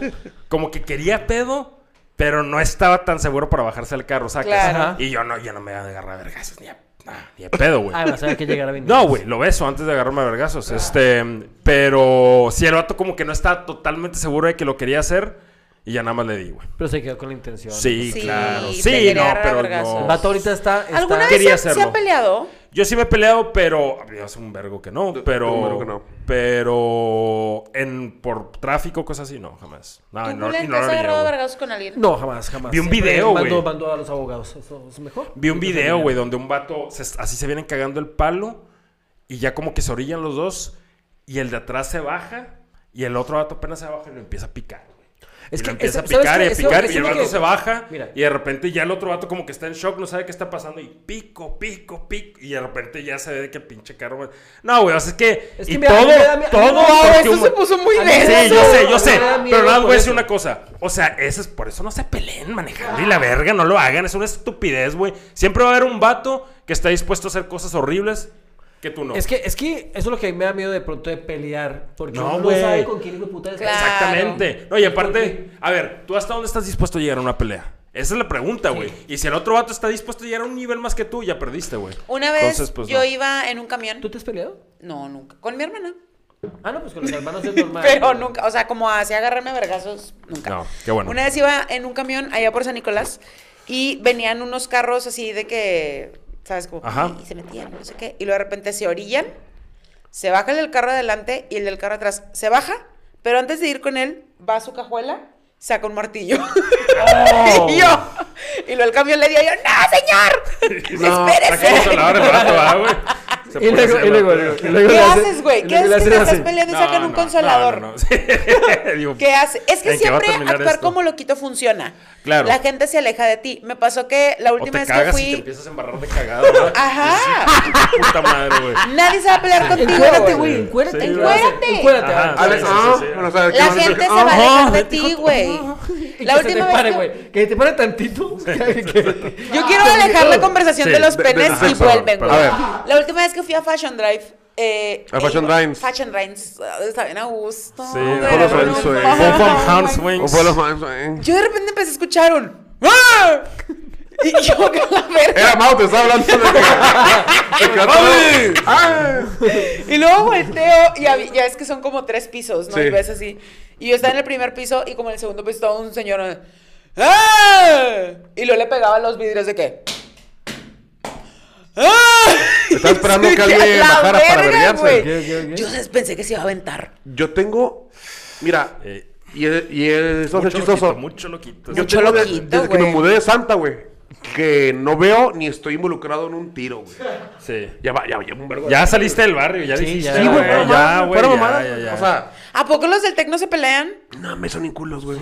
[SPEAKER 5] como que quería pedo, pero no estaba tan seguro para bajarse del carro, ¿sabes?
[SPEAKER 1] Claro.
[SPEAKER 5] Y yo no, yo no me voy a agarrar a vergazos ni a, nah, ni a pedo, güey.
[SPEAKER 4] Ah, no, sabía que llegara bien.
[SPEAKER 5] No, güey, lo beso antes de agarrarme a vergazos. Este, pero si el vato como que no estaba totalmente seguro de que lo quería hacer, y ya nada más le di, güey.
[SPEAKER 4] Pero se quedó con la intención.
[SPEAKER 5] Sí,
[SPEAKER 1] Sí,
[SPEAKER 5] claro.
[SPEAKER 1] te
[SPEAKER 5] Sí,
[SPEAKER 1] quería
[SPEAKER 5] no,
[SPEAKER 1] agarrar a
[SPEAKER 5] pero
[SPEAKER 1] vergazos.
[SPEAKER 5] no.
[SPEAKER 4] El vato ahorita está... está-
[SPEAKER 1] ¿Alguna
[SPEAKER 5] quería
[SPEAKER 1] vez se, se
[SPEAKER 5] hacerlo.
[SPEAKER 1] ha peleado?
[SPEAKER 5] Yo sí me he peleado, pero. Hace un vergo que no, pero.
[SPEAKER 2] un vergo que no.
[SPEAKER 5] Pero. En, por tráfico, cosas así, no, jamás. Ah, No,
[SPEAKER 1] ¿Tú,
[SPEAKER 5] no,
[SPEAKER 1] Julián,
[SPEAKER 5] y
[SPEAKER 1] te
[SPEAKER 5] no
[SPEAKER 1] has
[SPEAKER 5] lo haría,
[SPEAKER 1] agarrado a
[SPEAKER 5] güey.
[SPEAKER 1] vergazos con alguien?
[SPEAKER 4] No, jamás, jamás.
[SPEAKER 5] Vi un
[SPEAKER 4] Siempre
[SPEAKER 5] video,
[SPEAKER 4] mando-
[SPEAKER 5] güey.
[SPEAKER 4] Mando a los abogados. Eso es mejor.
[SPEAKER 5] Vi un video, güey, donde un vato. se- así se vienen cagando el palo. Y ya como que se orillan los dos. Y el de atrás se baja. Y el otro vato apenas se baja y lo empieza a picar, güey.
[SPEAKER 4] Es
[SPEAKER 5] Y
[SPEAKER 4] que
[SPEAKER 5] lo
[SPEAKER 4] ese-
[SPEAKER 5] empieza a
[SPEAKER 4] ¿sabes
[SPEAKER 5] picar
[SPEAKER 4] qué?
[SPEAKER 5] y a
[SPEAKER 4] Eso-
[SPEAKER 5] picar.
[SPEAKER 4] eso
[SPEAKER 5] y el
[SPEAKER 4] es lo
[SPEAKER 5] vato
[SPEAKER 4] que-
[SPEAKER 5] se baja.
[SPEAKER 4] Mira.
[SPEAKER 5] Y de repente ya el otro vato como que está en shock, no sabe qué está pasando. Y pico, pico, pico. Y de repente ya se ve que el pinche carro. güey. No, güey, o sea, es que.
[SPEAKER 4] Es
[SPEAKER 5] y
[SPEAKER 4] que mira, a mí
[SPEAKER 5] todo,
[SPEAKER 4] me da- a mí-
[SPEAKER 5] todo.
[SPEAKER 4] no,
[SPEAKER 5] porque
[SPEAKER 1] eso
[SPEAKER 5] un-
[SPEAKER 1] se puso muy
[SPEAKER 4] Ah,
[SPEAKER 1] denso.
[SPEAKER 5] Sí, yo sé, yo sé.
[SPEAKER 4] Me da miedo
[SPEAKER 5] Pero nada, más voy
[SPEAKER 4] Ah, por
[SPEAKER 5] a decir
[SPEAKER 4] eso.
[SPEAKER 5] una cosa. O sea, ese es por eso no se peleen manejando y la verga, no lo hagan. Es una estupidez, güey. Siempre va a haber un vato que está dispuesto a hacer cosas horribles que tú no.
[SPEAKER 4] Es que, es que eso es lo que a mí me da miedo de pronto de pelear. Porque
[SPEAKER 5] No,
[SPEAKER 4] uno no
[SPEAKER 5] güey.
[SPEAKER 4] sabe con quién hijo de puta está.
[SPEAKER 1] Claro.
[SPEAKER 5] Exactamente. No, y
[SPEAKER 4] Porque-
[SPEAKER 5] aparte, a ver, ¿tú hasta dónde estás dispuesto a llegar a una pelea? Esa es la pregunta, güey. Y si el otro vato está dispuesto a llegar a un nivel más que tú, ya perdiste, güey.
[SPEAKER 1] Una vez
[SPEAKER 5] Entonces, pues,
[SPEAKER 1] yo
[SPEAKER 5] no.
[SPEAKER 1] iba en un camión.
[SPEAKER 4] ¿Tú te has peleado?
[SPEAKER 1] No, nunca. Con mi hermana.
[SPEAKER 4] Ah, no, pues con los hermanos es normal.
[SPEAKER 1] Pero nunca, o sea, como así agarrarme a vergazos, nunca.
[SPEAKER 5] No, qué bueno.
[SPEAKER 1] Una vez iba en un camión allá por San Nicolás y venían unos carros así de que, ¿sabes? Como,
[SPEAKER 5] Ajá.
[SPEAKER 1] y se metían, no sé qué. Y luego de repente se orillan, se baja el del carro adelante y el del carro atrás se baja, pero antes de ir con él, va a su cajuela, saca un martillo.
[SPEAKER 5] Oh.
[SPEAKER 1] y yo, y luego el camión le dio, yo, ¡no, señor!
[SPEAKER 5] No,
[SPEAKER 1] ¡Espérese!
[SPEAKER 5] sáquense a la hora el vato, ah, güey. Se
[SPEAKER 4] Y
[SPEAKER 5] pone
[SPEAKER 4] luego,
[SPEAKER 5] así
[SPEAKER 4] y
[SPEAKER 1] ¿Qué
[SPEAKER 4] luego, luego, y
[SPEAKER 5] el vato.
[SPEAKER 4] luego le hace-
[SPEAKER 1] haces, güey?
[SPEAKER 4] y
[SPEAKER 1] ¿Qué
[SPEAKER 4] luego le
[SPEAKER 1] haces que
[SPEAKER 4] hace
[SPEAKER 1] te estás
[SPEAKER 4] así.
[SPEAKER 1] peleando y
[SPEAKER 5] No,
[SPEAKER 1] sacan un
[SPEAKER 5] no,
[SPEAKER 1] consolador?
[SPEAKER 5] no, no, no. Sí. Digo,
[SPEAKER 1] ¿Qué hace? Es que
[SPEAKER 5] ¿en qué va a
[SPEAKER 1] siempre
[SPEAKER 5] terminar
[SPEAKER 1] actuar
[SPEAKER 5] esto?
[SPEAKER 1] como loquito funciona.
[SPEAKER 5] Claro.
[SPEAKER 1] La gente se aleja de ti. Me pasó que la última
[SPEAKER 5] o
[SPEAKER 1] vez
[SPEAKER 5] te cagas
[SPEAKER 1] que
[SPEAKER 5] y te
[SPEAKER 1] fui. Ah.
[SPEAKER 5] empiezas a embarrar de cagado, ¿no?
[SPEAKER 1] Ajá.
[SPEAKER 5] Puta madre, güey.
[SPEAKER 1] Nadie se va a pelear contigo.
[SPEAKER 4] Encuérate,
[SPEAKER 1] güey.
[SPEAKER 4] güey, encuérate.
[SPEAKER 5] Sí,
[SPEAKER 1] güey.
[SPEAKER 4] Encuérate.
[SPEAKER 5] Ajá.
[SPEAKER 4] ah,
[SPEAKER 2] Alex,
[SPEAKER 5] sí,
[SPEAKER 2] ah,
[SPEAKER 5] sí, sí.
[SPEAKER 2] bueno, o sea, que
[SPEAKER 1] La
[SPEAKER 2] van a decir,
[SPEAKER 1] gente se
[SPEAKER 2] ah,
[SPEAKER 1] va a alejar de
[SPEAKER 5] vete
[SPEAKER 1] ti,
[SPEAKER 5] con-
[SPEAKER 1] güey.
[SPEAKER 4] Y
[SPEAKER 1] La
[SPEAKER 4] que se
[SPEAKER 1] última
[SPEAKER 4] te
[SPEAKER 1] vez.
[SPEAKER 4] pare,
[SPEAKER 1] que-
[SPEAKER 4] güey. Que te pare tantito. que- que-
[SPEAKER 1] Yo quiero alejar la conversación
[SPEAKER 5] Sí,
[SPEAKER 1] de los
[SPEAKER 2] de- de-
[SPEAKER 1] penes
[SPEAKER 2] de
[SPEAKER 1] y
[SPEAKER 2] sexo,
[SPEAKER 1] vuelven,
[SPEAKER 2] pero-
[SPEAKER 1] güey.
[SPEAKER 2] a
[SPEAKER 1] La última vez que fui a Fashion Drive. eh,
[SPEAKER 2] A Fashion
[SPEAKER 1] iba-
[SPEAKER 2] Rines.
[SPEAKER 1] Fashion Rines. ah, Está bien a gusto.
[SPEAKER 5] Sí,
[SPEAKER 1] güey,
[SPEAKER 2] Polo
[SPEAKER 1] no
[SPEAKER 2] Rines, güey.
[SPEAKER 1] mames.
[SPEAKER 2] Pom Pom
[SPEAKER 5] Hans, güey.
[SPEAKER 2] O fue los más, eh.
[SPEAKER 1] Yo de repente empecé a escuchar un. ¡Ah! Y yo, que la verga.
[SPEAKER 2] Era Mau, te estaba hablando de que- de que ¡Fabi! ¡Ah!
[SPEAKER 1] Y luego volteo y hab- ya es que son como tres pisos, ¿no?
[SPEAKER 2] Sí.
[SPEAKER 1] Y ves así. Y yo estaba en el primer piso y como en el segundo piso estaba un señor. ¿no? ¡Ah! Y luego le pegaba a los vidrios de qué. ¡Ah!
[SPEAKER 2] Estaba esperando
[SPEAKER 1] Sí,
[SPEAKER 2] que alguien
[SPEAKER 1] la
[SPEAKER 2] bajara para
[SPEAKER 1] verga,
[SPEAKER 2] verguearse.
[SPEAKER 1] güey.
[SPEAKER 4] ¿Qué, qué, qué?
[SPEAKER 1] Yo pensé que se iba a aventar.
[SPEAKER 2] Yo tengo. Mira,
[SPEAKER 5] Eh,
[SPEAKER 2] y, y eso es
[SPEAKER 5] mucho
[SPEAKER 2] chistoso.
[SPEAKER 5] loquito, mucho loquito.
[SPEAKER 2] Yo
[SPEAKER 1] Mucho
[SPEAKER 2] tengo de-
[SPEAKER 1] loquito,
[SPEAKER 2] desde que me
[SPEAKER 1] güey.
[SPEAKER 2] mudé de Santa, güey. Que no veo ni estoy involucrado en un tiro, güey.
[SPEAKER 5] Sí.
[SPEAKER 2] Ya va, ya va, ya un vergo. de-
[SPEAKER 5] Ya saliste del barrio, ya dijiste.
[SPEAKER 4] ya.
[SPEAKER 2] Sí, güey,
[SPEAKER 4] ya,
[SPEAKER 2] fuera mamada,
[SPEAKER 5] ya, güey.
[SPEAKER 2] fuera
[SPEAKER 5] Ya,
[SPEAKER 2] mamada.
[SPEAKER 5] ya, ya.
[SPEAKER 2] O sea,
[SPEAKER 1] ¿A poco los del tecno se pelean?
[SPEAKER 2] no, me son inculos, güey.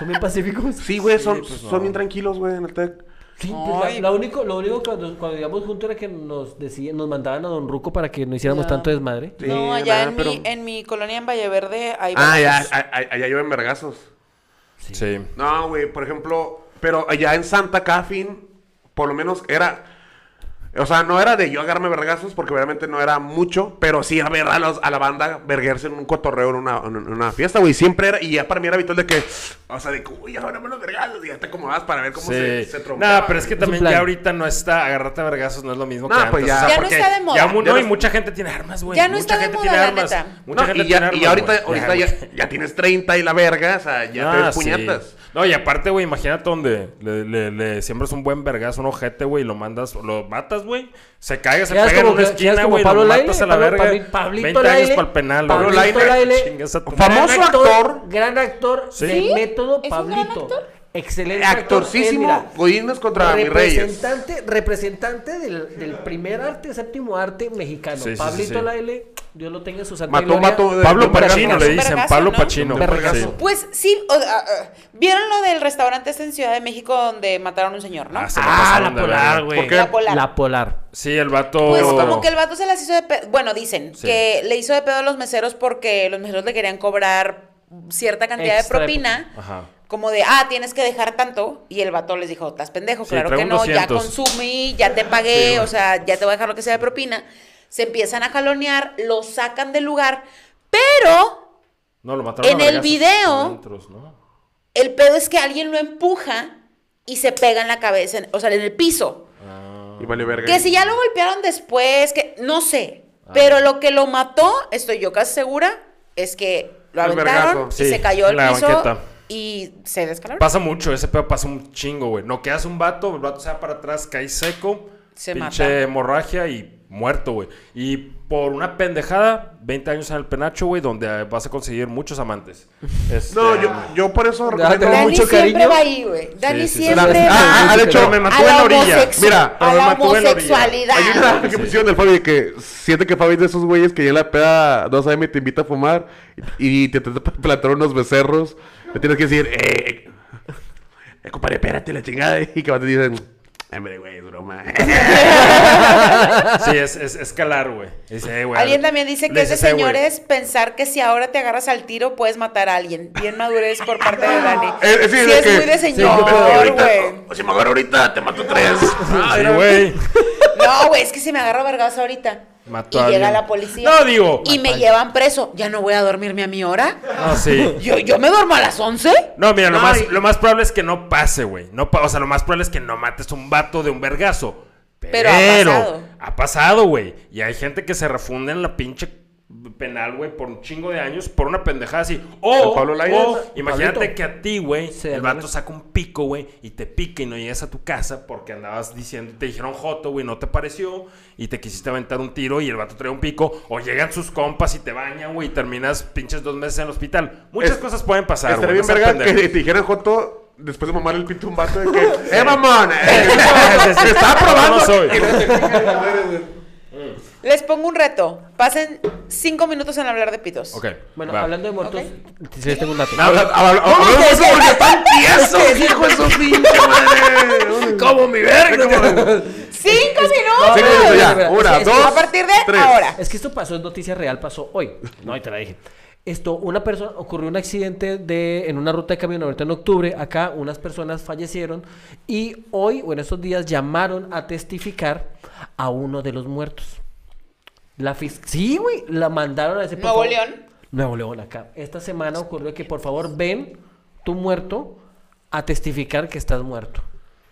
[SPEAKER 4] Son bien pacíficos.
[SPEAKER 2] Sí, güey, son,
[SPEAKER 5] pues
[SPEAKER 2] son bien tranquilos, güey, en el tech.
[SPEAKER 4] Sí, pues, la-
[SPEAKER 1] Ay.
[SPEAKER 4] la único, lo único cuando, cuando íbamos juntos era que nos decían, nos mandaban a Don Ruco para que no hiciéramos
[SPEAKER 1] Ya.
[SPEAKER 4] tanto desmadre.
[SPEAKER 2] Sí,
[SPEAKER 1] no, allá
[SPEAKER 2] nada,
[SPEAKER 1] en,
[SPEAKER 2] pero-
[SPEAKER 1] mi, en mi colonia en Valle Verde hay
[SPEAKER 2] Ah, ya,
[SPEAKER 1] varios.
[SPEAKER 2] a- a- allá llueven vergazos.
[SPEAKER 5] Sí.
[SPEAKER 2] No, güey, por ejemplo, pero allá en Santa Cafin, por lo menos era. O sea, no era de yo agarrarme vergazos, porque obviamente no era mucho, pero sí a ver a, los- a la banda verguerse en un cotorreo, en una, en una fiesta, güey. Siempre era, y ya para mí era habitual de que, o sea, de que, uy, ahora me los vergazos, y ya te acomodabas para ver cómo se,
[SPEAKER 5] Sí.
[SPEAKER 2] se trompeaba,
[SPEAKER 5] Nah, pero es que
[SPEAKER 4] Es un
[SPEAKER 5] también
[SPEAKER 4] plan.
[SPEAKER 5] ya ahorita no está, agarrarte a vergazos no es lo mismo
[SPEAKER 2] Nah,
[SPEAKER 5] que
[SPEAKER 2] pues ya.
[SPEAKER 5] antes. o sea,
[SPEAKER 1] Ya no
[SPEAKER 5] porque
[SPEAKER 1] está de moda.
[SPEAKER 5] Ya, mu-
[SPEAKER 2] Ya
[SPEAKER 5] no,
[SPEAKER 2] no
[SPEAKER 5] y
[SPEAKER 2] es-
[SPEAKER 5] mucha gente tiene armas, güey.
[SPEAKER 1] Ya no
[SPEAKER 5] mucha
[SPEAKER 1] está de
[SPEAKER 5] gente
[SPEAKER 1] moda,
[SPEAKER 5] tiene
[SPEAKER 1] la
[SPEAKER 5] armas.
[SPEAKER 1] neta.
[SPEAKER 5] Mucha
[SPEAKER 2] No,
[SPEAKER 5] gente
[SPEAKER 2] y
[SPEAKER 5] tiene
[SPEAKER 2] ya,
[SPEAKER 5] armas,
[SPEAKER 2] y ahorita,
[SPEAKER 5] güey.
[SPEAKER 2] ahorita ya,
[SPEAKER 5] güey.
[SPEAKER 2] ya tienes 30 y la verga, o sea, ya te
[SPEAKER 5] Ah,
[SPEAKER 2] ves
[SPEAKER 5] sí.
[SPEAKER 2] puñetas.
[SPEAKER 5] No, y aparte, güey, imagínate donde le, le, le siembras un buen vergazo, un ojete, güey, y lo mandas, lo matas, güey. Se cae, se
[SPEAKER 4] Quedas
[SPEAKER 5] pega en
[SPEAKER 4] como
[SPEAKER 5] una
[SPEAKER 4] que- quedas
[SPEAKER 5] esquina,
[SPEAKER 4] como
[SPEAKER 5] güey, lo
[SPEAKER 4] Pablo Laile,
[SPEAKER 5] matas a la
[SPEAKER 4] Pablo-
[SPEAKER 5] verga.
[SPEAKER 4] Pabli- Pablito
[SPEAKER 5] 20 años
[SPEAKER 4] Laile,
[SPEAKER 5] para el penal, güey.
[SPEAKER 4] Pablo
[SPEAKER 2] Laile,
[SPEAKER 5] Chingas a tu
[SPEAKER 2] famoso
[SPEAKER 5] madre.
[SPEAKER 4] gran actor,
[SPEAKER 2] actor.
[SPEAKER 4] Gran actor
[SPEAKER 5] ¿Sí?
[SPEAKER 4] de método
[SPEAKER 1] ¿Es un gran
[SPEAKER 4] Pablito.
[SPEAKER 1] actor?
[SPEAKER 4] Excelente. actor.
[SPEAKER 2] Actorcísimo,
[SPEAKER 4] Él, eh, mira,
[SPEAKER 2] Godínez contra mis reyes.
[SPEAKER 4] representante, representante del, del primer arte, séptimo arte mexicano.
[SPEAKER 5] Sí, sí, sí,
[SPEAKER 4] Pablito
[SPEAKER 5] sí.
[SPEAKER 4] Laile, Dios lo tenga en su santa
[SPEAKER 2] Mató,
[SPEAKER 4] gloria.
[SPEAKER 2] mató.
[SPEAKER 5] Pablo
[SPEAKER 2] Vergazo,
[SPEAKER 5] Pachino,
[SPEAKER 2] ¿no?
[SPEAKER 5] le dicen,
[SPEAKER 1] Vergazo,
[SPEAKER 5] Pablo
[SPEAKER 1] ¿no?
[SPEAKER 5] Pachino.
[SPEAKER 4] Vergazo.
[SPEAKER 5] Sí.
[SPEAKER 1] Pues sí, o- ah, ah, vieron lo del restaurante este en Ciudad de México donde mataron a un señor, ¿no?
[SPEAKER 5] Ah, se
[SPEAKER 4] Ah,
[SPEAKER 5] pasaron
[SPEAKER 4] la
[SPEAKER 5] de
[SPEAKER 4] polar,
[SPEAKER 5] verga.
[SPEAKER 4] güey.
[SPEAKER 2] ¿Por qué?
[SPEAKER 1] La Polar.
[SPEAKER 4] La polar.
[SPEAKER 5] Sí, el vato.
[SPEAKER 1] Pues como que el vato se las hizo de pedo. Bueno, dicen
[SPEAKER 5] Oh. Sí.
[SPEAKER 1] que le hizo de pedo a los meseros porque los meseros le querían cobrar cierta cantidad
[SPEAKER 4] Extra
[SPEAKER 1] de
[SPEAKER 4] de
[SPEAKER 1] propina.
[SPEAKER 5] Ajá.
[SPEAKER 1] Como de, ah, tienes que dejar tanto. Y el vato les dijo, estás pendejo,
[SPEAKER 5] Sí,
[SPEAKER 1] claro
[SPEAKER 5] trae
[SPEAKER 1] que
[SPEAKER 5] un
[SPEAKER 1] no, ya
[SPEAKER 5] 200.
[SPEAKER 1] consumí, ya te pagué, o sea, ya te voy a dejar lo que sea de propina. Se empiezan a jalonear, lo sacan del lugar, pero
[SPEAKER 5] No, lo mataron
[SPEAKER 1] En
[SPEAKER 5] a
[SPEAKER 1] el
[SPEAKER 5] vergazos
[SPEAKER 1] video-
[SPEAKER 5] por dentro, ¿no?
[SPEAKER 1] el pedo es que alguien lo empuja y se pega en la cabeza, en- o sea, en el piso.
[SPEAKER 2] Y valió verga.
[SPEAKER 1] Que si ya lo golpearon después, que no sé. Pero lo que lo mató, estoy yo casi segura, es que lo
[SPEAKER 2] El
[SPEAKER 1] aventaron y
[SPEAKER 2] vergazo.
[SPEAKER 1] se
[SPEAKER 5] Sí,
[SPEAKER 1] cayó al
[SPEAKER 5] la
[SPEAKER 1] piso
[SPEAKER 5] banqueta.
[SPEAKER 1] y se descalabró.
[SPEAKER 5] Pasa mucho, ese pedo pasa un chingo, güey. No quedas un vato, el vato se va para atrás, cae seco,
[SPEAKER 1] Se
[SPEAKER 5] pinche
[SPEAKER 1] mata.
[SPEAKER 5] hemorragia y muerto, güey. Y por una pendejada, 20 años en el penacho, güey, donde eh, vas a conseguir muchos amantes. Este,
[SPEAKER 2] No, yo, yo por eso recomiendo.
[SPEAKER 4] tengo
[SPEAKER 1] Dani
[SPEAKER 4] mucho
[SPEAKER 1] siempre
[SPEAKER 4] cariño.
[SPEAKER 1] va ahí, güey. Dani
[SPEAKER 5] sí, sí.
[SPEAKER 2] La-
[SPEAKER 1] siempre va
[SPEAKER 2] Ah, ah, de hecho,
[SPEAKER 5] Me
[SPEAKER 2] me
[SPEAKER 5] mató
[SPEAKER 1] a la
[SPEAKER 5] en la orilla.
[SPEAKER 1] homosexu-
[SPEAKER 2] Mira,
[SPEAKER 1] a
[SPEAKER 5] me
[SPEAKER 1] la
[SPEAKER 5] mató en la orilla.
[SPEAKER 1] homosexualidad.
[SPEAKER 2] Hay una que pusieron del Fabi de que siente que Fabi es de esos güeyes que ya en la peda 2 AM te invita a fumar y te trata de plantar unos becerros. Le tienes que decir, eh, eh, compadre, espérate la chingada. Y que te dicen, hombre, güey, es broma.
[SPEAKER 5] Sí, es, es, es calar, güey. Dice, eh, güey,
[SPEAKER 1] Alguien también dice que
[SPEAKER 5] le
[SPEAKER 1] es de
[SPEAKER 5] dices, eh, güey,
[SPEAKER 1] señores pensar que si ahora te agarras al tiro puedes matar a alguien. Bien madurez por parte de Dani.
[SPEAKER 2] Eh, eh, sí,
[SPEAKER 1] Sí,
[SPEAKER 2] de
[SPEAKER 1] es
[SPEAKER 2] que-
[SPEAKER 1] muy de
[SPEAKER 2] sí,
[SPEAKER 1] señor,
[SPEAKER 2] yo me agarro ahorita,
[SPEAKER 1] güey.
[SPEAKER 2] o- Si me agarro ahorita, te mato tres. Ah,
[SPEAKER 5] Sí,
[SPEAKER 2] era-
[SPEAKER 5] güey.
[SPEAKER 1] No, güey, es que si me agarro a vergazo ahorita.
[SPEAKER 5] Mató
[SPEAKER 1] y
[SPEAKER 5] a
[SPEAKER 1] llega
[SPEAKER 5] alguien.
[SPEAKER 1] la policía.
[SPEAKER 5] No, digo,
[SPEAKER 1] Y me llevan preso. Ya no voy a dormirme a mi hora.
[SPEAKER 5] No, sí.
[SPEAKER 1] Yo, yo me duermo a las 11.
[SPEAKER 5] No, mira, lo,
[SPEAKER 2] No,
[SPEAKER 5] más,
[SPEAKER 2] y-
[SPEAKER 5] lo más probable es que no pase, güey. No, pa- o sea, lo más probable es que no mates un vato de un vergazo.
[SPEAKER 1] Pero
[SPEAKER 5] Pero,
[SPEAKER 1] ha pasado.
[SPEAKER 5] ha pasado, güey. Y hay gente que se refunde en la pinche penal, güey, por un chingo de años, por una pendejada así. O,
[SPEAKER 2] El Pablo Lainez,
[SPEAKER 5] o,
[SPEAKER 2] Pablito.
[SPEAKER 5] imagínate que a ti, güey,
[SPEAKER 4] Sí,
[SPEAKER 5] el
[SPEAKER 4] hermano.
[SPEAKER 5] vato saca un pico, güey, y te pica y no llegas a tu casa porque andabas diciendo, te dijeron joto, güey, no te pareció y te quisiste aventar un tiro y el vato trae un pico. O llegan sus compas y te bañan, güey, y terminas pinches dos meses en el hospital. Muchas
[SPEAKER 2] Es-
[SPEAKER 5] cosas pueden pasar, güey.
[SPEAKER 2] Estaría bien
[SPEAKER 5] no seas
[SPEAKER 2] verga
[SPEAKER 5] pendejo.
[SPEAKER 2] que te dijeran Joto después de mamar el pinto un vato de que, ¡eh, mamón! eh,
[SPEAKER 5] sí, sí.
[SPEAKER 2] ¡Me estaba probando!
[SPEAKER 5] No soy.
[SPEAKER 2] Y luego te pican la madre, güey.
[SPEAKER 1] Les pongo un reto. Pasen 5 minutos en hablar de pitos.
[SPEAKER 5] Ok.
[SPEAKER 4] Bueno,
[SPEAKER 5] va.
[SPEAKER 4] hablando de muertos, sí, les tengo un dato.
[SPEAKER 2] Habla- habla- Hablamos de eso porque están tiesos, hijo de su pinche madre. Como mi verga.
[SPEAKER 1] 5 minutos.
[SPEAKER 2] Sí, minutos ya.
[SPEAKER 4] Mira,
[SPEAKER 2] Una,
[SPEAKER 4] es-
[SPEAKER 2] dos.
[SPEAKER 1] a partir de
[SPEAKER 2] tres.
[SPEAKER 1] ahora.
[SPEAKER 4] Es que esto pasó, es noticia real, pasó hoy. No, y te la dije. Esto, una persona, ocurrió un accidente de, en una ruta de camión ahorita en octubre, acá unas personas fallecieron y hoy o en estos días llamaron a testificar a uno de los muertos. La fis- sí, güey, la mandaron a ese por
[SPEAKER 1] ¿Nuevo
[SPEAKER 4] favor.
[SPEAKER 1] León?
[SPEAKER 4] Nuevo León, acá. Esta semana ocurrió que por favor ven tu muerto a testificar que estás muerto.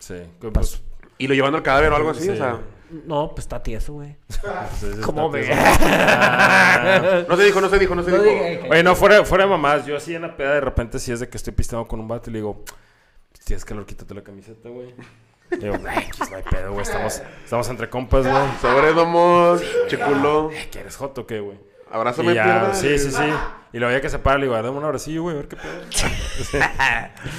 [SPEAKER 5] Sí. que, Pues,
[SPEAKER 2] Y lo llevando al cadáver o algo así, o sea.
[SPEAKER 4] No, pues está tieso, güey.
[SPEAKER 5] sí, sí,
[SPEAKER 4] ¿Cómo
[SPEAKER 5] está
[SPEAKER 4] ve?
[SPEAKER 5] tieso. Ah.
[SPEAKER 2] No se dijo, no se dijo, no se
[SPEAKER 4] No
[SPEAKER 2] dijo.
[SPEAKER 4] diga-
[SPEAKER 5] Oye, no, fuera, fuera de mamás. Yo así en la peda de repente sí es de que estoy pisteando con un vato y le digo, si tienes calor, quítate la camiseta, güey. Le Digo, "Ay, pues, no hay pedo, güey. Estamos, estamos entre compas, güey.
[SPEAKER 2] Sobre, vamos, chiculo.
[SPEAKER 5] Eh, ¿Que eres joto o qué, güey?
[SPEAKER 2] Abrázame,
[SPEAKER 5] Y ya,
[SPEAKER 2] pierna.
[SPEAKER 5] sí, sí, sí. Y lo veía que se para, le digo, dame un abracillo, güey, a ver qué pedo.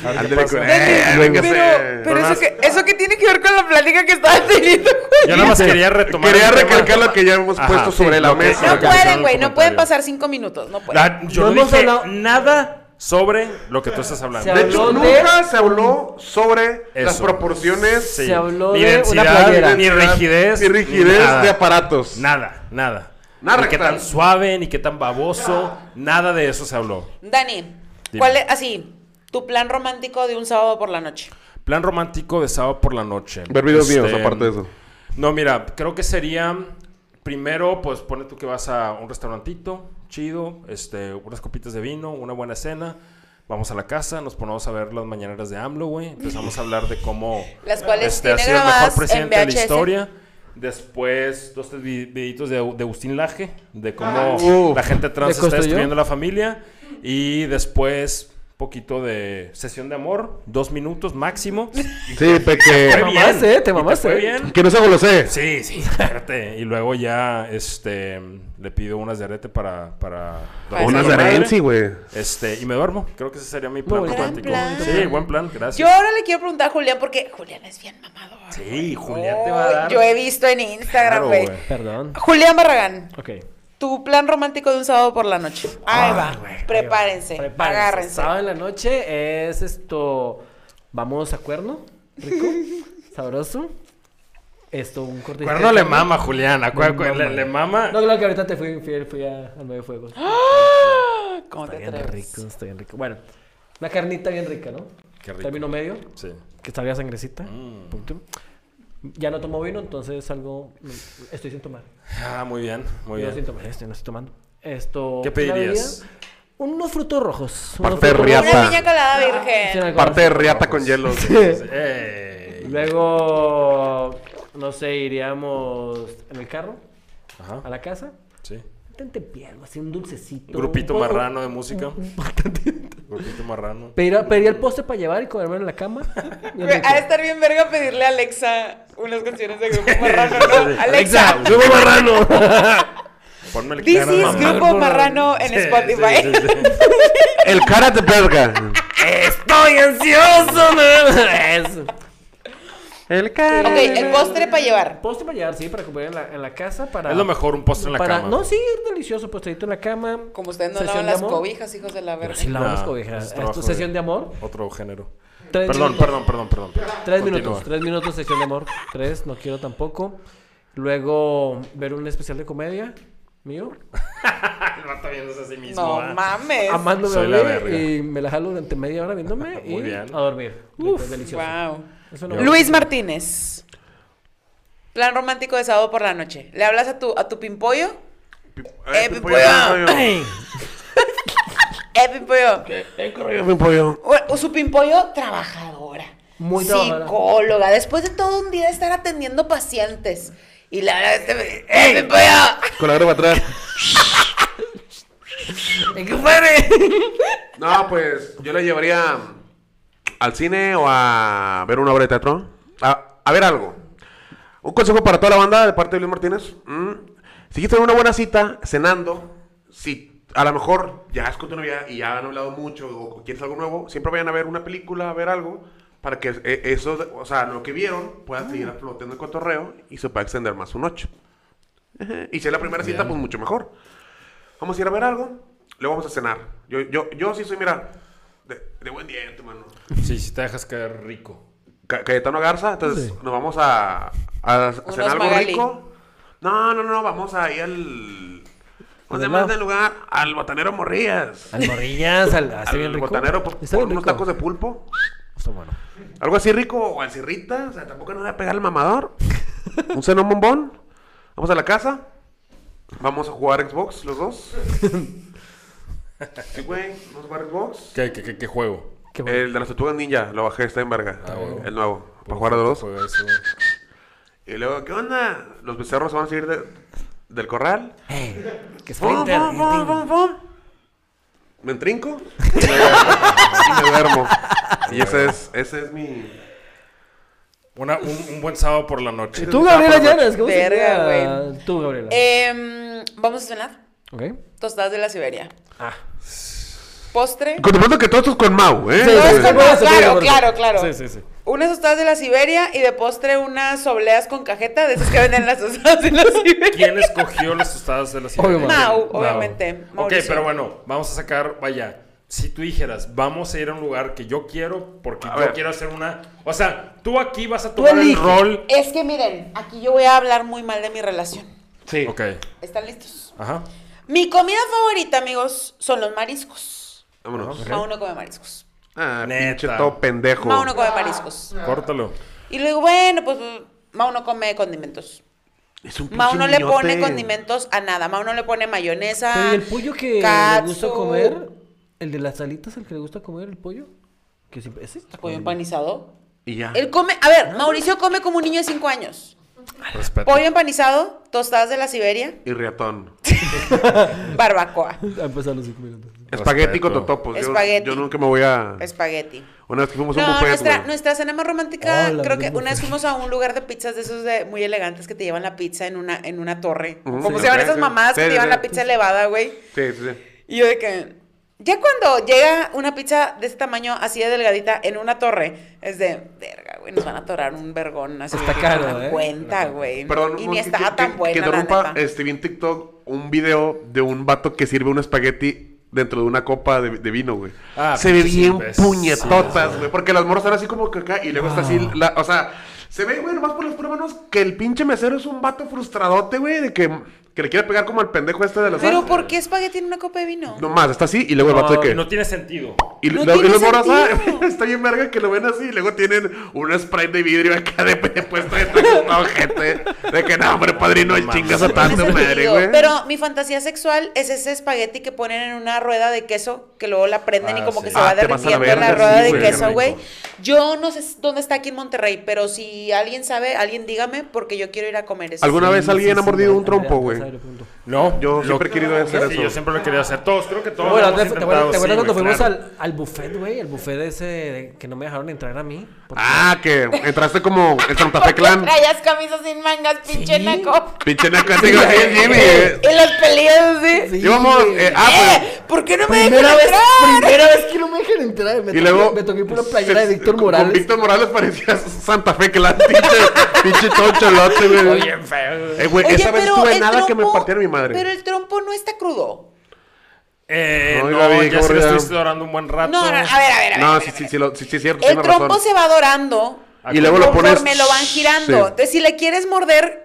[SPEAKER 2] Ándale con
[SPEAKER 1] Dani,
[SPEAKER 2] él.
[SPEAKER 1] pero,
[SPEAKER 2] Véngase.
[SPEAKER 1] pero eso,
[SPEAKER 5] más-
[SPEAKER 1] que, eso que tiene que ver con la plática que estaba teniendo, güey.
[SPEAKER 5] Yo nada más quería retomar.
[SPEAKER 2] Quería
[SPEAKER 5] el tema.
[SPEAKER 2] recalcar lo que ya hemos puesto sobre la
[SPEAKER 5] lo que-
[SPEAKER 2] mesa.
[SPEAKER 5] lo
[SPEAKER 1] No
[SPEAKER 5] que pusieron en
[SPEAKER 1] pueden,
[SPEAKER 5] el
[SPEAKER 1] güey. No pueden
[SPEAKER 5] comentario.
[SPEAKER 1] pasar 5 minutos. No pueden.
[SPEAKER 5] La- yo
[SPEAKER 4] No
[SPEAKER 5] no
[SPEAKER 4] hemos
[SPEAKER 5] dije
[SPEAKER 4] hablado-
[SPEAKER 5] nada sobre lo que tú estás hablando.
[SPEAKER 4] Se
[SPEAKER 2] De hecho,
[SPEAKER 4] Habló de-
[SPEAKER 2] nunca se habló sobre las
[SPEAKER 5] Eso.
[SPEAKER 2] proporciones
[SPEAKER 5] Sí.
[SPEAKER 4] Se habló
[SPEAKER 5] Ni
[SPEAKER 4] de una
[SPEAKER 5] densidad,
[SPEAKER 4] playera.
[SPEAKER 5] Ni rigidez.
[SPEAKER 2] ni rigidez
[SPEAKER 5] nada.
[SPEAKER 2] de aparatos.
[SPEAKER 5] Nada, nada.
[SPEAKER 2] Nada
[SPEAKER 5] ni qué
[SPEAKER 2] rectal.
[SPEAKER 5] tan suave, ni qué tan baboso. Nada de eso se habló.
[SPEAKER 1] Dani,
[SPEAKER 5] Dime.
[SPEAKER 1] ¿cuál es, así, tu plan romántico de un sábado por la noche?
[SPEAKER 5] Plan romántico de sábado por la noche.
[SPEAKER 2] Ver videos
[SPEAKER 5] Este,
[SPEAKER 2] míos, aparte de eso.
[SPEAKER 5] No, mira, creo que sería primero, pues pone tú que vas a un restaurantito chido, este, unas copitas de vino, una buena cena. Vamos a la casa, nos ponemos a ver las mañaneras de AMLO, güey. Empezamos a hablar de cómo
[SPEAKER 1] Las cuales
[SPEAKER 5] este, ha
[SPEAKER 1] tiene
[SPEAKER 5] sido el mejor
[SPEAKER 1] grabadas en
[SPEAKER 5] presidente de la
[SPEAKER 1] VHS.
[SPEAKER 5] historia. Después, dos, tres vi- videitos de, de Agustín Laje, de cómo
[SPEAKER 2] Uf.
[SPEAKER 5] la gente trans
[SPEAKER 4] ¿Le
[SPEAKER 5] está
[SPEAKER 4] costó yo?
[SPEAKER 5] destruyendo la familia. Y después, poquito de sesión de amor, dos minutos máximo.
[SPEAKER 2] Sí,
[SPEAKER 5] Fue
[SPEAKER 2] porque...
[SPEAKER 5] bien,
[SPEAKER 4] mamaste, eh, te
[SPEAKER 5] y
[SPEAKER 4] mamaste.
[SPEAKER 5] fue bien.
[SPEAKER 2] que no se golosee.
[SPEAKER 5] Sí, sí, espérate. Y luego ya, este, le pido unas de arete para... para
[SPEAKER 1] Para
[SPEAKER 2] Unas de
[SPEAKER 1] Madre.
[SPEAKER 2] Renzi, güey.
[SPEAKER 5] Este, y me duermo. Creo que ese sería mi plan
[SPEAKER 4] Muy buen
[SPEAKER 5] romántico.
[SPEAKER 1] plan.
[SPEAKER 5] Sí, buen plan, gracias.
[SPEAKER 1] Yo ahora le quiero preguntar a Julián porque Julián es bien mamado.
[SPEAKER 5] Sí, Julián te va a dar...
[SPEAKER 1] Yo he visto en Instagram,
[SPEAKER 5] Claro,
[SPEAKER 1] güey.
[SPEAKER 5] güey.
[SPEAKER 4] Perdón.
[SPEAKER 1] Julián Barragán,
[SPEAKER 4] Ok.
[SPEAKER 1] tu plan romántico de un sábado por la noche. Ahí
[SPEAKER 4] Ah,
[SPEAKER 1] va.
[SPEAKER 4] güey,
[SPEAKER 1] prepárense,
[SPEAKER 4] Prepárense.
[SPEAKER 1] Agárrense.
[SPEAKER 4] Sábado en la noche es esto. Vamos a cuerno. Rico. sabroso. Esto, un corte.
[SPEAKER 5] Cuerno le mama, Julián. a cuer-
[SPEAKER 4] Le mama.
[SPEAKER 5] Le, le mama.
[SPEAKER 4] No, claro que ahorita te fui infiel, fui a- al medio fuego.
[SPEAKER 1] Ah, ¿Cómo te
[SPEAKER 4] Está bien
[SPEAKER 1] atreves?
[SPEAKER 4] rico, está bien rico. Bueno, una carnita bien rica, ¿no?
[SPEAKER 5] Qué rico.
[SPEAKER 4] Término medio,
[SPEAKER 5] Sí.
[SPEAKER 4] que sabía sangrecita.
[SPEAKER 5] Mm.
[SPEAKER 4] Punto. Ya no tomo vino, entonces algo. Estoy sin tomar.
[SPEAKER 5] Ah, muy bien, muy
[SPEAKER 4] Yo sin
[SPEAKER 5] bien.
[SPEAKER 4] tomar, estoy, no estoy tomando. Esto.
[SPEAKER 5] ¿Qué
[SPEAKER 4] una
[SPEAKER 5] pedirías?
[SPEAKER 4] bebida, Unos frutos rojos. unos
[SPEAKER 2] Parte de
[SPEAKER 4] frutos
[SPEAKER 2] riata.
[SPEAKER 1] Una piña
[SPEAKER 4] Ah,
[SPEAKER 1] colada
[SPEAKER 4] rojos, sin
[SPEAKER 1] virgen.
[SPEAKER 4] alcohol.
[SPEAKER 2] Parte de riata con hielo.
[SPEAKER 5] Ey.
[SPEAKER 4] Luego, no sé, iríamos en el carro a
[SPEAKER 5] Ajá,
[SPEAKER 4] la casa.
[SPEAKER 5] sí.
[SPEAKER 4] Tente pierdo, así un dulcecito.
[SPEAKER 5] Grupito
[SPEAKER 4] un poco-
[SPEAKER 5] marrano de música. Grupito marrano.
[SPEAKER 4] Pedir- Pediría el postre para llevar y comerme en la cama. Bien
[SPEAKER 1] Güey,
[SPEAKER 4] rico.
[SPEAKER 1] Ha de estar bien verga pedirle a Alexa unas canciones de grupo marrano, ¿no? Alexa,
[SPEAKER 5] Alexa,
[SPEAKER 2] ¡Grupo marrano!
[SPEAKER 5] Ponme el
[SPEAKER 1] this
[SPEAKER 5] cara,
[SPEAKER 1] is
[SPEAKER 5] mamá.
[SPEAKER 1] grupo marrano en
[SPEAKER 5] Sí, sí,
[SPEAKER 1] Spotify.
[SPEAKER 5] sí, sí.
[SPEAKER 2] El cara de verga.
[SPEAKER 4] Estoy ansioso, man. El cara.
[SPEAKER 1] Ok, el postre para llevar.
[SPEAKER 4] Postre para llevar, sí, para comer en la, en la casa. Para,
[SPEAKER 5] Es lo mejor, un postre en la
[SPEAKER 4] para-
[SPEAKER 5] cama.
[SPEAKER 4] No, sí, es delicioso. Postrecito en la cama.
[SPEAKER 1] Como ustedes no lavan
[SPEAKER 4] sesión de
[SPEAKER 1] las
[SPEAKER 4] amor.
[SPEAKER 1] cobijas, hijos de la verga.
[SPEAKER 4] Pero sí lavamos
[SPEAKER 5] Nah,
[SPEAKER 4] cobijas.
[SPEAKER 5] es
[SPEAKER 4] Esto,
[SPEAKER 5] trabajo de-
[SPEAKER 4] sesión de amor.
[SPEAKER 5] Otro género.
[SPEAKER 4] Tres
[SPEAKER 5] Perdón,
[SPEAKER 4] minutos.
[SPEAKER 5] perdón, perdón, perdón.
[SPEAKER 4] Tres
[SPEAKER 5] Continúa.
[SPEAKER 4] minutos, tres minutos, sesión de amor. Tres, no quiero tampoco. Luego, ver un especial de comedia mío.
[SPEAKER 5] El vato viéndose a sí mismo.
[SPEAKER 1] No
[SPEAKER 5] ah.
[SPEAKER 1] mames.
[SPEAKER 4] Amándome
[SPEAKER 5] Soy
[SPEAKER 4] a
[SPEAKER 5] la
[SPEAKER 4] mí
[SPEAKER 5] verga.
[SPEAKER 4] y me la jalo durante media hora viéndome
[SPEAKER 5] Muy
[SPEAKER 4] y
[SPEAKER 5] bien.
[SPEAKER 4] a dormir. Rico, es pues delicioso.
[SPEAKER 1] Wow.
[SPEAKER 4] Es una buena-
[SPEAKER 1] Luis Martínez. Plan romántico de sábado por la noche. ¿Le hablas a tu, a tu pimpollo? Eh,
[SPEAKER 2] Pimpollo,
[SPEAKER 1] Pimpollo.
[SPEAKER 2] Pimpollo.
[SPEAKER 1] Eh, pimpollo.
[SPEAKER 2] Pimpollo.
[SPEAKER 1] O, o su pimpollo trabajadora.
[SPEAKER 4] Muy
[SPEAKER 1] Psicóloga.
[SPEAKER 4] trabajadora.
[SPEAKER 1] Después de todo un día de estar atendiendo pacientes. Y la verdad, este- ¡Eh, pimpollo!
[SPEAKER 2] Con la graba atrás.
[SPEAKER 4] ¡Eh, compadre!
[SPEAKER 2] No, pues yo le llevaría al cine o a ver una obra de teatro. A, a ver algo. Un consejo para toda la banda de parte de Luis Martínez. Mm. Si quieres tener una buena cita, cenando, si a lo mejor ya es con tu novia y ya han hablado mucho o quieres algo nuevo, siempre vayan a ver una película, a ver algo, para que eh, eso, o sea, lo que vieron pueda seguir flotando el cotorreo y se pueda extender más su noche. Ajá. Y si es la primera cita, pues mucho mejor. Vamos a ir a ver algo, luego vamos a cenar. Yo, yo, yo sí soy, mira, de, de buen diente, mano.
[SPEAKER 5] Sí, si te dejas caer rico.
[SPEAKER 2] Ca- Cayetano Garza, entonces nos vamos a, a cenar algo
[SPEAKER 1] Magali.
[SPEAKER 2] rico. No, no, no, vamos a ir al...
[SPEAKER 4] ¿Al
[SPEAKER 2] ¿Dónde
[SPEAKER 4] del
[SPEAKER 2] más
[SPEAKER 4] lado?
[SPEAKER 2] del este lugar? Al botanero Morrillas.
[SPEAKER 4] Al morrillas, al, así
[SPEAKER 2] al
[SPEAKER 4] bien rico.
[SPEAKER 2] botanero por,
[SPEAKER 4] Está
[SPEAKER 2] por
[SPEAKER 4] bien
[SPEAKER 2] unos
[SPEAKER 4] rico.
[SPEAKER 2] tacos de pulpo.
[SPEAKER 4] Está bueno.
[SPEAKER 2] Algo así rico o al cirrita. O sea, tampoco nos voy a pegar al mamador. Un cenón bombón. Vamos a la casa. Vamos a jugar Xbox los dos. Sí, güey. Vamos a jugar Xbox.
[SPEAKER 5] ¿Qué, qué, qué, qué juego?
[SPEAKER 4] Qué bueno. Ah,
[SPEAKER 2] El de las tortugas ninja. Lo bajé, está en verga.
[SPEAKER 5] bueno.
[SPEAKER 2] El nuevo. Para jugar a los dos.
[SPEAKER 5] Juego ese, güey.
[SPEAKER 2] Y luego, ¿qué onda? Los becerros van a salir de- del corral.
[SPEAKER 4] Eh, que
[SPEAKER 2] ¡Pum,
[SPEAKER 4] sprinter.
[SPEAKER 2] pum, pum, pum, pum! Me entrinco. Y me duermo. Y, me duermo. Y ese es, ese es mi...
[SPEAKER 5] Una- un, un buen sábado por la noche.
[SPEAKER 4] ¿Y tú, Gabriela Llanes? ¿Cómo
[SPEAKER 1] Ah, Verga,
[SPEAKER 4] sería
[SPEAKER 1] güey.
[SPEAKER 4] Tú, Gabriela.
[SPEAKER 1] Em, Vamos a cenar.
[SPEAKER 4] ok.
[SPEAKER 1] Tostadas de la Siberia.
[SPEAKER 4] Ah.
[SPEAKER 1] Postre.
[SPEAKER 2] Con pronto que todos con Mau, ¿eh?
[SPEAKER 1] No, es
[SPEAKER 4] sí,
[SPEAKER 1] como-
[SPEAKER 4] sí,
[SPEAKER 1] claro,
[SPEAKER 4] sí, sí, sí.
[SPEAKER 1] claro, claro.
[SPEAKER 4] Sí, sí, sí.
[SPEAKER 1] Unas tostadas de la Siberia y de postre unas obleas con cajeta de esas que venden las tostadas de la Siberia.
[SPEAKER 5] ¿Quién escogió las tostadas de la ciudad?
[SPEAKER 4] Obvio,
[SPEAKER 1] Mau, obviamente,
[SPEAKER 5] Ok,
[SPEAKER 1] Mauricio.
[SPEAKER 5] pero bueno, vamos a sacar, vaya, si tú dijeras, vamos a ir a un lugar que yo quiero, porque
[SPEAKER 2] A
[SPEAKER 5] yo
[SPEAKER 2] ver.
[SPEAKER 5] quiero hacer una... O sea, tú aquí vas a tomar el
[SPEAKER 4] eliges.
[SPEAKER 5] rol...
[SPEAKER 1] Es que miren, aquí yo voy a hablar muy mal de mi relación.
[SPEAKER 2] Sí.
[SPEAKER 5] Ok,
[SPEAKER 1] ¿Están listos?
[SPEAKER 5] ajá.
[SPEAKER 1] Mi comida favorita, amigos, son los mariscos.
[SPEAKER 2] Vámonos.
[SPEAKER 1] Mau no come mariscos.
[SPEAKER 2] Ah,
[SPEAKER 5] Neta.
[SPEAKER 2] pinche todo pendejo.
[SPEAKER 1] Mau no come mariscos.
[SPEAKER 5] Córtalo.
[SPEAKER 1] Y luego, bueno, pues Mau no come condimentos.
[SPEAKER 2] Es un pinche
[SPEAKER 1] Mau no le
[SPEAKER 2] niñote.
[SPEAKER 1] pone condimentos a nada. Mau no le pone mayonesa.
[SPEAKER 4] Pero ¿y el pollo que
[SPEAKER 1] katsu,
[SPEAKER 4] le gusta comer? ¿El de las alitas, el que le gusta comer, el pollo? Que siempre- ese está
[SPEAKER 1] Pollo
[SPEAKER 4] comiendo.
[SPEAKER 1] empanizado.
[SPEAKER 2] Y ya.
[SPEAKER 1] Él come, a ver, Mauricio come como un niño de 5 años.
[SPEAKER 5] Respeto.
[SPEAKER 1] Pollo empanizado, tostadas de la Siberia,
[SPEAKER 2] Y riatón.
[SPEAKER 1] barbacoa,
[SPEAKER 4] Ah, empezaron los cinco minutos.
[SPEAKER 2] Espagueti con
[SPEAKER 5] Respeto.
[SPEAKER 2] totopos. Yo,
[SPEAKER 1] Espagueti.
[SPEAKER 2] yo nunca me voy a...
[SPEAKER 1] espagueti.
[SPEAKER 2] Una vez que fuimos a Pues un
[SPEAKER 1] No,
[SPEAKER 2] buffet,
[SPEAKER 1] nuestra,
[SPEAKER 2] güey.
[SPEAKER 1] nuestra cena más romántica,
[SPEAKER 4] Oh, la
[SPEAKER 1] creo que
[SPEAKER 4] misma
[SPEAKER 1] una vez fuimos a un lugar de pizzas de esos de muy elegantes que te llevan la pizza en una, en una torre.
[SPEAKER 2] Ujú.
[SPEAKER 1] Como
[SPEAKER 2] Sí,
[SPEAKER 1] se llaman
[SPEAKER 2] ok,
[SPEAKER 1] esas
[SPEAKER 2] sí.
[SPEAKER 1] mamadas que
[SPEAKER 2] Sí,
[SPEAKER 1] te
[SPEAKER 2] sí,
[SPEAKER 1] llevan
[SPEAKER 2] sí.
[SPEAKER 1] la pizza elevada, güey.
[SPEAKER 2] Sí, sí, sí.
[SPEAKER 1] Y yo de que. Ya cuando llega una pizza de este tamaño, así de delgadita, en una torre, es de, verga, güey, nos van a atorar un vergón. Así
[SPEAKER 4] Está
[SPEAKER 1] de que
[SPEAKER 4] caro,
[SPEAKER 1] se dan
[SPEAKER 4] ¿eh?
[SPEAKER 1] cuenta, güey.
[SPEAKER 2] Perdón,
[SPEAKER 1] y
[SPEAKER 2] un-
[SPEAKER 1] ni
[SPEAKER 2] que-
[SPEAKER 1] estaba
[SPEAKER 2] que-
[SPEAKER 1] tan
[SPEAKER 2] que-
[SPEAKER 1] buena,
[SPEAKER 2] Que
[SPEAKER 1] la
[SPEAKER 2] interrumpa,
[SPEAKER 1] neta.
[SPEAKER 2] este, vi en TikTok un video de un vato que sirve un espagueti dentro de una copa de, de vino, güey.
[SPEAKER 5] Ah,
[SPEAKER 2] se ve
[SPEAKER 5] pinches
[SPEAKER 2] bien
[SPEAKER 5] imbéciles,
[SPEAKER 2] puñetotas, güey. Porque las morras están así como que acá y luego está así, la- o sea, se ve, güey, nomás por las pruebas manos que el pinche mesero es un vato frustradote, güey, de que, que le quiere pegar como al pendejo este de las
[SPEAKER 1] Pero ¿por qué espagueti en una copa de vino?
[SPEAKER 2] Nomás, está así y luego el vato de que...
[SPEAKER 5] No, no tiene sentido.
[SPEAKER 2] Y,
[SPEAKER 1] No
[SPEAKER 2] lo- y
[SPEAKER 1] tiene
[SPEAKER 2] los morras, ah,
[SPEAKER 1] sentido.
[SPEAKER 2] está bien verga que lo ven así. Y luego tienen un spray de vidrio acá de, de puesto de todo gente. De que no, hombre, padrino, el
[SPEAKER 5] No
[SPEAKER 2] chingas a
[SPEAKER 5] mames.
[SPEAKER 1] Tiene
[SPEAKER 2] tanto madre,
[SPEAKER 1] sentido,
[SPEAKER 2] güey.
[SPEAKER 1] Pero mi fantasía sexual es ese espagueti que ponen en una rueda de queso, que luego la prenden y
[SPEAKER 5] Ah,
[SPEAKER 1] como
[SPEAKER 5] sí.
[SPEAKER 1] que se
[SPEAKER 2] Ah,
[SPEAKER 1] va
[SPEAKER 2] te vas a la
[SPEAKER 1] derritiendo la,
[SPEAKER 2] verga,
[SPEAKER 1] rueda
[SPEAKER 2] sí,
[SPEAKER 1] de
[SPEAKER 2] güey, qué
[SPEAKER 1] queso,
[SPEAKER 5] rico.
[SPEAKER 1] güey. Yo no sé s- dónde está aquí en Monterrey, pero si alguien sabe, alguien dígame, porque yo quiero ir a comer eso.
[SPEAKER 2] ¿Alguna vez alguien ha mordido
[SPEAKER 4] sí,
[SPEAKER 2] un trompo,
[SPEAKER 4] Andrea,
[SPEAKER 2] güey?
[SPEAKER 4] Rosario, punto.
[SPEAKER 5] No.
[SPEAKER 2] Yo
[SPEAKER 5] lo-
[SPEAKER 2] siempre he querido hacer
[SPEAKER 5] Sí,
[SPEAKER 2] eso.
[SPEAKER 5] yo siempre lo he querido hacer. Todos, creo que todos.
[SPEAKER 4] Bueno,
[SPEAKER 5] lo
[SPEAKER 4] Andrea,
[SPEAKER 5] hemos
[SPEAKER 4] ¿te acuerdas,
[SPEAKER 5] intentado,
[SPEAKER 4] te acuerdas
[SPEAKER 5] sí,
[SPEAKER 4] cuando fuimos
[SPEAKER 5] güey, claro.
[SPEAKER 4] al, al buffet, güey? El buffet de ese de- que no me dejaron entrar a mí. porque-
[SPEAKER 2] Ah, que entraste como el Santa Fe Clan.
[SPEAKER 1] Traías camisas sin mangas, pinche
[SPEAKER 4] Sí.
[SPEAKER 1] naco.
[SPEAKER 2] Pinche naca, digo, eh, Jimmy. eh.
[SPEAKER 1] Y los peleos, sí.
[SPEAKER 4] Sí,
[SPEAKER 2] Íbamos,
[SPEAKER 4] güey.
[SPEAKER 2] eh, ah,
[SPEAKER 1] ¡Eh! ¿Por qué no me dejan entrar?
[SPEAKER 4] primera vez que no me dejan entrar.
[SPEAKER 2] pero.
[SPEAKER 4] Me
[SPEAKER 2] pues, Y luego.
[SPEAKER 4] me toqué por una
[SPEAKER 2] se-
[SPEAKER 4] playera de Víctor
[SPEAKER 2] con- Con
[SPEAKER 4] Morales.
[SPEAKER 2] Víctor Morales parecía Santa Fe Clan, pinche, pinche cholote, güey.
[SPEAKER 5] Oye, feo.
[SPEAKER 2] Eh, güey,
[SPEAKER 1] Oye,
[SPEAKER 2] esa vez
[SPEAKER 1] pero
[SPEAKER 2] tuve
[SPEAKER 1] el
[SPEAKER 2] nada que me
[SPEAKER 1] trompo-
[SPEAKER 2] partiera mi madre.
[SPEAKER 1] Pero el trompo no está crudo.
[SPEAKER 5] Eh,
[SPEAKER 2] No,
[SPEAKER 5] no,
[SPEAKER 2] Gaby,
[SPEAKER 5] ya
[SPEAKER 2] ¿cómo
[SPEAKER 5] sí lo
[SPEAKER 2] era?
[SPEAKER 5] estuviste dorando un buen rato.
[SPEAKER 1] No, no, a ver, a ver, a ver. a
[SPEAKER 2] No,
[SPEAKER 1] ver,
[SPEAKER 2] sí,
[SPEAKER 1] a
[SPEAKER 2] sí,
[SPEAKER 1] ver.
[SPEAKER 2] sí, lo- sí, sí es cierto,
[SPEAKER 1] El
[SPEAKER 2] tiene Pues razón.
[SPEAKER 1] trompo se va dorando
[SPEAKER 2] Y luego lo pones.
[SPEAKER 1] conforme lo van girando.
[SPEAKER 2] Sí.
[SPEAKER 1] Entonces, si le quieres morder,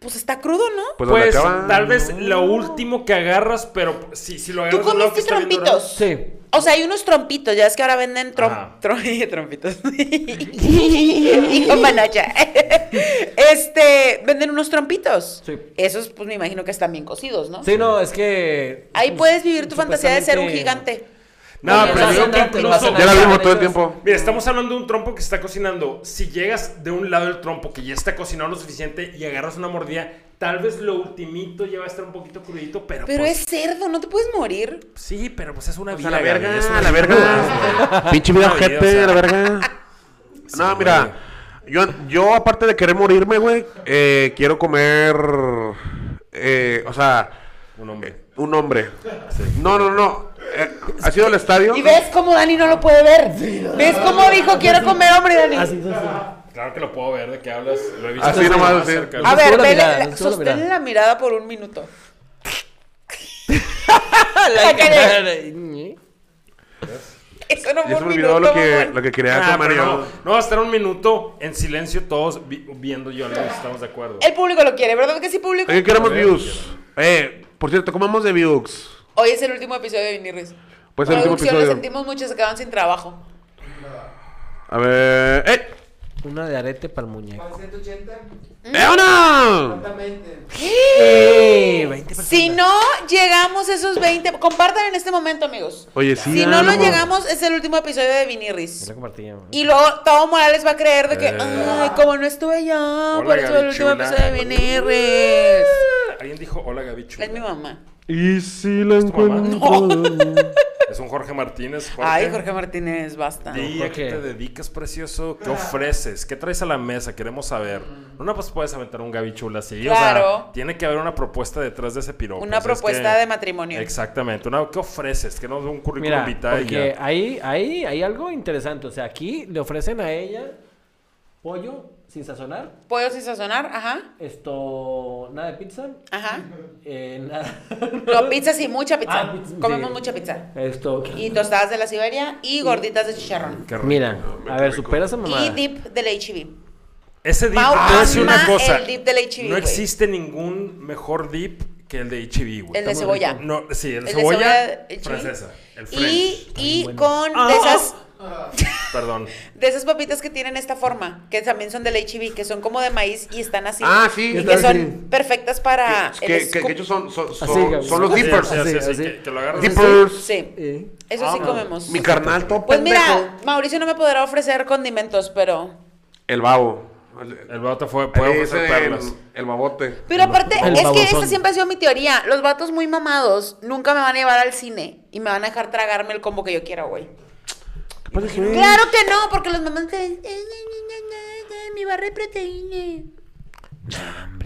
[SPEAKER 1] pues está crudo, ¿no?
[SPEAKER 2] Pues, donde
[SPEAKER 5] Pues
[SPEAKER 2] acaba-
[SPEAKER 5] tal vez lo último que agarras, pero si, si lo agarras.
[SPEAKER 1] Tú
[SPEAKER 5] de un lado que
[SPEAKER 1] comiste
[SPEAKER 5] está bien dorado-
[SPEAKER 1] trompitos.
[SPEAKER 4] Sí.
[SPEAKER 1] O sea, hay unos trompitos, ya es que ahora venden
[SPEAKER 5] Ajá.
[SPEAKER 1] trom trom- trompitos. y con manocha. este, venden unos trompitos.
[SPEAKER 4] Sí.
[SPEAKER 1] Esos, pues me imagino que están bien cocidos, ¿no?
[SPEAKER 4] Sí, no, es que. pues,
[SPEAKER 1] Ahí puedes vivir tu fantasía de ser un
[SPEAKER 4] Supuestamente-
[SPEAKER 1] gigante.
[SPEAKER 5] No,
[SPEAKER 4] Oye,
[SPEAKER 5] pero
[SPEAKER 4] vas
[SPEAKER 5] yo
[SPEAKER 4] a
[SPEAKER 5] creo que
[SPEAKER 4] cenar, te lo
[SPEAKER 5] incluso-
[SPEAKER 4] vas a
[SPEAKER 2] Ya la
[SPEAKER 4] cenar,
[SPEAKER 2] vimos todo el
[SPEAKER 4] ellos-
[SPEAKER 2] tiempo.
[SPEAKER 5] Mira, estamos hablando de un trompo que se está cocinando. Si llegas de un lado del trompo que ya está cocinado lo suficiente y agarras una mordida, tal vez lo ultimito ya va a estar un poquito crudito, pero.
[SPEAKER 1] Pero
[SPEAKER 5] pues,
[SPEAKER 1] es cerdo, no te puedes morir.
[SPEAKER 5] Sí, pero pues es una
[SPEAKER 2] O sea,
[SPEAKER 5] vida.
[SPEAKER 2] la verga,
[SPEAKER 5] Gaby, es una
[SPEAKER 2] la
[SPEAKER 5] vida más,
[SPEAKER 2] verga.
[SPEAKER 5] güey.
[SPEAKER 2] Pinche vida
[SPEAKER 5] Una vida,
[SPEAKER 2] ojete,
[SPEAKER 5] o sea.
[SPEAKER 2] la verga. no, mira. Yo, yo, aparte de querer morirme, güey, eh, quiero comer. eh, o sea, eh,
[SPEAKER 5] Un hombre.
[SPEAKER 2] un hombre. No, no, no. Eh, ¿Has ido al estadio?
[SPEAKER 1] Y ves cómo Dani no lo puede ver. ¿Ves cómo dijo quiero comer hombre, Dani?
[SPEAKER 4] Así, así.
[SPEAKER 5] Claro que lo puedo ver, ¿de qué hablas? Lo he visto.
[SPEAKER 2] Así
[SPEAKER 5] desde
[SPEAKER 2] nomás,
[SPEAKER 5] más
[SPEAKER 2] sí.
[SPEAKER 5] cerca. Ah,
[SPEAKER 1] A
[SPEAKER 4] Nos
[SPEAKER 1] ver,
[SPEAKER 4] estuvo la
[SPEAKER 1] vele,
[SPEAKER 4] mirada,
[SPEAKER 1] la-
[SPEAKER 4] nos estuvo la
[SPEAKER 1] sostén
[SPEAKER 4] mirada.
[SPEAKER 1] la mirada por un minuto. La cara. Eso no
[SPEAKER 2] Ya
[SPEAKER 1] fue
[SPEAKER 2] se
[SPEAKER 1] un
[SPEAKER 2] me olvidó lo
[SPEAKER 1] minuto,
[SPEAKER 2] que,
[SPEAKER 1] mamón.
[SPEAKER 2] lo que quería
[SPEAKER 5] Ah,
[SPEAKER 2] comer
[SPEAKER 5] pero
[SPEAKER 2] yo.
[SPEAKER 5] no, no va a estar un minuto en silencio todos vi- viendo yo, algo, estamos de acuerdo.
[SPEAKER 1] El público lo quiere, ¿verdad que sí, público?
[SPEAKER 2] Oye, queremos
[SPEAKER 5] A ver,
[SPEAKER 2] views. Eh, por cierto, comamos de views.
[SPEAKER 1] Hoy es el último episodio de Vinirris.
[SPEAKER 2] Pues el último
[SPEAKER 1] Producción, Lo
[SPEAKER 2] episodio.
[SPEAKER 1] sentimos mucho, se quedaron sin trabajo.
[SPEAKER 2] A ver. ¡Eh!
[SPEAKER 4] Una de arete para el muñeco.
[SPEAKER 3] Para 180,
[SPEAKER 2] ¡Eh, una!
[SPEAKER 3] exactamente.
[SPEAKER 4] ¡Eh! 20
[SPEAKER 2] Pues
[SPEAKER 4] personas.
[SPEAKER 1] Si no llegamos a esos 20, compartan en este momento, amigos.
[SPEAKER 2] Oye, sí.
[SPEAKER 1] Si no lo
[SPEAKER 2] ánimo.
[SPEAKER 1] llegamos, es el último episodio de Vinirris.
[SPEAKER 4] Lo compartíamos.
[SPEAKER 1] Y luego Tavo Morales va a creer de que,
[SPEAKER 5] Eh.
[SPEAKER 1] ay, como no estuve yo, por eso el último
[SPEAKER 5] Gabichula.
[SPEAKER 1] episodio de Vinirris.
[SPEAKER 5] Alguien dijo, hola Gaby Chula".
[SPEAKER 1] Es mi mamá.
[SPEAKER 2] Y si la
[SPEAKER 5] tu mamá?
[SPEAKER 2] encuentro.
[SPEAKER 5] Es un Jorge Martínez.
[SPEAKER 1] Ay, Jorge Martínez, basta.
[SPEAKER 5] ¿Y a qué te dedicas, precioso? ¿Qué ofreces? ¿Qué traes a la mesa? Queremos saber. No pues puedes aventar un Gaby Chula así. O
[SPEAKER 1] Mm. Claro.
[SPEAKER 5] sea, tiene que haber una propuesta detrás de ese piropo.
[SPEAKER 1] Una
[SPEAKER 5] o sea, es
[SPEAKER 1] propuesta
[SPEAKER 5] que-
[SPEAKER 1] de matrimonio.
[SPEAKER 5] Exactamente. Una- ¿Qué ofreces? Que no un currículum
[SPEAKER 4] Mira,
[SPEAKER 5] vitae y
[SPEAKER 4] porque
[SPEAKER 5] ya.
[SPEAKER 4] ahí, ahí hay algo interesante. O sea, aquí le ofrecen a ella pollo sin sazonar,
[SPEAKER 1] Pollo sin sazonar, ajá,
[SPEAKER 4] esto, nada de pizza,
[SPEAKER 1] ajá.
[SPEAKER 4] eh, nada.
[SPEAKER 1] No, pizza sí, mucha pizza.
[SPEAKER 4] Ah, pizza,
[SPEAKER 1] Comemos
[SPEAKER 4] sí.
[SPEAKER 1] mucha pizza.
[SPEAKER 4] Esto.
[SPEAKER 1] Y tostadas de la Siberia y gorditas de chicharrón.
[SPEAKER 5] Qué rico.
[SPEAKER 4] Mira,
[SPEAKER 2] hombre,
[SPEAKER 4] a
[SPEAKER 2] qué
[SPEAKER 4] ver,
[SPEAKER 2] rico.
[SPEAKER 4] supera esa
[SPEAKER 1] Y
[SPEAKER 4] mamada.
[SPEAKER 1] dip del HB.
[SPEAKER 5] Ese dip,
[SPEAKER 1] Mau
[SPEAKER 5] te voy a decir
[SPEAKER 1] ama
[SPEAKER 5] una cosa.
[SPEAKER 1] el dip del H-E-B,
[SPEAKER 5] no
[SPEAKER 1] güey.
[SPEAKER 5] existe ningún mejor dip que el de HB, güey.
[SPEAKER 1] El de
[SPEAKER 5] Está muy
[SPEAKER 1] cebolla.
[SPEAKER 5] rico. No, sí, el,
[SPEAKER 1] El de
[SPEAKER 5] cebolla
[SPEAKER 1] cebolla, el chili.
[SPEAKER 5] francesa. El French.
[SPEAKER 1] Y, y con de esas
[SPEAKER 5] Perdón.
[SPEAKER 1] De esas papitas que tienen esta forma, que también son del HIV, que son como de maíz y están así.
[SPEAKER 2] Ah, sí,
[SPEAKER 1] Y que
[SPEAKER 2] están
[SPEAKER 4] así.
[SPEAKER 1] son perfectas para.
[SPEAKER 2] que,
[SPEAKER 1] el
[SPEAKER 2] que- que
[SPEAKER 1] scoop.
[SPEAKER 2] ellos son, son, son-
[SPEAKER 4] Así, Gaby.
[SPEAKER 2] son los
[SPEAKER 5] Sí,
[SPEAKER 2] dippers.
[SPEAKER 5] sí, sí,
[SPEAKER 4] Así,
[SPEAKER 5] sí,
[SPEAKER 4] así.
[SPEAKER 5] que- que lo agarras.
[SPEAKER 2] Dippers.
[SPEAKER 1] Sí,
[SPEAKER 4] Eh,
[SPEAKER 1] eso sí comemos.
[SPEAKER 2] Mi carnal, todo
[SPEAKER 1] Pues
[SPEAKER 2] pendejo.
[SPEAKER 1] mira, Mauricio no me podrá ofrecer condimentos, pero.
[SPEAKER 2] El babo.
[SPEAKER 5] El vato fue, puede
[SPEAKER 2] Ese,
[SPEAKER 5] ofrecer perlas.
[SPEAKER 2] el, el babote.
[SPEAKER 1] Pero aparte,
[SPEAKER 4] El
[SPEAKER 1] es que
[SPEAKER 4] babosón.
[SPEAKER 1] esta siempre ha sido mi teoría. Los vatos muy mamados nunca me van a llevar al cine y me van a dejar tragarme el combo que yo quiera, güey. Claro que no, porque los mamás te dicen, "Eh, na, na, na, na, mi barra de proteína.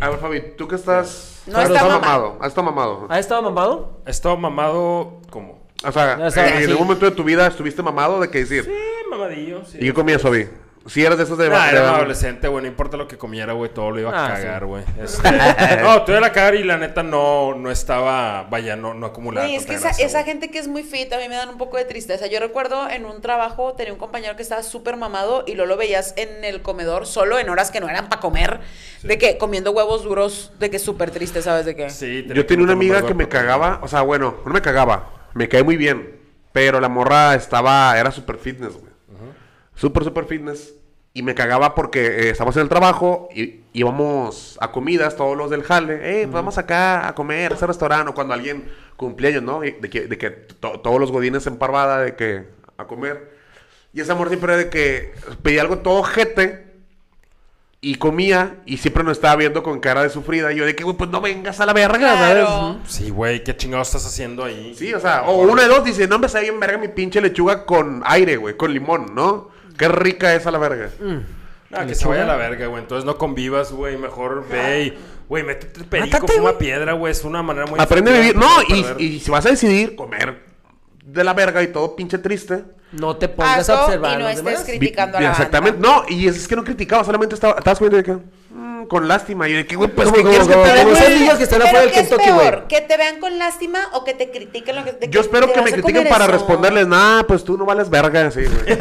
[SPEAKER 2] A ver, Fabi, tú que estás.
[SPEAKER 1] No está mamado.
[SPEAKER 2] mamado. Has estado mamado.
[SPEAKER 4] ¿Ha estado mamado?
[SPEAKER 5] He estado mamado como.
[SPEAKER 2] O sea,
[SPEAKER 4] No, está
[SPEAKER 2] eh, en
[SPEAKER 4] así.
[SPEAKER 2] algún momento de tu vida estuviste mamado de qué decir.
[SPEAKER 5] Eh, mamadillo, sí.
[SPEAKER 2] ¿Y qué comías, Fabi? Si eras de esos de.
[SPEAKER 5] Nah,
[SPEAKER 2] de-
[SPEAKER 5] era un adolescente, güey. No importa lo que comiera, güey. Todo lo iba a
[SPEAKER 4] Ah,
[SPEAKER 5] cagar, güey. Este, no, te iba a cagar y la neta no, no estaba. Vaya, no, no acumulaba.
[SPEAKER 1] Güey, es que
[SPEAKER 5] tanta
[SPEAKER 1] esa,
[SPEAKER 5] grasa,
[SPEAKER 1] esa
[SPEAKER 5] güey.
[SPEAKER 1] gente que es muy fit, a mí me dan un poco de tristeza. Yo recuerdo en un trabajo, tenía un compañero que estaba súper mamado y luego lo veías en el comedor solo en horas que no eran para comer, de que comiendo huevos duros, de que súper triste, ¿sabes de qué?
[SPEAKER 5] Sí,
[SPEAKER 2] Yo tenía una
[SPEAKER 5] que meterlo
[SPEAKER 2] amiga
[SPEAKER 5] por
[SPEAKER 2] que me
[SPEAKER 5] cuerpo.
[SPEAKER 2] cagaba, o sea, bueno, no me cagaba, me cae muy bien, pero la morra estaba, era super fitness, güey. Super, super fitness. Y me cagaba porque eh, estábamos en el trabajo y íbamos a comidas, todos los del jale. Eh, pues vamos acá a comer, a ese restaurante, o cuando alguien cumpleaños, ¿no? Y De que, de que to- todos los godines en parvada, de que a comer. Y esa morra siempre era de que pedía algo todo jete. Y comía y siempre nos estaba viendo con cara de sufrida. Y yo de que, güey, pues no vengas a la verga. ¿sabes?
[SPEAKER 1] Claro.
[SPEAKER 5] Sí, güey, ¿qué chingados estás haciendo ahí?
[SPEAKER 2] Sí, o sea, o uno de dos dice, no me sabe bien verga mi pinche lechuga con aire, güey, con limón, ¿no? Qué rica es a la verga.
[SPEAKER 4] Mm.
[SPEAKER 5] No, que se vaya a la verga, güey. Entonces no convivas, güey. Mejor ve y, güey, métete perico,
[SPEAKER 4] Mátate,
[SPEAKER 5] fuma
[SPEAKER 4] güey.
[SPEAKER 5] piedra, güey. Es una
[SPEAKER 4] Pues
[SPEAKER 5] manera muy.
[SPEAKER 2] Aprende a vivir.
[SPEAKER 5] efectiva
[SPEAKER 2] No,
[SPEAKER 5] de
[SPEAKER 2] y,
[SPEAKER 5] perder.
[SPEAKER 2] y si vas a decidir comer de la verga y todo pinche triste.
[SPEAKER 4] No te pongas
[SPEAKER 1] Hazlo
[SPEAKER 4] a observar.
[SPEAKER 1] y
[SPEAKER 4] a
[SPEAKER 1] no
[SPEAKER 4] los
[SPEAKER 1] estés
[SPEAKER 4] demás.
[SPEAKER 1] cri-
[SPEAKER 2] vi-
[SPEAKER 1] Criticando a la
[SPEAKER 2] Exactamente. No, y es, es que no criticaba, solamente estaba, estabas comiendo de que, mm, con lástima. Y de que, güey, pues,
[SPEAKER 4] ¿Cómo,
[SPEAKER 2] ¿qué
[SPEAKER 4] cómo,
[SPEAKER 2] quieres que
[SPEAKER 4] cómo,
[SPEAKER 2] te dé,
[SPEAKER 4] cómo?
[SPEAKER 2] güey?
[SPEAKER 4] Esas niñas que están
[SPEAKER 1] Pero
[SPEAKER 4] afuera del
[SPEAKER 1] ¿qué es
[SPEAKER 4] Kentucky, güey.
[SPEAKER 1] peor? ¿Que te vean con lástima o que te critiquen lo que de
[SPEAKER 2] Yo espero
[SPEAKER 1] te
[SPEAKER 2] que
[SPEAKER 1] vas
[SPEAKER 2] me
[SPEAKER 1] a
[SPEAKER 2] critiquen
[SPEAKER 1] comer
[SPEAKER 2] para
[SPEAKER 1] eso?
[SPEAKER 2] responderles, nah, pues tú no vales verga, sí, güey.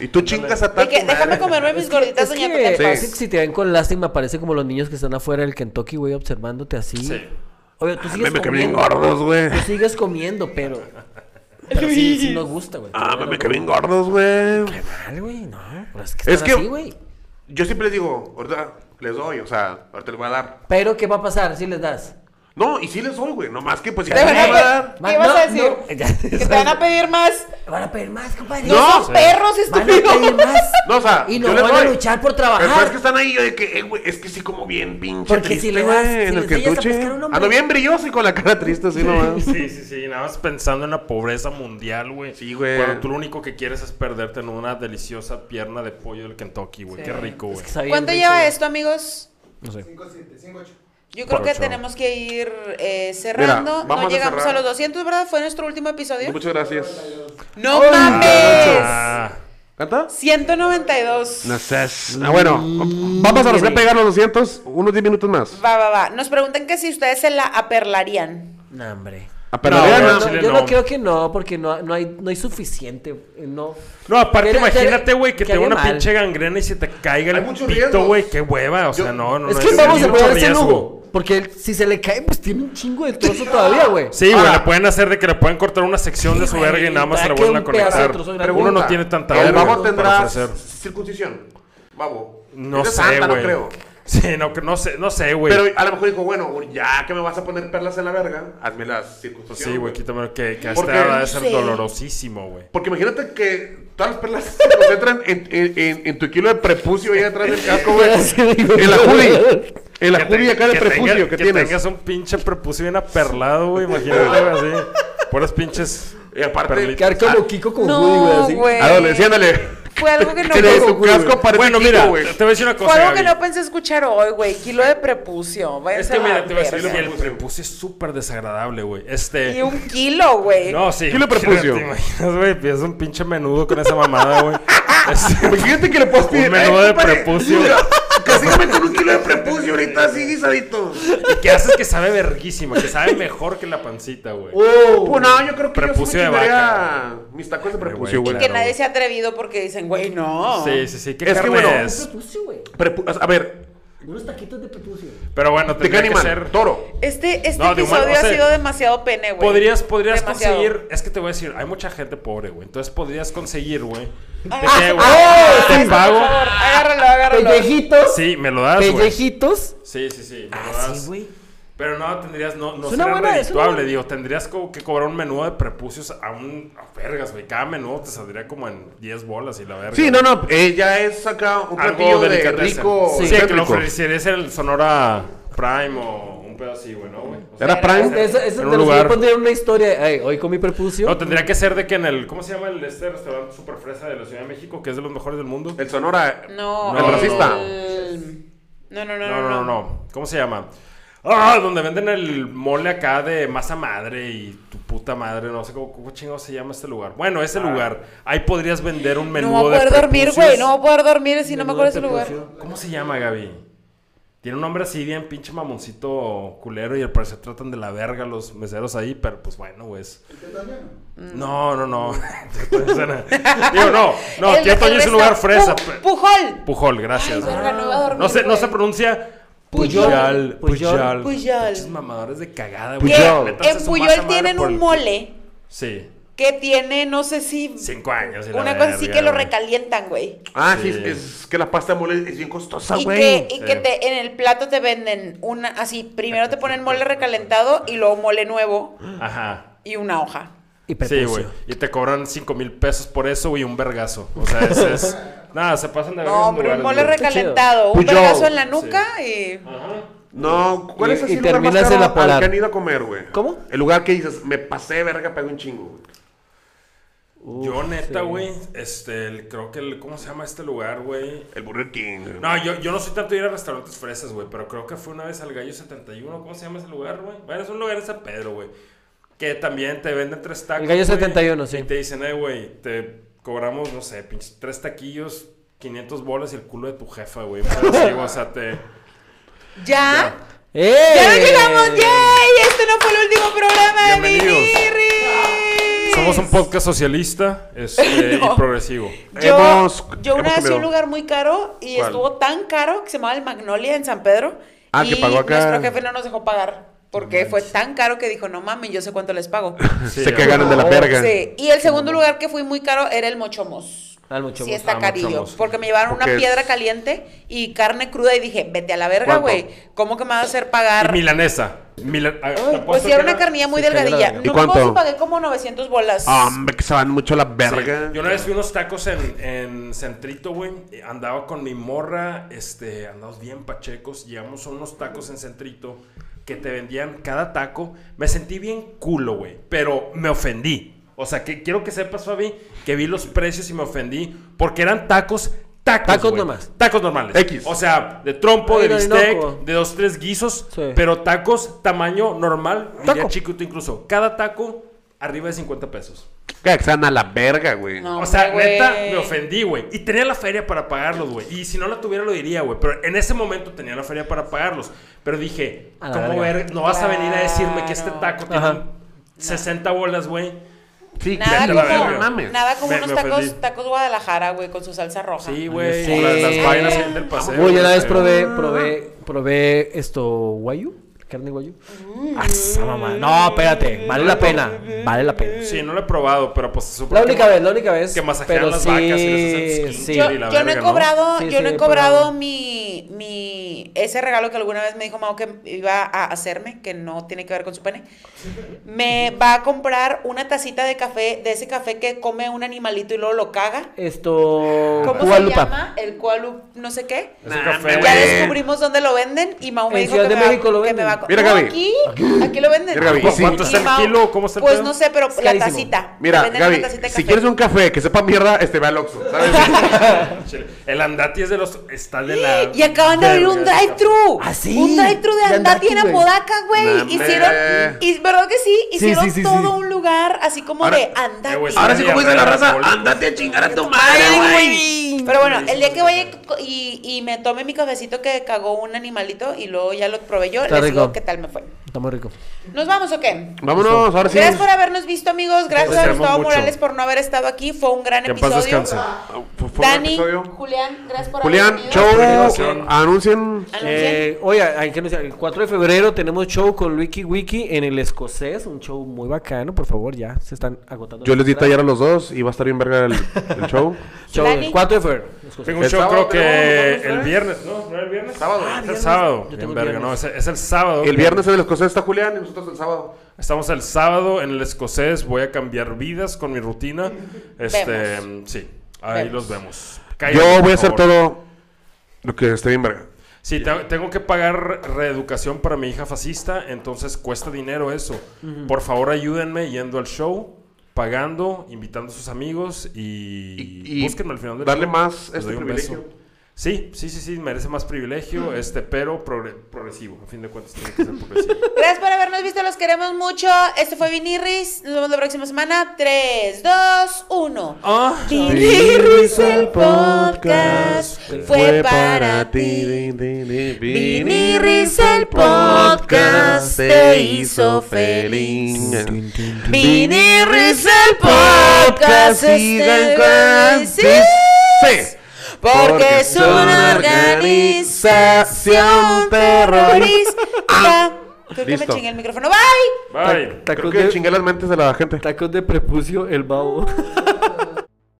[SPEAKER 2] Y tú chingas a
[SPEAKER 1] De
[SPEAKER 2] tal.
[SPEAKER 1] que
[SPEAKER 2] tu madre.
[SPEAKER 1] déjame comerme mis gorditas,
[SPEAKER 4] Es
[SPEAKER 1] doña
[SPEAKER 4] que-
[SPEAKER 1] Pepe Paz.
[SPEAKER 4] es que si te ven con lástima, parece como los niños que están afuera del Kentucky, güey, observándote así.
[SPEAKER 5] Sí.
[SPEAKER 4] Oye, tú
[SPEAKER 2] Me
[SPEAKER 4] sigues
[SPEAKER 2] me quedé bien
[SPEAKER 4] comiendo.
[SPEAKER 2] gordos, güey.
[SPEAKER 4] Tú sigues comiendo, pero. Pero sí, sí nos gusta, güey.
[SPEAKER 2] Ah, me me quedé bien gordos, güey.
[SPEAKER 4] mal, güey, no. pero es que.
[SPEAKER 2] Es
[SPEAKER 4] están
[SPEAKER 2] que-
[SPEAKER 4] así, güey.
[SPEAKER 2] Yo siempre les digo, ahorita les doy, o sea, ahorita les voy a dar.
[SPEAKER 4] Pero, ¿qué va a pasar si les das?
[SPEAKER 2] No, y sí les doy, güey, nomás que pues ya
[SPEAKER 1] Te van
[SPEAKER 2] les voy a
[SPEAKER 1] a
[SPEAKER 2] dar.
[SPEAKER 1] pe- ¿Qué vas a decir?
[SPEAKER 4] no, ya,
[SPEAKER 1] Que te van a pedir más.
[SPEAKER 4] Van a pedir más, compadre.
[SPEAKER 1] No,
[SPEAKER 2] No,
[SPEAKER 1] son perros,
[SPEAKER 4] Van a pedir
[SPEAKER 1] estúpido.
[SPEAKER 4] más.
[SPEAKER 2] No, o sea,
[SPEAKER 4] Y
[SPEAKER 2] yo
[SPEAKER 4] no
[SPEAKER 2] les
[SPEAKER 4] van a
[SPEAKER 2] doy.
[SPEAKER 4] luchar por
[SPEAKER 2] Pero pues, es
[SPEAKER 4] trabajar.
[SPEAKER 2] que están ahí, yo de que, eh, güey, es que sí como bien pinche
[SPEAKER 4] Porque
[SPEAKER 2] triste,
[SPEAKER 4] si le das-
[SPEAKER 2] güey,
[SPEAKER 4] si
[SPEAKER 2] en
[SPEAKER 4] les
[SPEAKER 2] el
[SPEAKER 4] enseñas a
[SPEAKER 2] Kentucky.
[SPEAKER 4] pescar a un hombre-
[SPEAKER 2] Ando bien brilloso y con la cara triste, así nomás.
[SPEAKER 5] Sí, sí, sí, nada más pensando en la pobreza mundial, güey.
[SPEAKER 2] Sí, güey.
[SPEAKER 5] Cuando tú lo único que quieres es perderte en una deliciosa pierna de pollo del Kentucky, güey. Qué rico, güey.
[SPEAKER 4] Es que sabía
[SPEAKER 1] ¿Cuánto
[SPEAKER 4] rico,
[SPEAKER 1] lleva
[SPEAKER 4] güey.
[SPEAKER 1] esto, amigos?
[SPEAKER 4] No sé.
[SPEAKER 3] 5, 7, 5, 8.
[SPEAKER 1] Yo creo que
[SPEAKER 5] Ocho.
[SPEAKER 1] tenemos que ir eh, cerrando.
[SPEAKER 2] vamos
[SPEAKER 1] no
[SPEAKER 2] a
[SPEAKER 1] llegamos a,
[SPEAKER 2] cerrar.
[SPEAKER 1] los 200, ¿verdad? Fue nuestro último episodio.
[SPEAKER 2] Muchas gracias.
[SPEAKER 1] ¡No
[SPEAKER 2] Ay,
[SPEAKER 1] mames!
[SPEAKER 5] Ah,
[SPEAKER 2] ¿Canta?
[SPEAKER 1] 192.
[SPEAKER 2] No seas- Ah, bueno, vamos a hacer pegar los 200, unos 10 minutos más.
[SPEAKER 1] Va, va, va. Nos preguntan que si ustedes se la aperlarían.
[SPEAKER 4] No, hombre.
[SPEAKER 2] A perder,
[SPEAKER 5] Ah, No,
[SPEAKER 2] ¿no?
[SPEAKER 5] güey,
[SPEAKER 4] No,
[SPEAKER 5] Chile
[SPEAKER 4] yo no.
[SPEAKER 5] no.
[SPEAKER 4] creo que no, porque no, no, hay, no hay suficiente. eh, No.
[SPEAKER 5] No, aparte,
[SPEAKER 4] Que-
[SPEAKER 5] imagínate, güey, que,
[SPEAKER 4] que
[SPEAKER 5] tenga
[SPEAKER 4] haría
[SPEAKER 5] una
[SPEAKER 4] mal.
[SPEAKER 5] pinche gangrena y se te caiga
[SPEAKER 2] Hay
[SPEAKER 5] el
[SPEAKER 2] mucho
[SPEAKER 5] pito,
[SPEAKER 2] riesgo.
[SPEAKER 5] güey. Qué hueva, o sea, no, no,
[SPEAKER 4] es
[SPEAKER 5] no,
[SPEAKER 4] que
[SPEAKER 5] es
[SPEAKER 4] vamos
[SPEAKER 5] mucho
[SPEAKER 4] a poner ese
[SPEAKER 5] riesgo.
[SPEAKER 4] nudo. Porque él, si se le cae, pues tiene un chingo de trozo todavía, güey.
[SPEAKER 5] Sí, güey,
[SPEAKER 2] Ahora-
[SPEAKER 5] le pueden hacer de que le pueden cortar una sección de su
[SPEAKER 4] güey,
[SPEAKER 5] verga y nada más se
[SPEAKER 4] para
[SPEAKER 5] la
[SPEAKER 4] que
[SPEAKER 5] vuelven
[SPEAKER 4] un
[SPEAKER 5] a
[SPEAKER 4] pedazo de
[SPEAKER 5] conectar.
[SPEAKER 4] trozo grande.
[SPEAKER 5] Pero uno no tiene tanta
[SPEAKER 2] El
[SPEAKER 5] verga
[SPEAKER 2] babo
[SPEAKER 5] para
[SPEAKER 2] tendrá
[SPEAKER 5] ofrecer.
[SPEAKER 2] circuncisión. Babo.
[SPEAKER 5] No
[SPEAKER 2] Es de
[SPEAKER 5] sé,
[SPEAKER 2] Santa, no
[SPEAKER 5] güey.
[SPEAKER 2] creo.
[SPEAKER 5] Sí, no, no sé, no sé, güey.
[SPEAKER 2] Pero a lo mejor dijo, bueno, ya que me vas a poner perlas en la verga, hazme las
[SPEAKER 5] Pues
[SPEAKER 2] circuncisión.
[SPEAKER 5] sí, güey, quítame que, que
[SPEAKER 2] Porque-
[SPEAKER 5] hasta va a ser
[SPEAKER 1] Sí.
[SPEAKER 5] dolorosísimo, güey.
[SPEAKER 2] Porque imagínate que todas las perlas se concentran en, en, en- en tu kilo de prepucio ahí atrás del casco, güey. En la juli. En la
[SPEAKER 5] Que te-
[SPEAKER 2] juli acá de
[SPEAKER 5] que
[SPEAKER 2] prepucio
[SPEAKER 5] tenga-
[SPEAKER 2] que
[SPEAKER 5] que
[SPEAKER 2] tienes.
[SPEAKER 5] tengas un pinche prepucio bien aperlado, güey, imagínate, güey, así. Puras pinches
[SPEAKER 2] Y aparte-
[SPEAKER 5] perlitas.
[SPEAKER 4] Quedar como Kiko con Woody, güey.
[SPEAKER 1] No,
[SPEAKER 4] así.
[SPEAKER 1] güey.
[SPEAKER 2] Ándale, sí, ándale.
[SPEAKER 1] Fue algo que no,
[SPEAKER 2] Sí,
[SPEAKER 4] güey,
[SPEAKER 2] su
[SPEAKER 4] güey.
[SPEAKER 2] casco parece
[SPEAKER 5] Bueno,
[SPEAKER 2] Kiko,
[SPEAKER 5] mira,
[SPEAKER 2] güey.
[SPEAKER 5] te te voy a decir una
[SPEAKER 1] fue
[SPEAKER 5] cosa,
[SPEAKER 1] algo que
[SPEAKER 5] Gaby.
[SPEAKER 1] no pues, pensé escuchar hoy, güey. Kilo de prepucio.
[SPEAKER 5] Es
[SPEAKER 1] Váyanse
[SPEAKER 5] que
[SPEAKER 1] a
[SPEAKER 5] mira,
[SPEAKER 1] la
[SPEAKER 5] te voy a decir
[SPEAKER 1] verga.
[SPEAKER 5] que el prepucio es súper desagradable, güey.
[SPEAKER 1] Y
[SPEAKER 5] Este...
[SPEAKER 1] un kilo, güey.
[SPEAKER 5] No, sí.
[SPEAKER 2] ¿Qué le prepucio?
[SPEAKER 5] ¿Te imaginas, güey? Pides un pinche menudo con esa mamada, güey. Este,
[SPEAKER 2] Imagínate que le puedes pedir. este
[SPEAKER 5] Un menudo
[SPEAKER 2] "Ay,
[SPEAKER 5] de
[SPEAKER 2] compadre,
[SPEAKER 5] prepucio".
[SPEAKER 2] Que sígame con un kilo de prepucio ahorita así guisadito.
[SPEAKER 5] ¿Qué haces que sabe verguísima? Que sabe mejor que la pancita, güey.
[SPEAKER 4] Oh.
[SPEAKER 2] Pues no, yo creo que
[SPEAKER 5] Prepucio
[SPEAKER 2] yo
[SPEAKER 5] de
[SPEAKER 2] sí me
[SPEAKER 5] vaca.
[SPEAKER 2] chingaría mis tacos de
[SPEAKER 5] Hombre,
[SPEAKER 2] prepucio,
[SPEAKER 5] güey,
[SPEAKER 2] güey.
[SPEAKER 1] Y que
[SPEAKER 5] claro.
[SPEAKER 1] nadie se ha atrevido porque dicen, güey, no.
[SPEAKER 5] Sí, sí, sí. ¿Qué
[SPEAKER 2] Es que,
[SPEAKER 5] carne
[SPEAKER 2] bueno,
[SPEAKER 5] es?
[SPEAKER 4] Sucio, güey.
[SPEAKER 2] Prepu- o sea, a ver,
[SPEAKER 4] Unos taquitos de petucio.
[SPEAKER 5] Pero bueno,
[SPEAKER 2] ¿De qué
[SPEAKER 5] tendría que
[SPEAKER 2] animal?
[SPEAKER 5] ser...
[SPEAKER 2] Toro.
[SPEAKER 1] Este, este
[SPEAKER 5] No, de
[SPEAKER 1] episodio
[SPEAKER 5] humano, o sea,
[SPEAKER 1] ha sido demasiado pene, güey.
[SPEAKER 5] Podrías, podrías
[SPEAKER 1] Demasiado.
[SPEAKER 5] conseguir... Es que te voy a decir, hay mucha gente pobre, güey. Entonces podrías conseguir, güey.
[SPEAKER 1] Ah,
[SPEAKER 5] ¿De qué, güey?
[SPEAKER 1] ah,
[SPEAKER 5] Te
[SPEAKER 1] esto,
[SPEAKER 5] pago.
[SPEAKER 1] por favor, Agárralo, agárralo.
[SPEAKER 4] Pellejitos.
[SPEAKER 5] Sí, me lo das, güey.
[SPEAKER 4] Pellejitos.
[SPEAKER 5] Sí, sí, sí. me lo
[SPEAKER 4] Ah,
[SPEAKER 5] das.
[SPEAKER 4] sí, güey.
[SPEAKER 5] Pero no, tendrías, no, no
[SPEAKER 4] Es una
[SPEAKER 5] sería
[SPEAKER 4] buena- es una
[SPEAKER 5] redituable,
[SPEAKER 4] buena-
[SPEAKER 5] digo, tendrías como que cobrar un menú de prepucios a un, a vergas, güey, cada menú te saldría como en 10 bolas y la verga.
[SPEAKER 2] Sí, no, no. eh, ya es acá un platillo de
[SPEAKER 5] delicateza.
[SPEAKER 2] rico.
[SPEAKER 5] Sí, que lo
[SPEAKER 2] excéntrico.
[SPEAKER 5] ofrecerías en el Sonora Prime o un pedo así, güey, ¿no, güey? O sea,
[SPEAKER 2] Era Prime.
[SPEAKER 4] Eso, eso
[SPEAKER 5] En
[SPEAKER 4] te
[SPEAKER 5] un
[SPEAKER 4] lo voy a
[SPEAKER 5] lugar.
[SPEAKER 4] poner en una historia. Ay, hoy comí prepucio.
[SPEAKER 5] No, tendría que ser de que en el, ¿cómo se llama el este restaurante super fresa de la Ciudad de México, que es de los mejores del mundo?
[SPEAKER 2] El Sonora.
[SPEAKER 1] No,
[SPEAKER 5] No,
[SPEAKER 2] El racista.
[SPEAKER 1] el- No, no, no,
[SPEAKER 5] No, no, no, no. ¿Cómo se llama? Ah, donde venden el mole acá de masa madre y tu puta madre, no sé cómo, cómo chingado se llama este lugar. Bueno, ese lugar. Ahí podrías vender un menú
[SPEAKER 1] Ah. No voy a
[SPEAKER 5] de
[SPEAKER 1] poder dormir,
[SPEAKER 5] prepucios.
[SPEAKER 1] güey. No voy a poder dormir si no me acuerdo ese lugar.
[SPEAKER 5] ¿Cómo se llama, Gaby? Tiene un nombre así bien pinche mamoncito culero y al parecer tratan de la verga los meseros ahí, pero pues bueno, güey. es- No, no, no. Suena- Digo, no, no,
[SPEAKER 1] El-
[SPEAKER 5] Tío
[SPEAKER 1] el
[SPEAKER 5] Toño es un lugar
[SPEAKER 1] resta-
[SPEAKER 5] fresa.
[SPEAKER 1] Pu-
[SPEAKER 5] pe-
[SPEAKER 1] Pujol.
[SPEAKER 5] Pujol, gracias.
[SPEAKER 1] Verga, no voy a dormir,
[SPEAKER 5] No se, no
[SPEAKER 1] güey.
[SPEAKER 5] se pronuncia
[SPEAKER 4] Puyol.
[SPEAKER 5] Puyol.
[SPEAKER 4] Puyol.
[SPEAKER 5] Puyol.
[SPEAKER 1] Puyol.
[SPEAKER 5] Pinches mamadores de
[SPEAKER 1] Que
[SPEAKER 5] cagada, güey. Métanse a
[SPEAKER 1] En
[SPEAKER 5] su masa
[SPEAKER 1] Puyol
[SPEAKER 5] madre
[SPEAKER 1] tienen
[SPEAKER 5] por
[SPEAKER 1] un
[SPEAKER 5] el-
[SPEAKER 1] mole
[SPEAKER 5] Sí.
[SPEAKER 1] que tiene, no sé si.
[SPEAKER 5] Cinco años. y la
[SPEAKER 1] Una cosa así
[SPEAKER 5] verga,
[SPEAKER 1] que lo
[SPEAKER 5] güey.
[SPEAKER 1] recalientan, güey.
[SPEAKER 2] Ah, sí,
[SPEAKER 5] Sí.
[SPEAKER 2] es, es que la pasta de mole es bien costosa,
[SPEAKER 1] Y
[SPEAKER 2] güey.
[SPEAKER 1] que, y que
[SPEAKER 5] Sí.
[SPEAKER 1] te, en el plato te venden una. Así, primero te ponen mole recalentado y luego mole nuevo
[SPEAKER 5] Ajá.
[SPEAKER 1] y una hoja.
[SPEAKER 4] Y
[SPEAKER 5] Sí,
[SPEAKER 4] prepucio.
[SPEAKER 5] güey. Y te cobran 5 mil pesos por eso, güey, un vergazo. O sea, ese es. Nada, se pasan de verga
[SPEAKER 1] No,
[SPEAKER 5] esos
[SPEAKER 1] hombre, un
[SPEAKER 5] lugares,
[SPEAKER 1] mole
[SPEAKER 5] güey.
[SPEAKER 1] recalentado, un
[SPEAKER 2] Puyol.
[SPEAKER 1] pedazo en la nuca y.
[SPEAKER 2] No, ¿cuál
[SPEAKER 4] Y-
[SPEAKER 2] es así
[SPEAKER 4] y
[SPEAKER 2] el lugar más
[SPEAKER 4] terminas en
[SPEAKER 2] caro
[SPEAKER 4] la
[SPEAKER 2] al
[SPEAKER 4] Polar.
[SPEAKER 2] que han ido a comer, güey?
[SPEAKER 4] ¿Cómo?
[SPEAKER 2] El lugar que dices, me pasé de verga, pegué un chingo. güey.
[SPEAKER 5] Yo, neta,
[SPEAKER 4] sí.
[SPEAKER 5] güey, este, el- creo que el. ¿Cómo se llama este lugar, güey?
[SPEAKER 2] El Burger King. güey.
[SPEAKER 5] No, yo, yo no soy tanto de ir a restaurantes fresas, güey, pero creo que fue una vez al Gallo 71, ¿cómo se llama ese lugar, güey? Bueno, es un lugar en San Pedro, güey, que también te venden tres tacos.
[SPEAKER 4] El Gallo
[SPEAKER 5] güey,
[SPEAKER 4] 71, sí.
[SPEAKER 5] Y te dicen, eh, güey, te cobramos, no sé, pinches tres taquillos, 500 bolas y el culo de tu jefa, güey. Pero sí, o sea, te...
[SPEAKER 1] ¡Ya!
[SPEAKER 4] ¡Eh!
[SPEAKER 1] ¡Ya nos llegamos! ¡Yay! Este no fue el último programa de
[SPEAKER 5] Bienvenidos.
[SPEAKER 1] Vinirris.
[SPEAKER 5] Somos un podcast socialista este,
[SPEAKER 1] No.
[SPEAKER 5] y progresivo.
[SPEAKER 1] Yo,
[SPEAKER 2] Hemos-
[SPEAKER 1] yo
[SPEAKER 2] hemos
[SPEAKER 1] una vez fui a
[SPEAKER 2] cambiado.
[SPEAKER 1] un lugar muy caro y
[SPEAKER 2] ¿Cuál?
[SPEAKER 1] estuvo tan caro que se llamaba el Magnolia en San Pedro.
[SPEAKER 2] Ah,
[SPEAKER 1] y
[SPEAKER 2] que pagó acá.
[SPEAKER 1] Nuestro jefe no nos dejó pagar porque fue tan caro que dijo: No mames, yo sé cuánto les pago.
[SPEAKER 2] se
[SPEAKER 5] Sí, güey.
[SPEAKER 2] cagaron de la verga.
[SPEAKER 1] Sí, Y el segundo lugar que fui muy caro era el Mochomos.
[SPEAKER 4] Ah, el Mochomos.
[SPEAKER 1] Sí, está
[SPEAKER 5] Ah,
[SPEAKER 1] carillo.
[SPEAKER 5] Mochomos.
[SPEAKER 1] Porque me llevaron
[SPEAKER 2] Porque
[SPEAKER 1] una
[SPEAKER 2] es-
[SPEAKER 1] piedra caliente y carne cruda y dije, vete a la verga,
[SPEAKER 2] ¿Cuánto?
[SPEAKER 1] güey. ¿Cómo que me vas a hacer
[SPEAKER 5] Y
[SPEAKER 1] pagar?
[SPEAKER 5] milanesa. Mila- ah, te apuesto
[SPEAKER 1] Pues sí,
[SPEAKER 5] que
[SPEAKER 1] era una carnilla muy
[SPEAKER 4] Sí, cayó la
[SPEAKER 1] delgadilla.
[SPEAKER 4] verga.
[SPEAKER 2] ¿Y
[SPEAKER 1] No me acuerdo
[SPEAKER 2] cuánto?
[SPEAKER 1] si pagué como 900 bolas.
[SPEAKER 2] Ah,
[SPEAKER 5] Ah,
[SPEAKER 2] Hombre, que se van mucho a la
[SPEAKER 5] Sí.
[SPEAKER 2] verga.
[SPEAKER 5] Yo una vez fui a unos tacos en, en Centrito, güey. eh, Andaba con mi morra, este, andamos bien pachecos. Llegamos a unos tacos en Centrito que te vendían cada taco. Me sentí bien culo, güey, pero me ofendí. O sea, que quiero que sepas, Fabi, que vi los precios y me ofendí porque eran tacos, tacos,
[SPEAKER 4] Tacos
[SPEAKER 5] güey.
[SPEAKER 4] nomás.
[SPEAKER 5] Tacos normales.
[SPEAKER 2] X.
[SPEAKER 5] O sea, de trompo,
[SPEAKER 4] Ay,
[SPEAKER 5] de
[SPEAKER 4] Orinoco.
[SPEAKER 5] bistec, de dos, tres guisos,
[SPEAKER 4] Sí.
[SPEAKER 5] pero tacos tamaño normal,
[SPEAKER 4] Taco.
[SPEAKER 5] diría chiquito incluso. Cada taco arriba de 50 pesos.
[SPEAKER 2] Que se van a la verga, güey.
[SPEAKER 1] No,
[SPEAKER 5] O sea,
[SPEAKER 1] hombre, güey.
[SPEAKER 5] neta, me ofendí, güey. Y tenía la feria para pagarlos, güey. Y si no la tuviera, lo diría, güey. Pero en ese momento tenía la feria para pagarlos. Pero dije,
[SPEAKER 4] A la
[SPEAKER 5] ¿cómo
[SPEAKER 4] verga.
[SPEAKER 5] ver? No vas a venir a decirme que este
[SPEAKER 1] Claro.
[SPEAKER 5] taco
[SPEAKER 4] Ajá.
[SPEAKER 5] tiene 60 bolas, güey.
[SPEAKER 2] Sí,
[SPEAKER 1] Nada
[SPEAKER 5] Vete a
[SPEAKER 2] claro,
[SPEAKER 5] la
[SPEAKER 1] como,
[SPEAKER 5] verga.
[SPEAKER 2] no mames.
[SPEAKER 1] nada como
[SPEAKER 5] Me-
[SPEAKER 1] unos
[SPEAKER 5] me ofendí.
[SPEAKER 1] tacos, tacos Guadalajara, güey, con su salsa roja.
[SPEAKER 5] Sí, güey.
[SPEAKER 4] sé.
[SPEAKER 5] O la- Las vainas ahí del paseo.
[SPEAKER 4] Uy, yo una
[SPEAKER 5] güey.
[SPEAKER 4] vez probé,
[SPEAKER 1] Ah.
[SPEAKER 4] probé, probé esto, guayu, carne guayu. Ah, esa mamá.
[SPEAKER 1] Mm.
[SPEAKER 4] No, espérate, vale la pena, vale la pena.
[SPEAKER 5] Sí, no lo he probado, pero pues se supone
[SPEAKER 4] La única
[SPEAKER 5] que-
[SPEAKER 4] vez, la única vez.
[SPEAKER 5] que masajean
[SPEAKER 4] pero
[SPEAKER 5] las
[SPEAKER 4] sí,
[SPEAKER 5] vacas y les hacen
[SPEAKER 4] sí.
[SPEAKER 5] skin
[SPEAKER 1] Yo,
[SPEAKER 5] y la
[SPEAKER 1] yo no he
[SPEAKER 5] verga, ¿no?
[SPEAKER 1] cobrado,
[SPEAKER 4] Sí,
[SPEAKER 1] yo no
[SPEAKER 4] sí,
[SPEAKER 1] he cobrado
[SPEAKER 4] pero-
[SPEAKER 1] mi, mi ese regalo que alguna vez me dijo Mao que iba a hacerme, que no tiene que ver con su pene. Me va a comprar una tacita de café, de ese café que come un animalito y luego lo caga.
[SPEAKER 4] Esto.
[SPEAKER 1] ¿Cómo
[SPEAKER 4] Cualupa.
[SPEAKER 1] se llama? El cualup, no sé qué.
[SPEAKER 5] Es un
[SPEAKER 2] Nah,
[SPEAKER 5] café,
[SPEAKER 2] me-
[SPEAKER 1] Ya
[SPEAKER 2] Eh.
[SPEAKER 5] güey.
[SPEAKER 1] descubrimos dónde lo venden y Mau me
[SPEAKER 4] En
[SPEAKER 1] dijo
[SPEAKER 4] Ciudad
[SPEAKER 1] que,
[SPEAKER 4] de
[SPEAKER 1] me
[SPEAKER 4] México
[SPEAKER 1] va,
[SPEAKER 4] lo
[SPEAKER 1] que
[SPEAKER 4] venden.
[SPEAKER 1] me va a co-
[SPEAKER 2] Mira,
[SPEAKER 1] No,
[SPEAKER 2] Gaby.
[SPEAKER 1] aquí, aquí lo venden.
[SPEAKER 2] Mira, Gaby,
[SPEAKER 1] Y
[SPEAKER 2] sí.
[SPEAKER 5] ¿Cuánto está el
[SPEAKER 1] Mau-
[SPEAKER 5] kilo? ¿Cómo está el
[SPEAKER 1] Pues
[SPEAKER 5] pedo?
[SPEAKER 1] no sé, pero
[SPEAKER 4] Es
[SPEAKER 1] la
[SPEAKER 4] carísimo.
[SPEAKER 1] tacita.
[SPEAKER 2] Mira,
[SPEAKER 1] Venden una
[SPEAKER 2] Gaby,
[SPEAKER 1] tacita de
[SPEAKER 2] si
[SPEAKER 1] café.
[SPEAKER 2] quieres un café que sepa mierda, este ve al Oxxo, ¿sabes?
[SPEAKER 5] Chile. El andati es de los... Está de la...
[SPEAKER 1] Y acaban de abrir un
[SPEAKER 5] verga.
[SPEAKER 1] drive-thru.
[SPEAKER 4] Ah, sí,
[SPEAKER 1] Un drive-thru de
[SPEAKER 4] de
[SPEAKER 1] Andati en
[SPEAKER 4] Andati, güey.
[SPEAKER 1] Apodaca, güey.
[SPEAKER 2] Nah,
[SPEAKER 1] Hicieron,
[SPEAKER 2] hombre.
[SPEAKER 1] y, ¿verdad que sí? Hicieron
[SPEAKER 4] sí, sí,
[SPEAKER 1] todo
[SPEAKER 4] sí.
[SPEAKER 1] un lugar así como
[SPEAKER 2] Ahora-
[SPEAKER 1] de Andati.
[SPEAKER 5] Eh, güey,
[SPEAKER 2] Ahora sí, como dice la raza,
[SPEAKER 5] Alcohólico.
[SPEAKER 2] andate a chingar a tu madre, güey.
[SPEAKER 1] Pero bueno, el día que vaya y, y me tome mi cafecito que cagó un animalito y luego ya lo probé yo,
[SPEAKER 4] Está
[SPEAKER 1] les
[SPEAKER 4] rico.
[SPEAKER 1] digo qué tal me fue.
[SPEAKER 4] Está muy rico.
[SPEAKER 1] ¿Nos vamos o qué?
[SPEAKER 2] Vámonos, ahora sí.
[SPEAKER 1] Gracias por habernos visto, amigos. Gracias a
[SPEAKER 5] Deseamos
[SPEAKER 1] Gustavo
[SPEAKER 5] mucho.
[SPEAKER 1] Morales por no haber estado aquí. Fue un gran
[SPEAKER 5] Que en paz
[SPEAKER 1] episodio.
[SPEAKER 5] descanse.
[SPEAKER 2] Ah, Fue- fue un
[SPEAKER 1] Dani,
[SPEAKER 2] episodio.
[SPEAKER 1] Julián, gracias por
[SPEAKER 2] Julián,
[SPEAKER 1] haber venido.
[SPEAKER 2] show. Anuncien.
[SPEAKER 1] Anuncien.
[SPEAKER 4] Eh, oye, hay que anunciar, el 4 de febrero tenemos show con Wiki Wiki en el escocés, un show muy bacano, por favor, ya se están agotando.
[SPEAKER 2] Yo
[SPEAKER 4] las
[SPEAKER 2] les di
[SPEAKER 4] entradas.
[SPEAKER 2] taller a los dos y va a estar bien verga el, el show.
[SPEAKER 4] Show
[SPEAKER 1] Dani.
[SPEAKER 4] el 4 de febrero. escocés.
[SPEAKER 5] Tengo un
[SPEAKER 2] El
[SPEAKER 5] show,
[SPEAKER 2] sábado
[SPEAKER 5] creo
[SPEAKER 2] tenemos,
[SPEAKER 5] que
[SPEAKER 2] ¿no?
[SPEAKER 5] el viernes, ¿no? ¿No era el viernes?
[SPEAKER 2] Sábado.
[SPEAKER 5] Ah, es el
[SPEAKER 4] viernes.
[SPEAKER 5] sábado.
[SPEAKER 4] Yo
[SPEAKER 5] Bien
[SPEAKER 4] tengo el
[SPEAKER 5] verga,
[SPEAKER 4] viernes.
[SPEAKER 5] no, es, es el sábado.
[SPEAKER 2] El viernes en el escocés está Julián y nosotros el sábado.
[SPEAKER 5] Estamos el sábado en el escocés. Voy a cambiar vidas con mi rutina. Este, sí, ahí
[SPEAKER 1] Vemos.
[SPEAKER 5] los vemos. Cáiganle,
[SPEAKER 2] Yo voy
[SPEAKER 5] por
[SPEAKER 2] a hacer
[SPEAKER 5] favor.
[SPEAKER 2] todo lo que esté bien verga.
[SPEAKER 5] Sí, te- tengo que pagar reeducación para mi hija fascista, entonces cuesta dinero eso. Por favor, ayúdenme yendo al show, pagando, invitando a sus amigos y,
[SPEAKER 2] Y- y
[SPEAKER 5] búsquenme al final del
[SPEAKER 2] darle
[SPEAKER 5] show.
[SPEAKER 2] más
[SPEAKER 5] Les
[SPEAKER 2] este
[SPEAKER 5] doy un
[SPEAKER 2] privilegio.
[SPEAKER 5] beso. Sí, sí, sí, sí, merece más privilegio, este, pero progre- progresivo. A fin de cuentas, tiene que ser progresivo.
[SPEAKER 1] Gracias por habernos visto, los queremos mucho. Esto fue Vinirris. Nos vemos la próxima semana. 3, 2, 1.
[SPEAKER 5] Ah.
[SPEAKER 1] Vinirris, el podcast fue para ti. Vinirris, el podcast te hizo feliz. Vinirris, el podcast
[SPEAKER 2] Sigan
[SPEAKER 1] te
[SPEAKER 2] con-
[SPEAKER 1] hizo
[SPEAKER 2] Sí.
[SPEAKER 1] Porque es una organización terrorista. Creo que me
[SPEAKER 2] Listo.
[SPEAKER 1] chingué el micrófono. Bye.
[SPEAKER 5] Bye.
[SPEAKER 4] Tacos
[SPEAKER 2] Creo que
[SPEAKER 4] de-
[SPEAKER 2] chingué las mentes de la gente.
[SPEAKER 1] Uh.
[SPEAKER 4] Tacos de prepucio el babo.